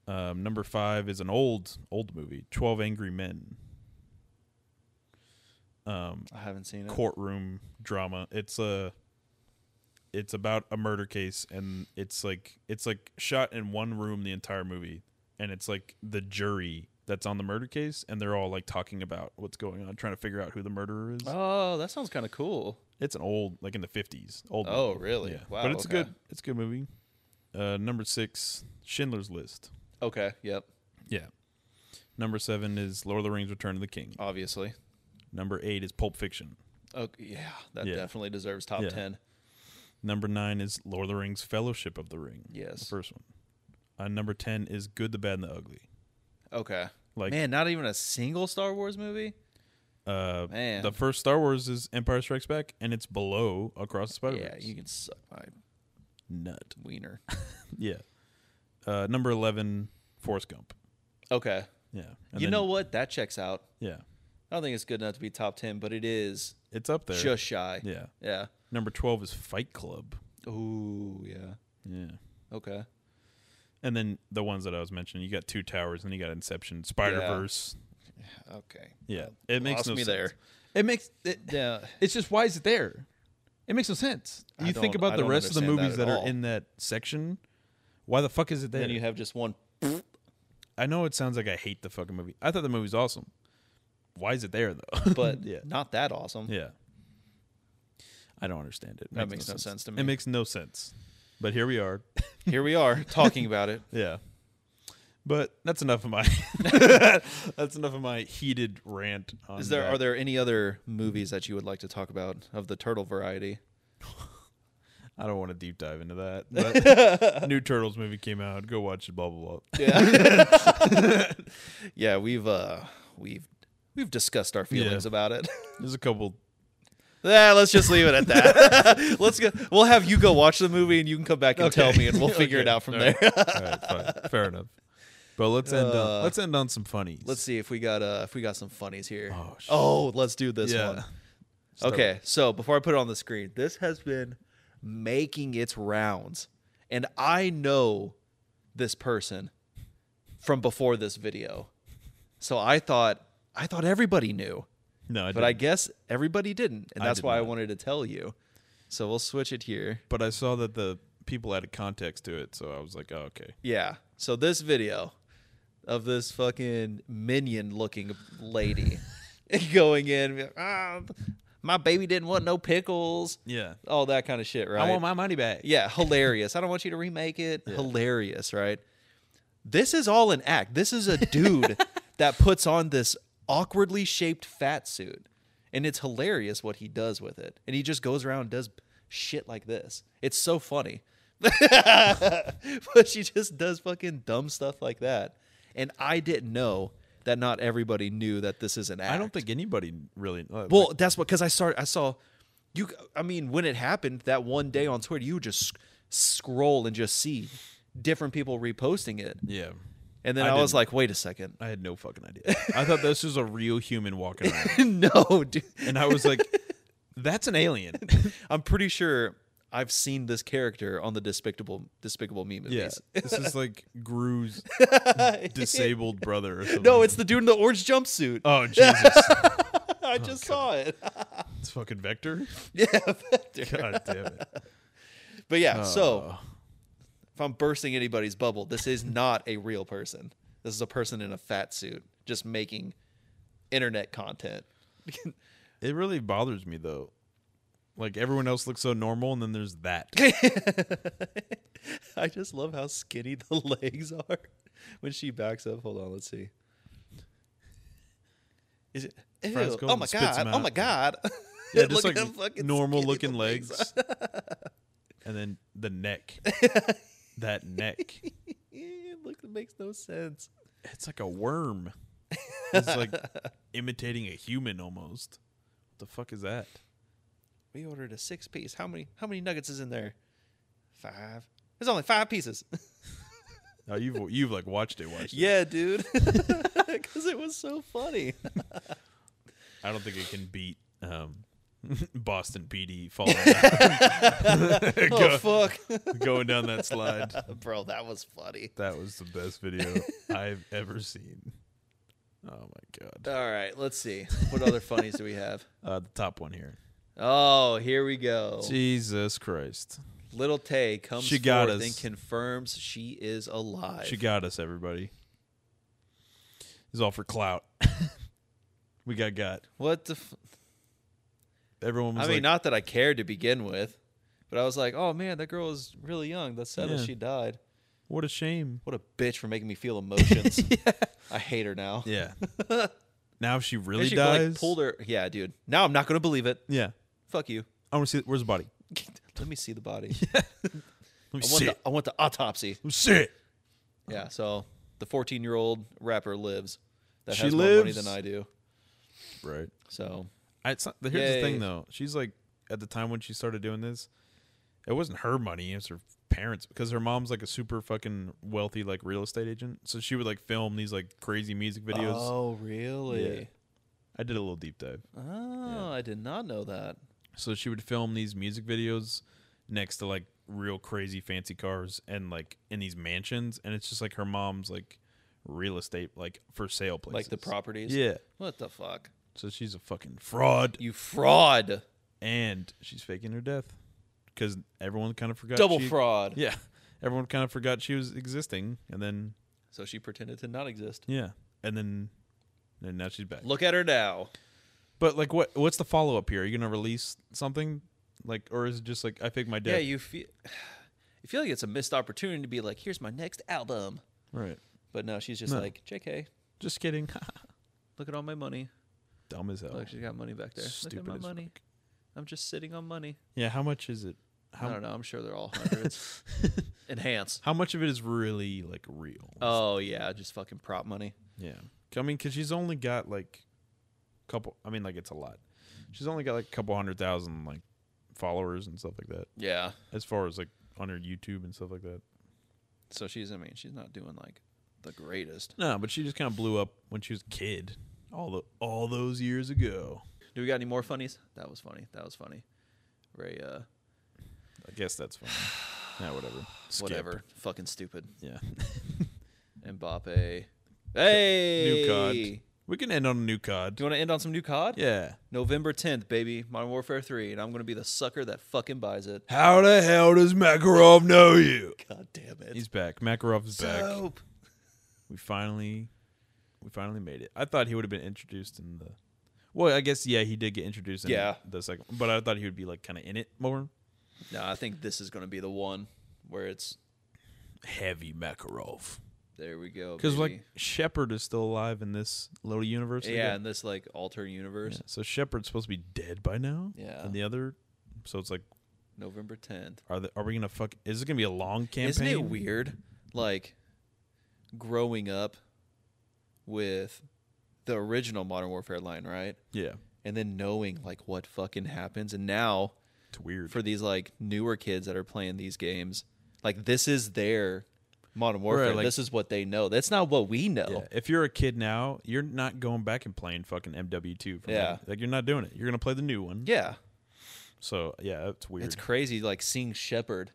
[SPEAKER 2] Um, number five is an old old movie, Twelve Angry Men. Um,
[SPEAKER 1] I haven't seen it.
[SPEAKER 2] courtroom drama. It's a it's about a murder case and it's like it's like shot in one room the entire movie and it's like the jury that's on the murder case and they're all like talking about what's going on trying to figure out who the murderer is.
[SPEAKER 1] Oh, that sounds kind of cool.
[SPEAKER 2] It's an old like in the 50s, old
[SPEAKER 1] Oh,
[SPEAKER 2] movie.
[SPEAKER 1] really?
[SPEAKER 2] Yeah.
[SPEAKER 1] Wow,
[SPEAKER 2] But it's
[SPEAKER 1] okay.
[SPEAKER 2] a good it's a good movie. Uh number 6 Schindler's List.
[SPEAKER 1] Okay, yep,
[SPEAKER 2] Yeah. Number 7 is Lord of the Rings Return of the King.
[SPEAKER 1] obviously.
[SPEAKER 2] Number 8 is Pulp Fiction.
[SPEAKER 1] Okay, yeah, that
[SPEAKER 2] Yeah.
[SPEAKER 1] definitely deserves top
[SPEAKER 2] Yeah.
[SPEAKER 1] ten.
[SPEAKER 2] Number nine is Lord of the Rings: Fellowship of the Ring.
[SPEAKER 1] Yes.
[SPEAKER 2] the first one. Uh, number ten is Good, the Bad, and the Ugly.
[SPEAKER 1] Okay,
[SPEAKER 2] Like-
[SPEAKER 1] man, not even a single Star Wars movie.
[SPEAKER 2] Uh,
[SPEAKER 1] Man.
[SPEAKER 2] the first Star Wars is Empire Strikes Back, and it's below Across the Spider
[SPEAKER 1] Yeah,
[SPEAKER 2] Verse.
[SPEAKER 1] you can suck my
[SPEAKER 2] nut.
[SPEAKER 1] wiener.
[SPEAKER 2] Yeah. Uh, number eleven, Forrest Gump.
[SPEAKER 1] Okay,
[SPEAKER 2] Yeah.
[SPEAKER 1] you
[SPEAKER 2] then-
[SPEAKER 1] know what? That checks out.
[SPEAKER 2] Yeah,
[SPEAKER 1] I don't think it's good enough to be top ten, but it is
[SPEAKER 2] it's up there.
[SPEAKER 1] just shy.
[SPEAKER 2] Yeah.
[SPEAKER 1] Yeah.
[SPEAKER 2] Number twelve is Fight Club.
[SPEAKER 1] Ooh, yeah.
[SPEAKER 2] Yeah.
[SPEAKER 1] Okay.
[SPEAKER 2] And then the ones that I was mentioning, you got Two Towers, and you got Inception, Spider Verse.
[SPEAKER 1] Okay.
[SPEAKER 2] Yeah. It makes
[SPEAKER 1] Lost
[SPEAKER 2] no
[SPEAKER 1] me
[SPEAKER 2] sense.
[SPEAKER 1] there.
[SPEAKER 2] It makes it,
[SPEAKER 1] Yeah.
[SPEAKER 2] It's just why is it there? It makes no sense.
[SPEAKER 1] I
[SPEAKER 2] you think
[SPEAKER 1] don't- I
[SPEAKER 2] about the
[SPEAKER 1] don't
[SPEAKER 2] rest of the
[SPEAKER 1] understand that
[SPEAKER 2] movies
[SPEAKER 1] at
[SPEAKER 2] that,
[SPEAKER 1] all.
[SPEAKER 2] are in that section. Why the fuck is it there?
[SPEAKER 1] Then you have just one.
[SPEAKER 2] I know it sounds like I hate the fucking movie. I thought the movie's awesome. Why is it there though?
[SPEAKER 1] but
[SPEAKER 2] yeah,
[SPEAKER 1] not that awesome.
[SPEAKER 2] yeah. I don't understand it. It
[SPEAKER 1] That makes no sense to me.
[SPEAKER 2] It makes no sense. But here we are.
[SPEAKER 1] Here we are talking about it.
[SPEAKER 2] Yeah. But that's enough of my. that's enough of my heated rant. On
[SPEAKER 1] Is there
[SPEAKER 2] that.
[SPEAKER 1] are there any other movies that you would like to talk about of the turtle variety?
[SPEAKER 2] I don't want to deep dive into that. But new Turtles movie came out. Go watch it. Blah blah blah.
[SPEAKER 1] Yeah. yeah, we've uh we've we've discussed our feelings
[SPEAKER 2] Yeah.
[SPEAKER 1] about it.
[SPEAKER 2] There's a couple
[SPEAKER 1] yeah, let's just leave it at that. let's go we'll have you go watch the movie and you can come back and tell me and we'll figure it
[SPEAKER 2] Okay.
[SPEAKER 1] out from
[SPEAKER 2] All
[SPEAKER 1] there.
[SPEAKER 2] right. All right, fine. Fair enough. But let's end
[SPEAKER 1] Uh,
[SPEAKER 2] on let's end on some funnies.
[SPEAKER 1] Let's see if we got uh if we got some funnies here.
[SPEAKER 2] Oh, shit.
[SPEAKER 1] Oh, let's do this
[SPEAKER 2] Yeah.
[SPEAKER 1] one.
[SPEAKER 2] Start
[SPEAKER 1] okay, so before I put it on the screen, this has been making its rounds, and I know this person from before this video, so I thought I thought everybody knew,
[SPEAKER 2] No, I
[SPEAKER 1] but I guess everybody didn't, and
[SPEAKER 2] I
[SPEAKER 1] that's
[SPEAKER 2] did
[SPEAKER 1] why I
[SPEAKER 2] not.
[SPEAKER 1] wanted to tell you. So we'll switch it here.
[SPEAKER 2] but I saw that the people added context to it, so I was like, oh, okay.
[SPEAKER 1] Yeah. So this video of this fucking minion looking lady going in, ah, my baby didn't want no pickles.
[SPEAKER 2] Yeah.
[SPEAKER 1] All that kind of shit, right?
[SPEAKER 2] my money back.
[SPEAKER 1] yeah, hilarious. I don't want you to remake it. Hilarious, right? This is all an act. This is a dude that puts on this awkwardly shaped fat suit. And it's hilarious what he does with it. And he just goes around and does shit like this. It's so funny. but she just does fucking dumb stuff like that. And I didn't know that not everybody knew that this is an act.
[SPEAKER 2] I don't think anybody really. uh, Like,
[SPEAKER 1] Well, that's what because I started. I saw you. I mean, when it happened that one day on Twitter, you would just sc- scroll and just see different people reposting it,
[SPEAKER 2] yeah.
[SPEAKER 1] and then I,
[SPEAKER 2] I
[SPEAKER 1] was
[SPEAKER 2] didn't.
[SPEAKER 1] like, wait a second,
[SPEAKER 2] I had no fucking idea. I thought this was a real human walking around,
[SPEAKER 1] no, dude.
[SPEAKER 2] and I was like, that's an alien.
[SPEAKER 1] I'm pretty sure I've seen this character on the Despicable Despicable Me
[SPEAKER 2] Yeah.
[SPEAKER 1] movies.
[SPEAKER 2] This is like Gru's disabled brother or something.
[SPEAKER 1] No, it's the dude in the orange jumpsuit.
[SPEAKER 2] Oh Jesus!
[SPEAKER 1] I just saw it.
[SPEAKER 2] it's fucking Vector.
[SPEAKER 1] yeah, Vector.
[SPEAKER 2] God damn it.
[SPEAKER 1] but yeah. So
[SPEAKER 2] Oh.
[SPEAKER 1] if I'm bursting anybody's bubble, this is not a real person. This is a person in a fat suit just making internet content.
[SPEAKER 2] It really bothers me though. Like everyone else looks so normal, and then there's that.
[SPEAKER 1] I just love how skinny the legs are when she backs up. Hold on, let's see. Is it? Ew,
[SPEAKER 2] Fries go
[SPEAKER 1] oh
[SPEAKER 2] and
[SPEAKER 1] my
[SPEAKER 2] spits 'em
[SPEAKER 1] god! Oh
[SPEAKER 2] out.
[SPEAKER 1] my god!
[SPEAKER 2] Yeah, just
[SPEAKER 1] Look at how
[SPEAKER 2] like
[SPEAKER 1] fucking
[SPEAKER 2] normal
[SPEAKER 1] skinny
[SPEAKER 2] looking
[SPEAKER 1] the
[SPEAKER 2] legs, and then the neck. that neck.
[SPEAKER 1] Look, it makes no sense.
[SPEAKER 2] It's like a worm. It's like imitating a human almost. What the fuck is that?
[SPEAKER 1] We ordered a six piece. How many? How many nuggets is in there? Five. There's only five pieces.
[SPEAKER 2] Oh, you've you've like watched it, watched it.
[SPEAKER 1] Yeah, dude. Because it was so funny.
[SPEAKER 2] I don't think it can beat um, Boston PD falling down,
[SPEAKER 1] oh, fuck.
[SPEAKER 2] going down that slide.
[SPEAKER 1] Bro, that was funny.
[SPEAKER 2] That was the best video I've ever seen. Oh my god!
[SPEAKER 1] All right, let's see. What other funnies do we have?
[SPEAKER 2] Uh, the top one here.
[SPEAKER 1] Oh, here we go.
[SPEAKER 2] Jesus Christ!
[SPEAKER 1] Little Tay comes
[SPEAKER 2] She got
[SPEAKER 1] forth
[SPEAKER 2] us.
[SPEAKER 1] and confirms she is alive.
[SPEAKER 2] She got us, everybody. This is all for clout. we got got.
[SPEAKER 1] what the? F-
[SPEAKER 2] Everyone
[SPEAKER 1] I
[SPEAKER 2] was
[SPEAKER 1] mean,
[SPEAKER 2] like,
[SPEAKER 1] not that I cared to begin with, but I was like, oh man, that girl is really young. That's sad
[SPEAKER 2] Yeah.
[SPEAKER 1] that she died.
[SPEAKER 2] "What a shame."
[SPEAKER 1] What a bitch for making me feel emotions. I hate her now.
[SPEAKER 2] Yeah. now if she
[SPEAKER 1] And
[SPEAKER 2] really
[SPEAKER 1] she, like,
[SPEAKER 2] dies,
[SPEAKER 1] pulled her. Yeah, dude. Now I'm not gonna believe it.
[SPEAKER 2] Yeah.
[SPEAKER 1] Fuck you.
[SPEAKER 2] I want to see. Where's the body?
[SPEAKER 1] Let me see the body.
[SPEAKER 2] Let
[SPEAKER 1] I
[SPEAKER 2] me
[SPEAKER 1] want
[SPEAKER 2] see.
[SPEAKER 1] the,
[SPEAKER 2] it.
[SPEAKER 1] I want the autopsy.
[SPEAKER 2] Let me see it.
[SPEAKER 1] Yeah. So the 14 year old rapper lives. That
[SPEAKER 2] She
[SPEAKER 1] has more money
[SPEAKER 2] lives.
[SPEAKER 1] than I do.
[SPEAKER 2] Right.
[SPEAKER 1] So
[SPEAKER 2] I, it's not, here's the
[SPEAKER 1] Yay.
[SPEAKER 2] thing though. She's like at the time when she started doing this, it wasn't her money. It was her parents because her mom's like a super fucking wealthy like real estate agent. So she would like film these like crazy music videos.
[SPEAKER 1] Oh, really?
[SPEAKER 2] I did a little deep dive.
[SPEAKER 1] Oh, I did not know that.
[SPEAKER 2] So she would film these music videos next to like real crazy fancy cars and like in these mansions, and it's just like her mom's like real estate like for sale
[SPEAKER 1] Like
[SPEAKER 2] places.
[SPEAKER 1] the properties.
[SPEAKER 2] Yeah.
[SPEAKER 1] What the fuck?
[SPEAKER 2] So she's a fucking fraud,
[SPEAKER 1] You fraud.
[SPEAKER 2] and she's faking her death because everyone kind of forgot
[SPEAKER 1] Double
[SPEAKER 2] she-
[SPEAKER 1] fraud.
[SPEAKER 2] Yeah. Everyone kind of forgot she was existing and then
[SPEAKER 1] So she pretended to not exist.
[SPEAKER 2] yeah. And then and now she's back.
[SPEAKER 1] Look at her now.
[SPEAKER 2] But like what what's the follow up here? Are you gonna release something? Like or is it just like I fake my
[SPEAKER 1] Yeah,
[SPEAKER 2] death?
[SPEAKER 1] you feel you feel like it's a missed opportunity to be like, here's my next album.
[SPEAKER 2] right.
[SPEAKER 1] But no, she's just
[SPEAKER 2] No.
[SPEAKER 1] like, JK,
[SPEAKER 2] Just kidding.
[SPEAKER 1] look at all my money.
[SPEAKER 2] Dumb as hell.
[SPEAKER 1] Look, she's got money back there.
[SPEAKER 2] Stupid
[SPEAKER 1] look at
[SPEAKER 2] as
[SPEAKER 1] my money.
[SPEAKER 2] fuck.
[SPEAKER 1] I'm just sitting on money.
[SPEAKER 2] Yeah, how much is it?
[SPEAKER 1] I
[SPEAKER 2] How
[SPEAKER 1] don't know. I'm sure they're all hundreds. Enhance.
[SPEAKER 2] how much of it is really like real?
[SPEAKER 1] Oh yeah, just fucking prop money.
[SPEAKER 2] yeah. I mean, cause she's only got like a couple I mean like it's a lot. She's only got like a couple hundred thousand like followers and stuff like that.
[SPEAKER 1] Yeah.
[SPEAKER 2] As far as like on her YouTube and stuff like that.
[SPEAKER 1] So she's I mean, she's not doing like the greatest.
[SPEAKER 2] No, but she just kind of blew up when she was a kid, all the all those years ago.
[SPEAKER 1] Do we got any more funnies? That was funny. That was funny. Ray, uh,
[SPEAKER 2] I guess that's fine. yeah, whatever. Skip.
[SPEAKER 1] whatever. Fucking stupid.
[SPEAKER 2] Yeah.
[SPEAKER 1] Mbappe. Hey!
[SPEAKER 2] New COD.
[SPEAKER 1] Do
[SPEAKER 2] We can end on a new COD.
[SPEAKER 1] you want to end on some new COD?
[SPEAKER 2] Yeah.
[SPEAKER 1] November 10th, baby. Modern Warfare 3. And I'm going to be the sucker that fucking buys it.
[SPEAKER 2] How the hell does Makarov know you?
[SPEAKER 1] God damn it.
[SPEAKER 2] He's back. Makarov is back.
[SPEAKER 1] Dope.
[SPEAKER 2] We finally, we finally made it. I thought he would have been introduced in the. Well, I guess yeah, he did get introduced in
[SPEAKER 1] Yeah.
[SPEAKER 2] the second, but I thought he would be like kind of in it more.
[SPEAKER 1] No, I think this is going to be the one where it's.
[SPEAKER 2] Heavy Makarov,
[SPEAKER 1] There we go.
[SPEAKER 2] because like
[SPEAKER 1] baby.
[SPEAKER 2] Shepard is still alive in this little universe. they got.
[SPEAKER 1] Yeah, in this like alternate universe.
[SPEAKER 2] Yeah, So Shepard's supposed to be dead by now.
[SPEAKER 1] Yeah.
[SPEAKER 2] And the other, so it's like,
[SPEAKER 1] November 10th.
[SPEAKER 2] are the, are we gonna fuck? Is it gonna be a long campaign?
[SPEAKER 1] Isn't it weird? Like growing up with the original Modern Warfare line, right?
[SPEAKER 2] Yeah,
[SPEAKER 1] And then knowing like what fucking happens. And now
[SPEAKER 2] it's weird.
[SPEAKER 1] for these like newer kids that are playing these games, like this is their Modern Warfare.
[SPEAKER 2] like-
[SPEAKER 1] this is what they know. That's not what we know.
[SPEAKER 2] yeah. If you're a kid now, you're not going back and playing fucking MW2. From
[SPEAKER 1] Yeah.
[SPEAKER 2] that. Like you're not doing it. You're gonna play the new one.
[SPEAKER 1] Yeah.
[SPEAKER 2] So yeah, it's weird.
[SPEAKER 1] It's crazy like seeing Shepard.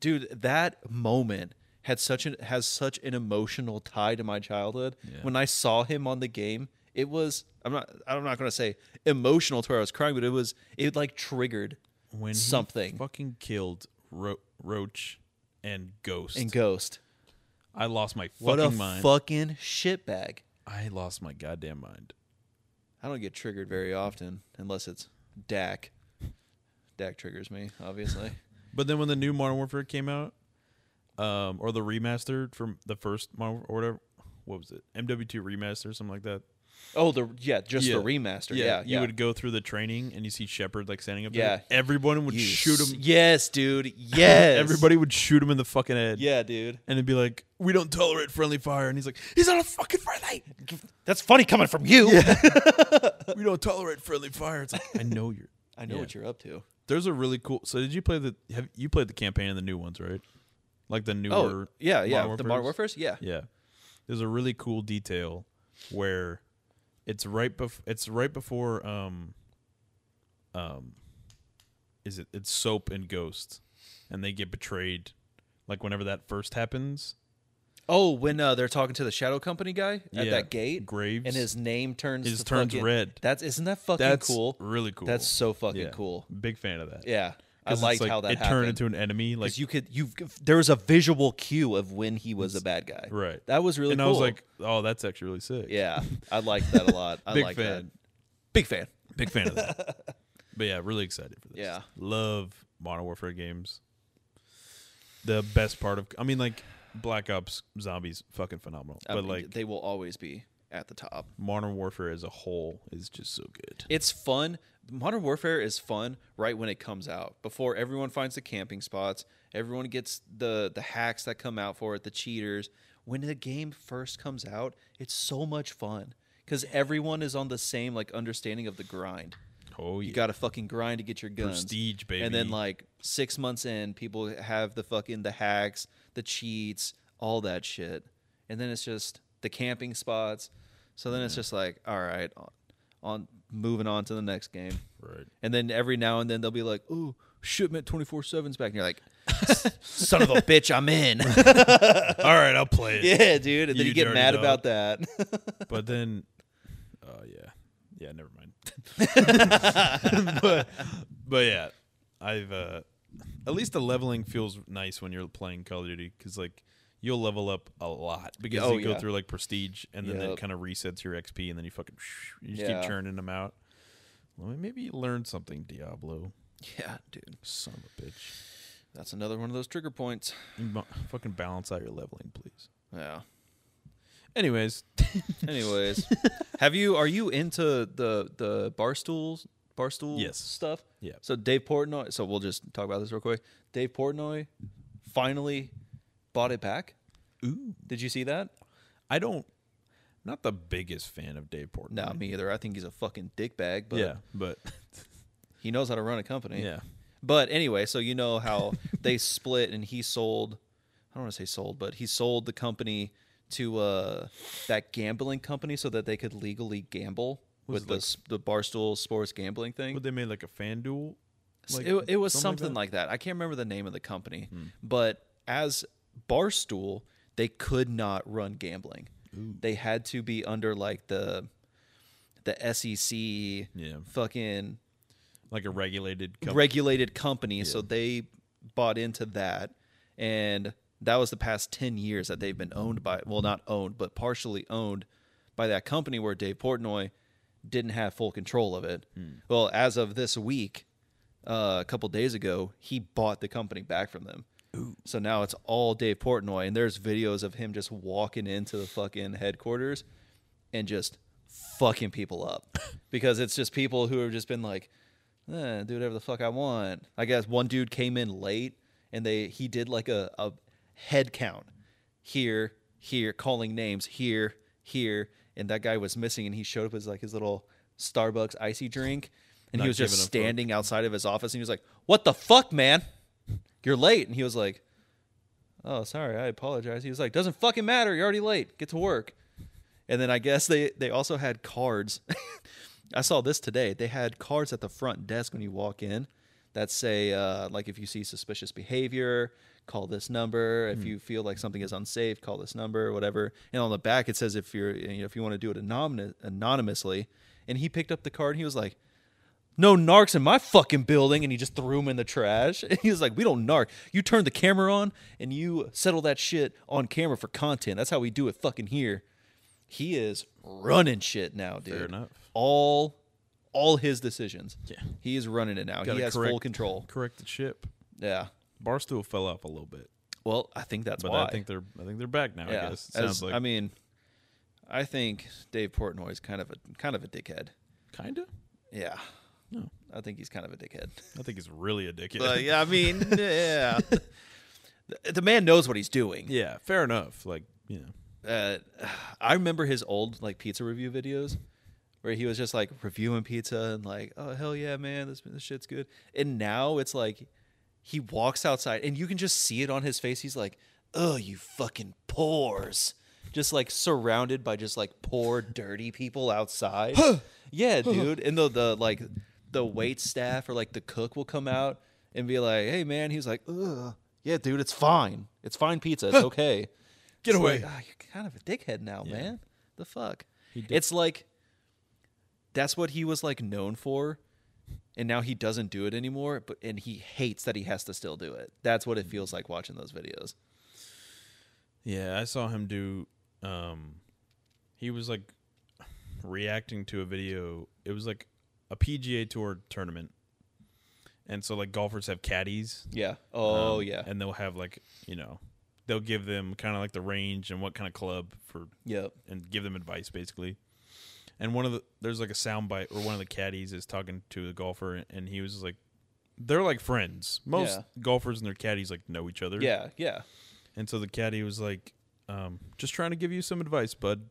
[SPEAKER 1] Dude, that moment had such an has such an emotional tie to my childhood.
[SPEAKER 2] Yeah.
[SPEAKER 1] When I saw him on the game, it was I'm not I'm not gonna say emotional to where I was crying, but it was it like triggered
[SPEAKER 2] when he
[SPEAKER 1] something.
[SPEAKER 2] fucking killed Ro- Roach and Ghost.
[SPEAKER 1] in Ghost.
[SPEAKER 2] I lost my fucking
[SPEAKER 1] What a
[SPEAKER 2] mind.
[SPEAKER 1] fucking shitbag.
[SPEAKER 2] I lost my goddamn mind.
[SPEAKER 1] I don't get triggered very often unless it's Dak. Dak triggers me, obviously.
[SPEAKER 2] But then when the new Modern Warfare came out, um, or the remastered from the first Modern or whatever, what was it? MW2 remaster, something like that.
[SPEAKER 1] oh, the yeah, just the
[SPEAKER 2] Yeah.
[SPEAKER 1] remaster. Yeah, yeah.
[SPEAKER 2] you would go through the training and you see Shepard like standing up.
[SPEAKER 1] Yeah.
[SPEAKER 2] there. everyone would
[SPEAKER 1] You
[SPEAKER 2] shoot
[SPEAKER 1] s-
[SPEAKER 2] him.
[SPEAKER 1] Yes, dude. Yes.
[SPEAKER 2] Everybody would shoot him in the fucking head.
[SPEAKER 1] Yeah, dude.
[SPEAKER 2] and it'd be like, "We don't tolerate friendly fire," and he's like, "He's not a fucking friendly.
[SPEAKER 1] That's funny coming from you.
[SPEAKER 2] we don't tolerate friendly fire." It's like, I know you're.
[SPEAKER 1] I know
[SPEAKER 2] Yeah.
[SPEAKER 1] what you're up to.
[SPEAKER 2] There's a really cool. So did you play the? Have you played the campaign and the new ones, right? like the newer.
[SPEAKER 1] Oh, yeah, yeah. the Modern
[SPEAKER 2] Warfares?
[SPEAKER 1] Warfare's? Yeah.
[SPEAKER 2] Yeah. There's a really cool detail where it's right bef- it's right before um um is it it's soap and ghost and they get betrayed like whenever that first happens
[SPEAKER 1] Oh, when uh, they're talking to the Shadow Company guy at
[SPEAKER 2] Yeah.
[SPEAKER 1] that gate,
[SPEAKER 2] Graves.
[SPEAKER 1] and his name turns
[SPEAKER 2] His
[SPEAKER 1] to
[SPEAKER 2] turns
[SPEAKER 1] fucking-
[SPEAKER 2] red.
[SPEAKER 1] That's isn't that fucking
[SPEAKER 2] that's
[SPEAKER 1] cool?
[SPEAKER 2] really cool
[SPEAKER 1] That's so fucking
[SPEAKER 2] Yeah.
[SPEAKER 1] cool.
[SPEAKER 2] big fan of that
[SPEAKER 1] Yeah, I
[SPEAKER 2] 'Cause it's
[SPEAKER 1] liked
[SPEAKER 2] like
[SPEAKER 1] how that
[SPEAKER 2] it
[SPEAKER 1] happened.
[SPEAKER 2] turned into an enemy like
[SPEAKER 1] 'Cause you could you there was a visual cue of when he was a bad guy.
[SPEAKER 2] right
[SPEAKER 1] That was really
[SPEAKER 2] and
[SPEAKER 1] cool.
[SPEAKER 2] I was like oh that's actually really sick
[SPEAKER 1] yeah, I liked that a lot. I
[SPEAKER 2] Big
[SPEAKER 1] like that.
[SPEAKER 2] fan.
[SPEAKER 1] Big fan.
[SPEAKER 2] Big fan of that. but yeah, really excited for this.
[SPEAKER 1] Yeah.
[SPEAKER 2] Love Modern Warfare games. The best part of I mean like Black Ops zombies fucking phenomenal.
[SPEAKER 1] I
[SPEAKER 2] but
[SPEAKER 1] mean,
[SPEAKER 2] like
[SPEAKER 1] they will always be at the top.
[SPEAKER 2] Modern Warfare as a whole is just so good.
[SPEAKER 1] It's fun. Modern Warfare is fun right when it comes out. Before everyone finds the camping spots, everyone gets the the hacks that come out for it, the cheaters. When the game first comes out, it's so much fun cuz everyone is on the same like understanding of the grind.
[SPEAKER 2] Oh yeah.
[SPEAKER 1] You got to fucking grind to get your guns.
[SPEAKER 2] Prestige,
[SPEAKER 1] And then
[SPEAKER 2] baby.
[SPEAKER 1] like 6 months in, people have the fucking the hacks, the cheats, all that shit. And then it's just the camping spots. So then it's just like, all right, on, on moving on to the next game.
[SPEAKER 2] right.
[SPEAKER 1] And then every now and then they'll be like, "Ooh, shipment 24/7's back." And you're like, "Son of a bitch, I'm in."
[SPEAKER 2] All right, I'll play it.
[SPEAKER 1] yeah, dude. And then you,
[SPEAKER 2] You
[SPEAKER 1] get
[SPEAKER 2] dirty
[SPEAKER 1] mad
[SPEAKER 2] dog.
[SPEAKER 1] about that.
[SPEAKER 2] But then oh yeah. Yeah, never mind. but but yeah, I've uh at least the leveling feels nice when you're playing Call of Duty cuz like you'll level up a lot because
[SPEAKER 1] Oh,
[SPEAKER 2] you go
[SPEAKER 1] yeah.
[SPEAKER 2] through like prestige and then
[SPEAKER 1] Yep.
[SPEAKER 2] it kind of resets your XP and then you fucking you just
[SPEAKER 1] Yeah.
[SPEAKER 2] keep churning them out. Well, maybe you learned something Diablo,
[SPEAKER 1] yeah, dude.
[SPEAKER 2] son of a bitch.
[SPEAKER 1] That's another one of those trigger points.
[SPEAKER 2] You mu- fucking balance out your leveling, please.
[SPEAKER 1] Yeah.
[SPEAKER 2] Anyways,
[SPEAKER 1] Anyways, have you are you into the the barstool barstool
[SPEAKER 2] Yes.
[SPEAKER 1] stuff?
[SPEAKER 2] Yeah.
[SPEAKER 1] So Dave Portnoy. So we'll just talk about this real quick. Dave Portnoy finally bought it back.
[SPEAKER 2] ooh,
[SPEAKER 1] Did you see that?
[SPEAKER 2] I don't I'm not the biggest fan of Dave Portnoy.
[SPEAKER 1] No, me either. I think he's a fucking dickbag, but
[SPEAKER 2] yeah, but
[SPEAKER 1] he knows how to run a company.
[SPEAKER 2] yeah.
[SPEAKER 1] But anyway, so you know how they split and he sold I don't want to say sold, but he sold the company to uh that gambling company so that they could legally gamble
[SPEAKER 2] Was
[SPEAKER 1] with
[SPEAKER 2] it
[SPEAKER 1] the
[SPEAKER 2] like-
[SPEAKER 1] s the Barstool Sports gambling thing.
[SPEAKER 2] But they made like a fan duel.
[SPEAKER 1] S- it, it was something, like, that. Hmm. I can't remember the name of the company, but as Barstool, they could not run gambling. They had to be under like the the SEC
[SPEAKER 2] Yeah.
[SPEAKER 1] fucking
[SPEAKER 2] like a regulated company.
[SPEAKER 1] regulated company, so they bought into that, and that was the past ten years that they've been owned by well, not owned, but partially owned by that company where Dave Portnoy didn't have full control of it. Well, as of this week, uh, a couple days ago, he bought the company back from them. So now it's all Dave Portnoy, and there's videos of him just walking into the fucking headquarters and just fucking people up because it's just people who have just been like, eh, do whatever the fuck I want. I guess one dude came in late and they he did like a, a head count here, here, calling names here, here, and that guy was missing and he showed up as like his little Starbucks icy drink and he
[SPEAKER 2] Not
[SPEAKER 1] was just
[SPEAKER 2] giving a fuck.
[SPEAKER 1] standing outside of his office and he was like, "What the fuck, man? You're late." And he was like, "Oh, sorry, I apologize." He was like, "Doesn't fucking matter. You're already late. Get to work." And then I guess they they also had cards. I saw this today. They had cards at the front desk when you walk in that say uh, like if you see suspicious behavior, call this number. If you feel like something is unsafe, call this number, whatever. And on the back it says if you're you know, if you want to do it anonymous, anonymously. And he picked up the card and he was like, no narcs in my fucking building and he just threw him in the trash he was like we don't narc you turn the camera on and you settle that shit on camera for content that's how we do it fucking here he is running shit now dude
[SPEAKER 2] enough.
[SPEAKER 1] all all his decisions
[SPEAKER 2] Yeah.
[SPEAKER 1] he is running it now
[SPEAKER 2] Gotta
[SPEAKER 1] he has full
[SPEAKER 2] correct-
[SPEAKER 1] control
[SPEAKER 2] Correct the ship.
[SPEAKER 1] yeah
[SPEAKER 2] Barstool fell off a little bit,
[SPEAKER 1] well i think that's
[SPEAKER 2] but
[SPEAKER 1] why
[SPEAKER 2] I think they're I think they're back now.
[SPEAKER 1] yeah
[SPEAKER 2] I guess
[SPEAKER 1] as-
[SPEAKER 2] sounds like
[SPEAKER 1] i mean i think dave portnoy is kind of a kind of a dickhead
[SPEAKER 2] kinda.
[SPEAKER 1] yeah
[SPEAKER 2] No,
[SPEAKER 1] i think he's kind of a dickhead
[SPEAKER 2] I think it's really a dickhead.
[SPEAKER 1] But yeah, I mean, yeah. The- The man knows what he's doing.
[SPEAKER 2] yeah, fair enough. Like you know,
[SPEAKER 1] Uh, I remember his old like pizza review videos where he was just like reviewing pizza and like, oh hell yeah, man, this this shit's good. And now it's like He walks outside, and you can just see it on his face. He's like, "Oh, you fucking pores," just like surrounded by just like poor, dirty people outside. yeah, dude. And the the like the wait staff or like the cook will come out and be like, "Hey, man." He's like, "Ugh, yeah, dude. It's fine. It's fine pizza. It's okay."
[SPEAKER 2] Get
[SPEAKER 1] It's
[SPEAKER 2] away.
[SPEAKER 1] like, "Ah, you're kind of a dickhead now, man. The fuck.
[SPEAKER 2] did-
[SPEAKER 1] It's like that's what he was like known for, and now he doesn't do it anymore. But and he hates that he has to still do it. That's what it feels like watching those videos.
[SPEAKER 2] Yeah, I saw him do. Um, he was like reacting to a video. It was like a PGA Tour tournament, and so like golfers have caddies.
[SPEAKER 1] Yeah. Oh
[SPEAKER 2] um,
[SPEAKER 1] yeah.
[SPEAKER 2] and they'll have like you know, they'll give them kind of like the range and what kind of club for
[SPEAKER 1] Yep.
[SPEAKER 2] and give them advice basically. And one of the there's like a sound bite where one of the caddies is talking to the golfer and he was like, they're like friends. Most
[SPEAKER 1] Yeah.
[SPEAKER 2] golfers and their caddies like know each other.
[SPEAKER 1] Yeah. Yeah.
[SPEAKER 2] And so the caddy was like, um, just trying to give you some advice, bud.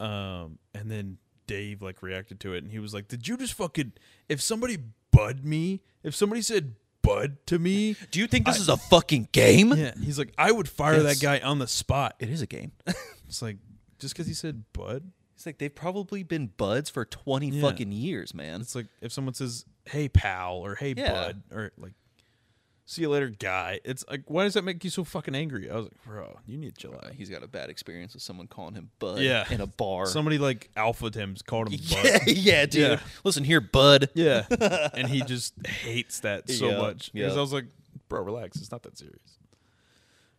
[SPEAKER 2] Um, and then Dave like reacted to it and he was like, Did you just fucking if somebody bud me, if somebody said bud to me,
[SPEAKER 1] Do you think this is a fucking game?
[SPEAKER 2] yeah, he's like, I would fire
[SPEAKER 1] Yes.
[SPEAKER 2] that guy on the spot.
[SPEAKER 1] It is a game.
[SPEAKER 2] It's like just because he said bud,
[SPEAKER 1] It's like they've probably been buds for twenty
[SPEAKER 2] Yeah.
[SPEAKER 1] fucking years, man.
[SPEAKER 2] it's like if someone says, Hey pal or hey
[SPEAKER 1] Yeah.
[SPEAKER 2] bud or like see you later guy, it's like why does that make you so fucking angry? I was like, Bro, you need to chill
[SPEAKER 1] Uh,
[SPEAKER 2] out.
[SPEAKER 1] he's got a bad experience with someone calling him bud
[SPEAKER 2] Yeah.
[SPEAKER 1] in a bar.
[SPEAKER 2] Somebody like alpha him called him bud.
[SPEAKER 1] yeah, yeah, dude.
[SPEAKER 2] Yeah.
[SPEAKER 1] Listen here, bud.
[SPEAKER 2] Yeah. and he just hates that so
[SPEAKER 1] Yeah,
[SPEAKER 2] much.
[SPEAKER 1] yeah.
[SPEAKER 2] Because I was like, bro, relax. It's not that serious.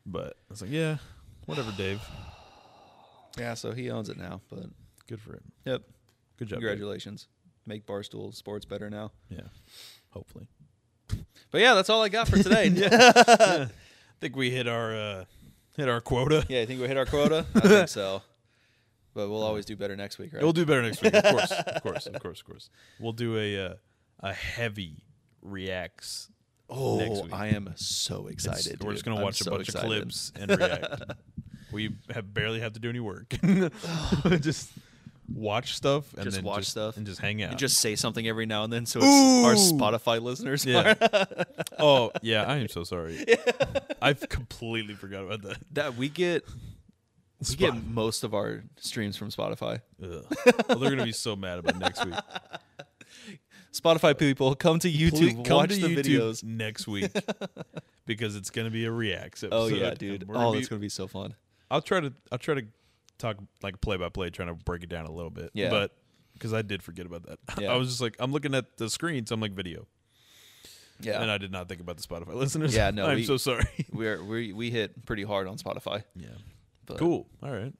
[SPEAKER 2] But I was like, yeah, whatever, Dave.
[SPEAKER 1] Yeah, so he owns it now, but
[SPEAKER 2] Good for him.
[SPEAKER 1] yep.
[SPEAKER 2] Good job. Dave.
[SPEAKER 1] Congratulations. Make Barstool Sports better now.
[SPEAKER 2] Yeah. Hopefully.
[SPEAKER 1] But yeah, that's all I got for today. yeah.
[SPEAKER 2] I think we hit our uh hit our quota.
[SPEAKER 1] I think we hit our quota. I think so. But we'll always do better next week, right?
[SPEAKER 2] We'll do better next week, of course. Of course, of course, of course. We'll do a uh, a heavy reacts.
[SPEAKER 1] oh,
[SPEAKER 2] next week.
[SPEAKER 1] I am so
[SPEAKER 2] It's-
[SPEAKER 1] excited.
[SPEAKER 2] We're just
[SPEAKER 1] dude.
[SPEAKER 2] gonna
[SPEAKER 1] I'm
[SPEAKER 2] watch a
[SPEAKER 1] so
[SPEAKER 2] bunch
[SPEAKER 1] excited.
[SPEAKER 2] of clips and react. we have barely have to do any work. just watch stuff and
[SPEAKER 1] Just
[SPEAKER 2] then
[SPEAKER 1] watch stuff.
[SPEAKER 2] and just hang out.
[SPEAKER 1] You just say something every now and then so it's our Spotify listeners.
[SPEAKER 2] Yeah.
[SPEAKER 1] are-
[SPEAKER 2] oh yeah, I am so sorry. I've completely forgot about that.
[SPEAKER 1] that we get we
[SPEAKER 2] Spot-
[SPEAKER 1] get most of our streams from Spotify.
[SPEAKER 2] Ugh. Well, they're gonna be so mad about next week.
[SPEAKER 1] Spotify people, come to
[SPEAKER 2] Please
[SPEAKER 1] YouTube,
[SPEAKER 2] come
[SPEAKER 1] watch
[SPEAKER 2] to
[SPEAKER 1] the
[SPEAKER 2] YouTube
[SPEAKER 1] videos.
[SPEAKER 2] next week because it's gonna be a reacts episode.
[SPEAKER 1] Oh yeah,
[SPEAKER 2] and
[SPEAKER 1] dude.
[SPEAKER 2] we're gonna
[SPEAKER 1] Oh,
[SPEAKER 2] be-
[SPEAKER 1] that's gonna be so fun.
[SPEAKER 2] I'll try to I'll try to talk like play by play, trying to break it down a little bit.
[SPEAKER 1] Yeah.
[SPEAKER 2] but because I did forget about that.
[SPEAKER 1] Yeah.
[SPEAKER 2] I was just like, I'm looking at the screen, so I'm like video,
[SPEAKER 1] Yeah.
[SPEAKER 2] and I did not think about the Spotify listeners.
[SPEAKER 1] Yeah, no,
[SPEAKER 2] I'm
[SPEAKER 1] we-
[SPEAKER 2] so sorry.
[SPEAKER 1] We're we we hit pretty hard on Spotify.
[SPEAKER 2] Yeah,
[SPEAKER 1] But
[SPEAKER 2] cool. All right,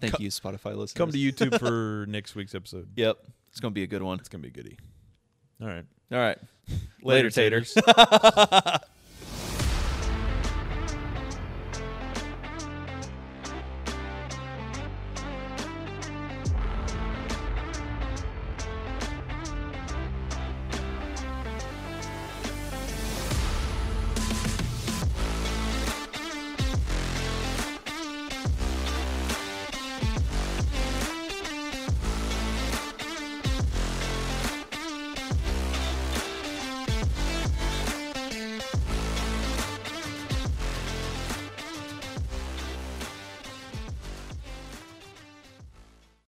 [SPEAKER 1] Thank you, Spotify listeners.
[SPEAKER 2] come to YouTube for next week's episode.
[SPEAKER 1] Yep. It's gonna be a good one.
[SPEAKER 2] It's gonna be a goodie. All right.
[SPEAKER 1] All right. Later,
[SPEAKER 2] Later,
[SPEAKER 1] taters.
[SPEAKER 2] taters.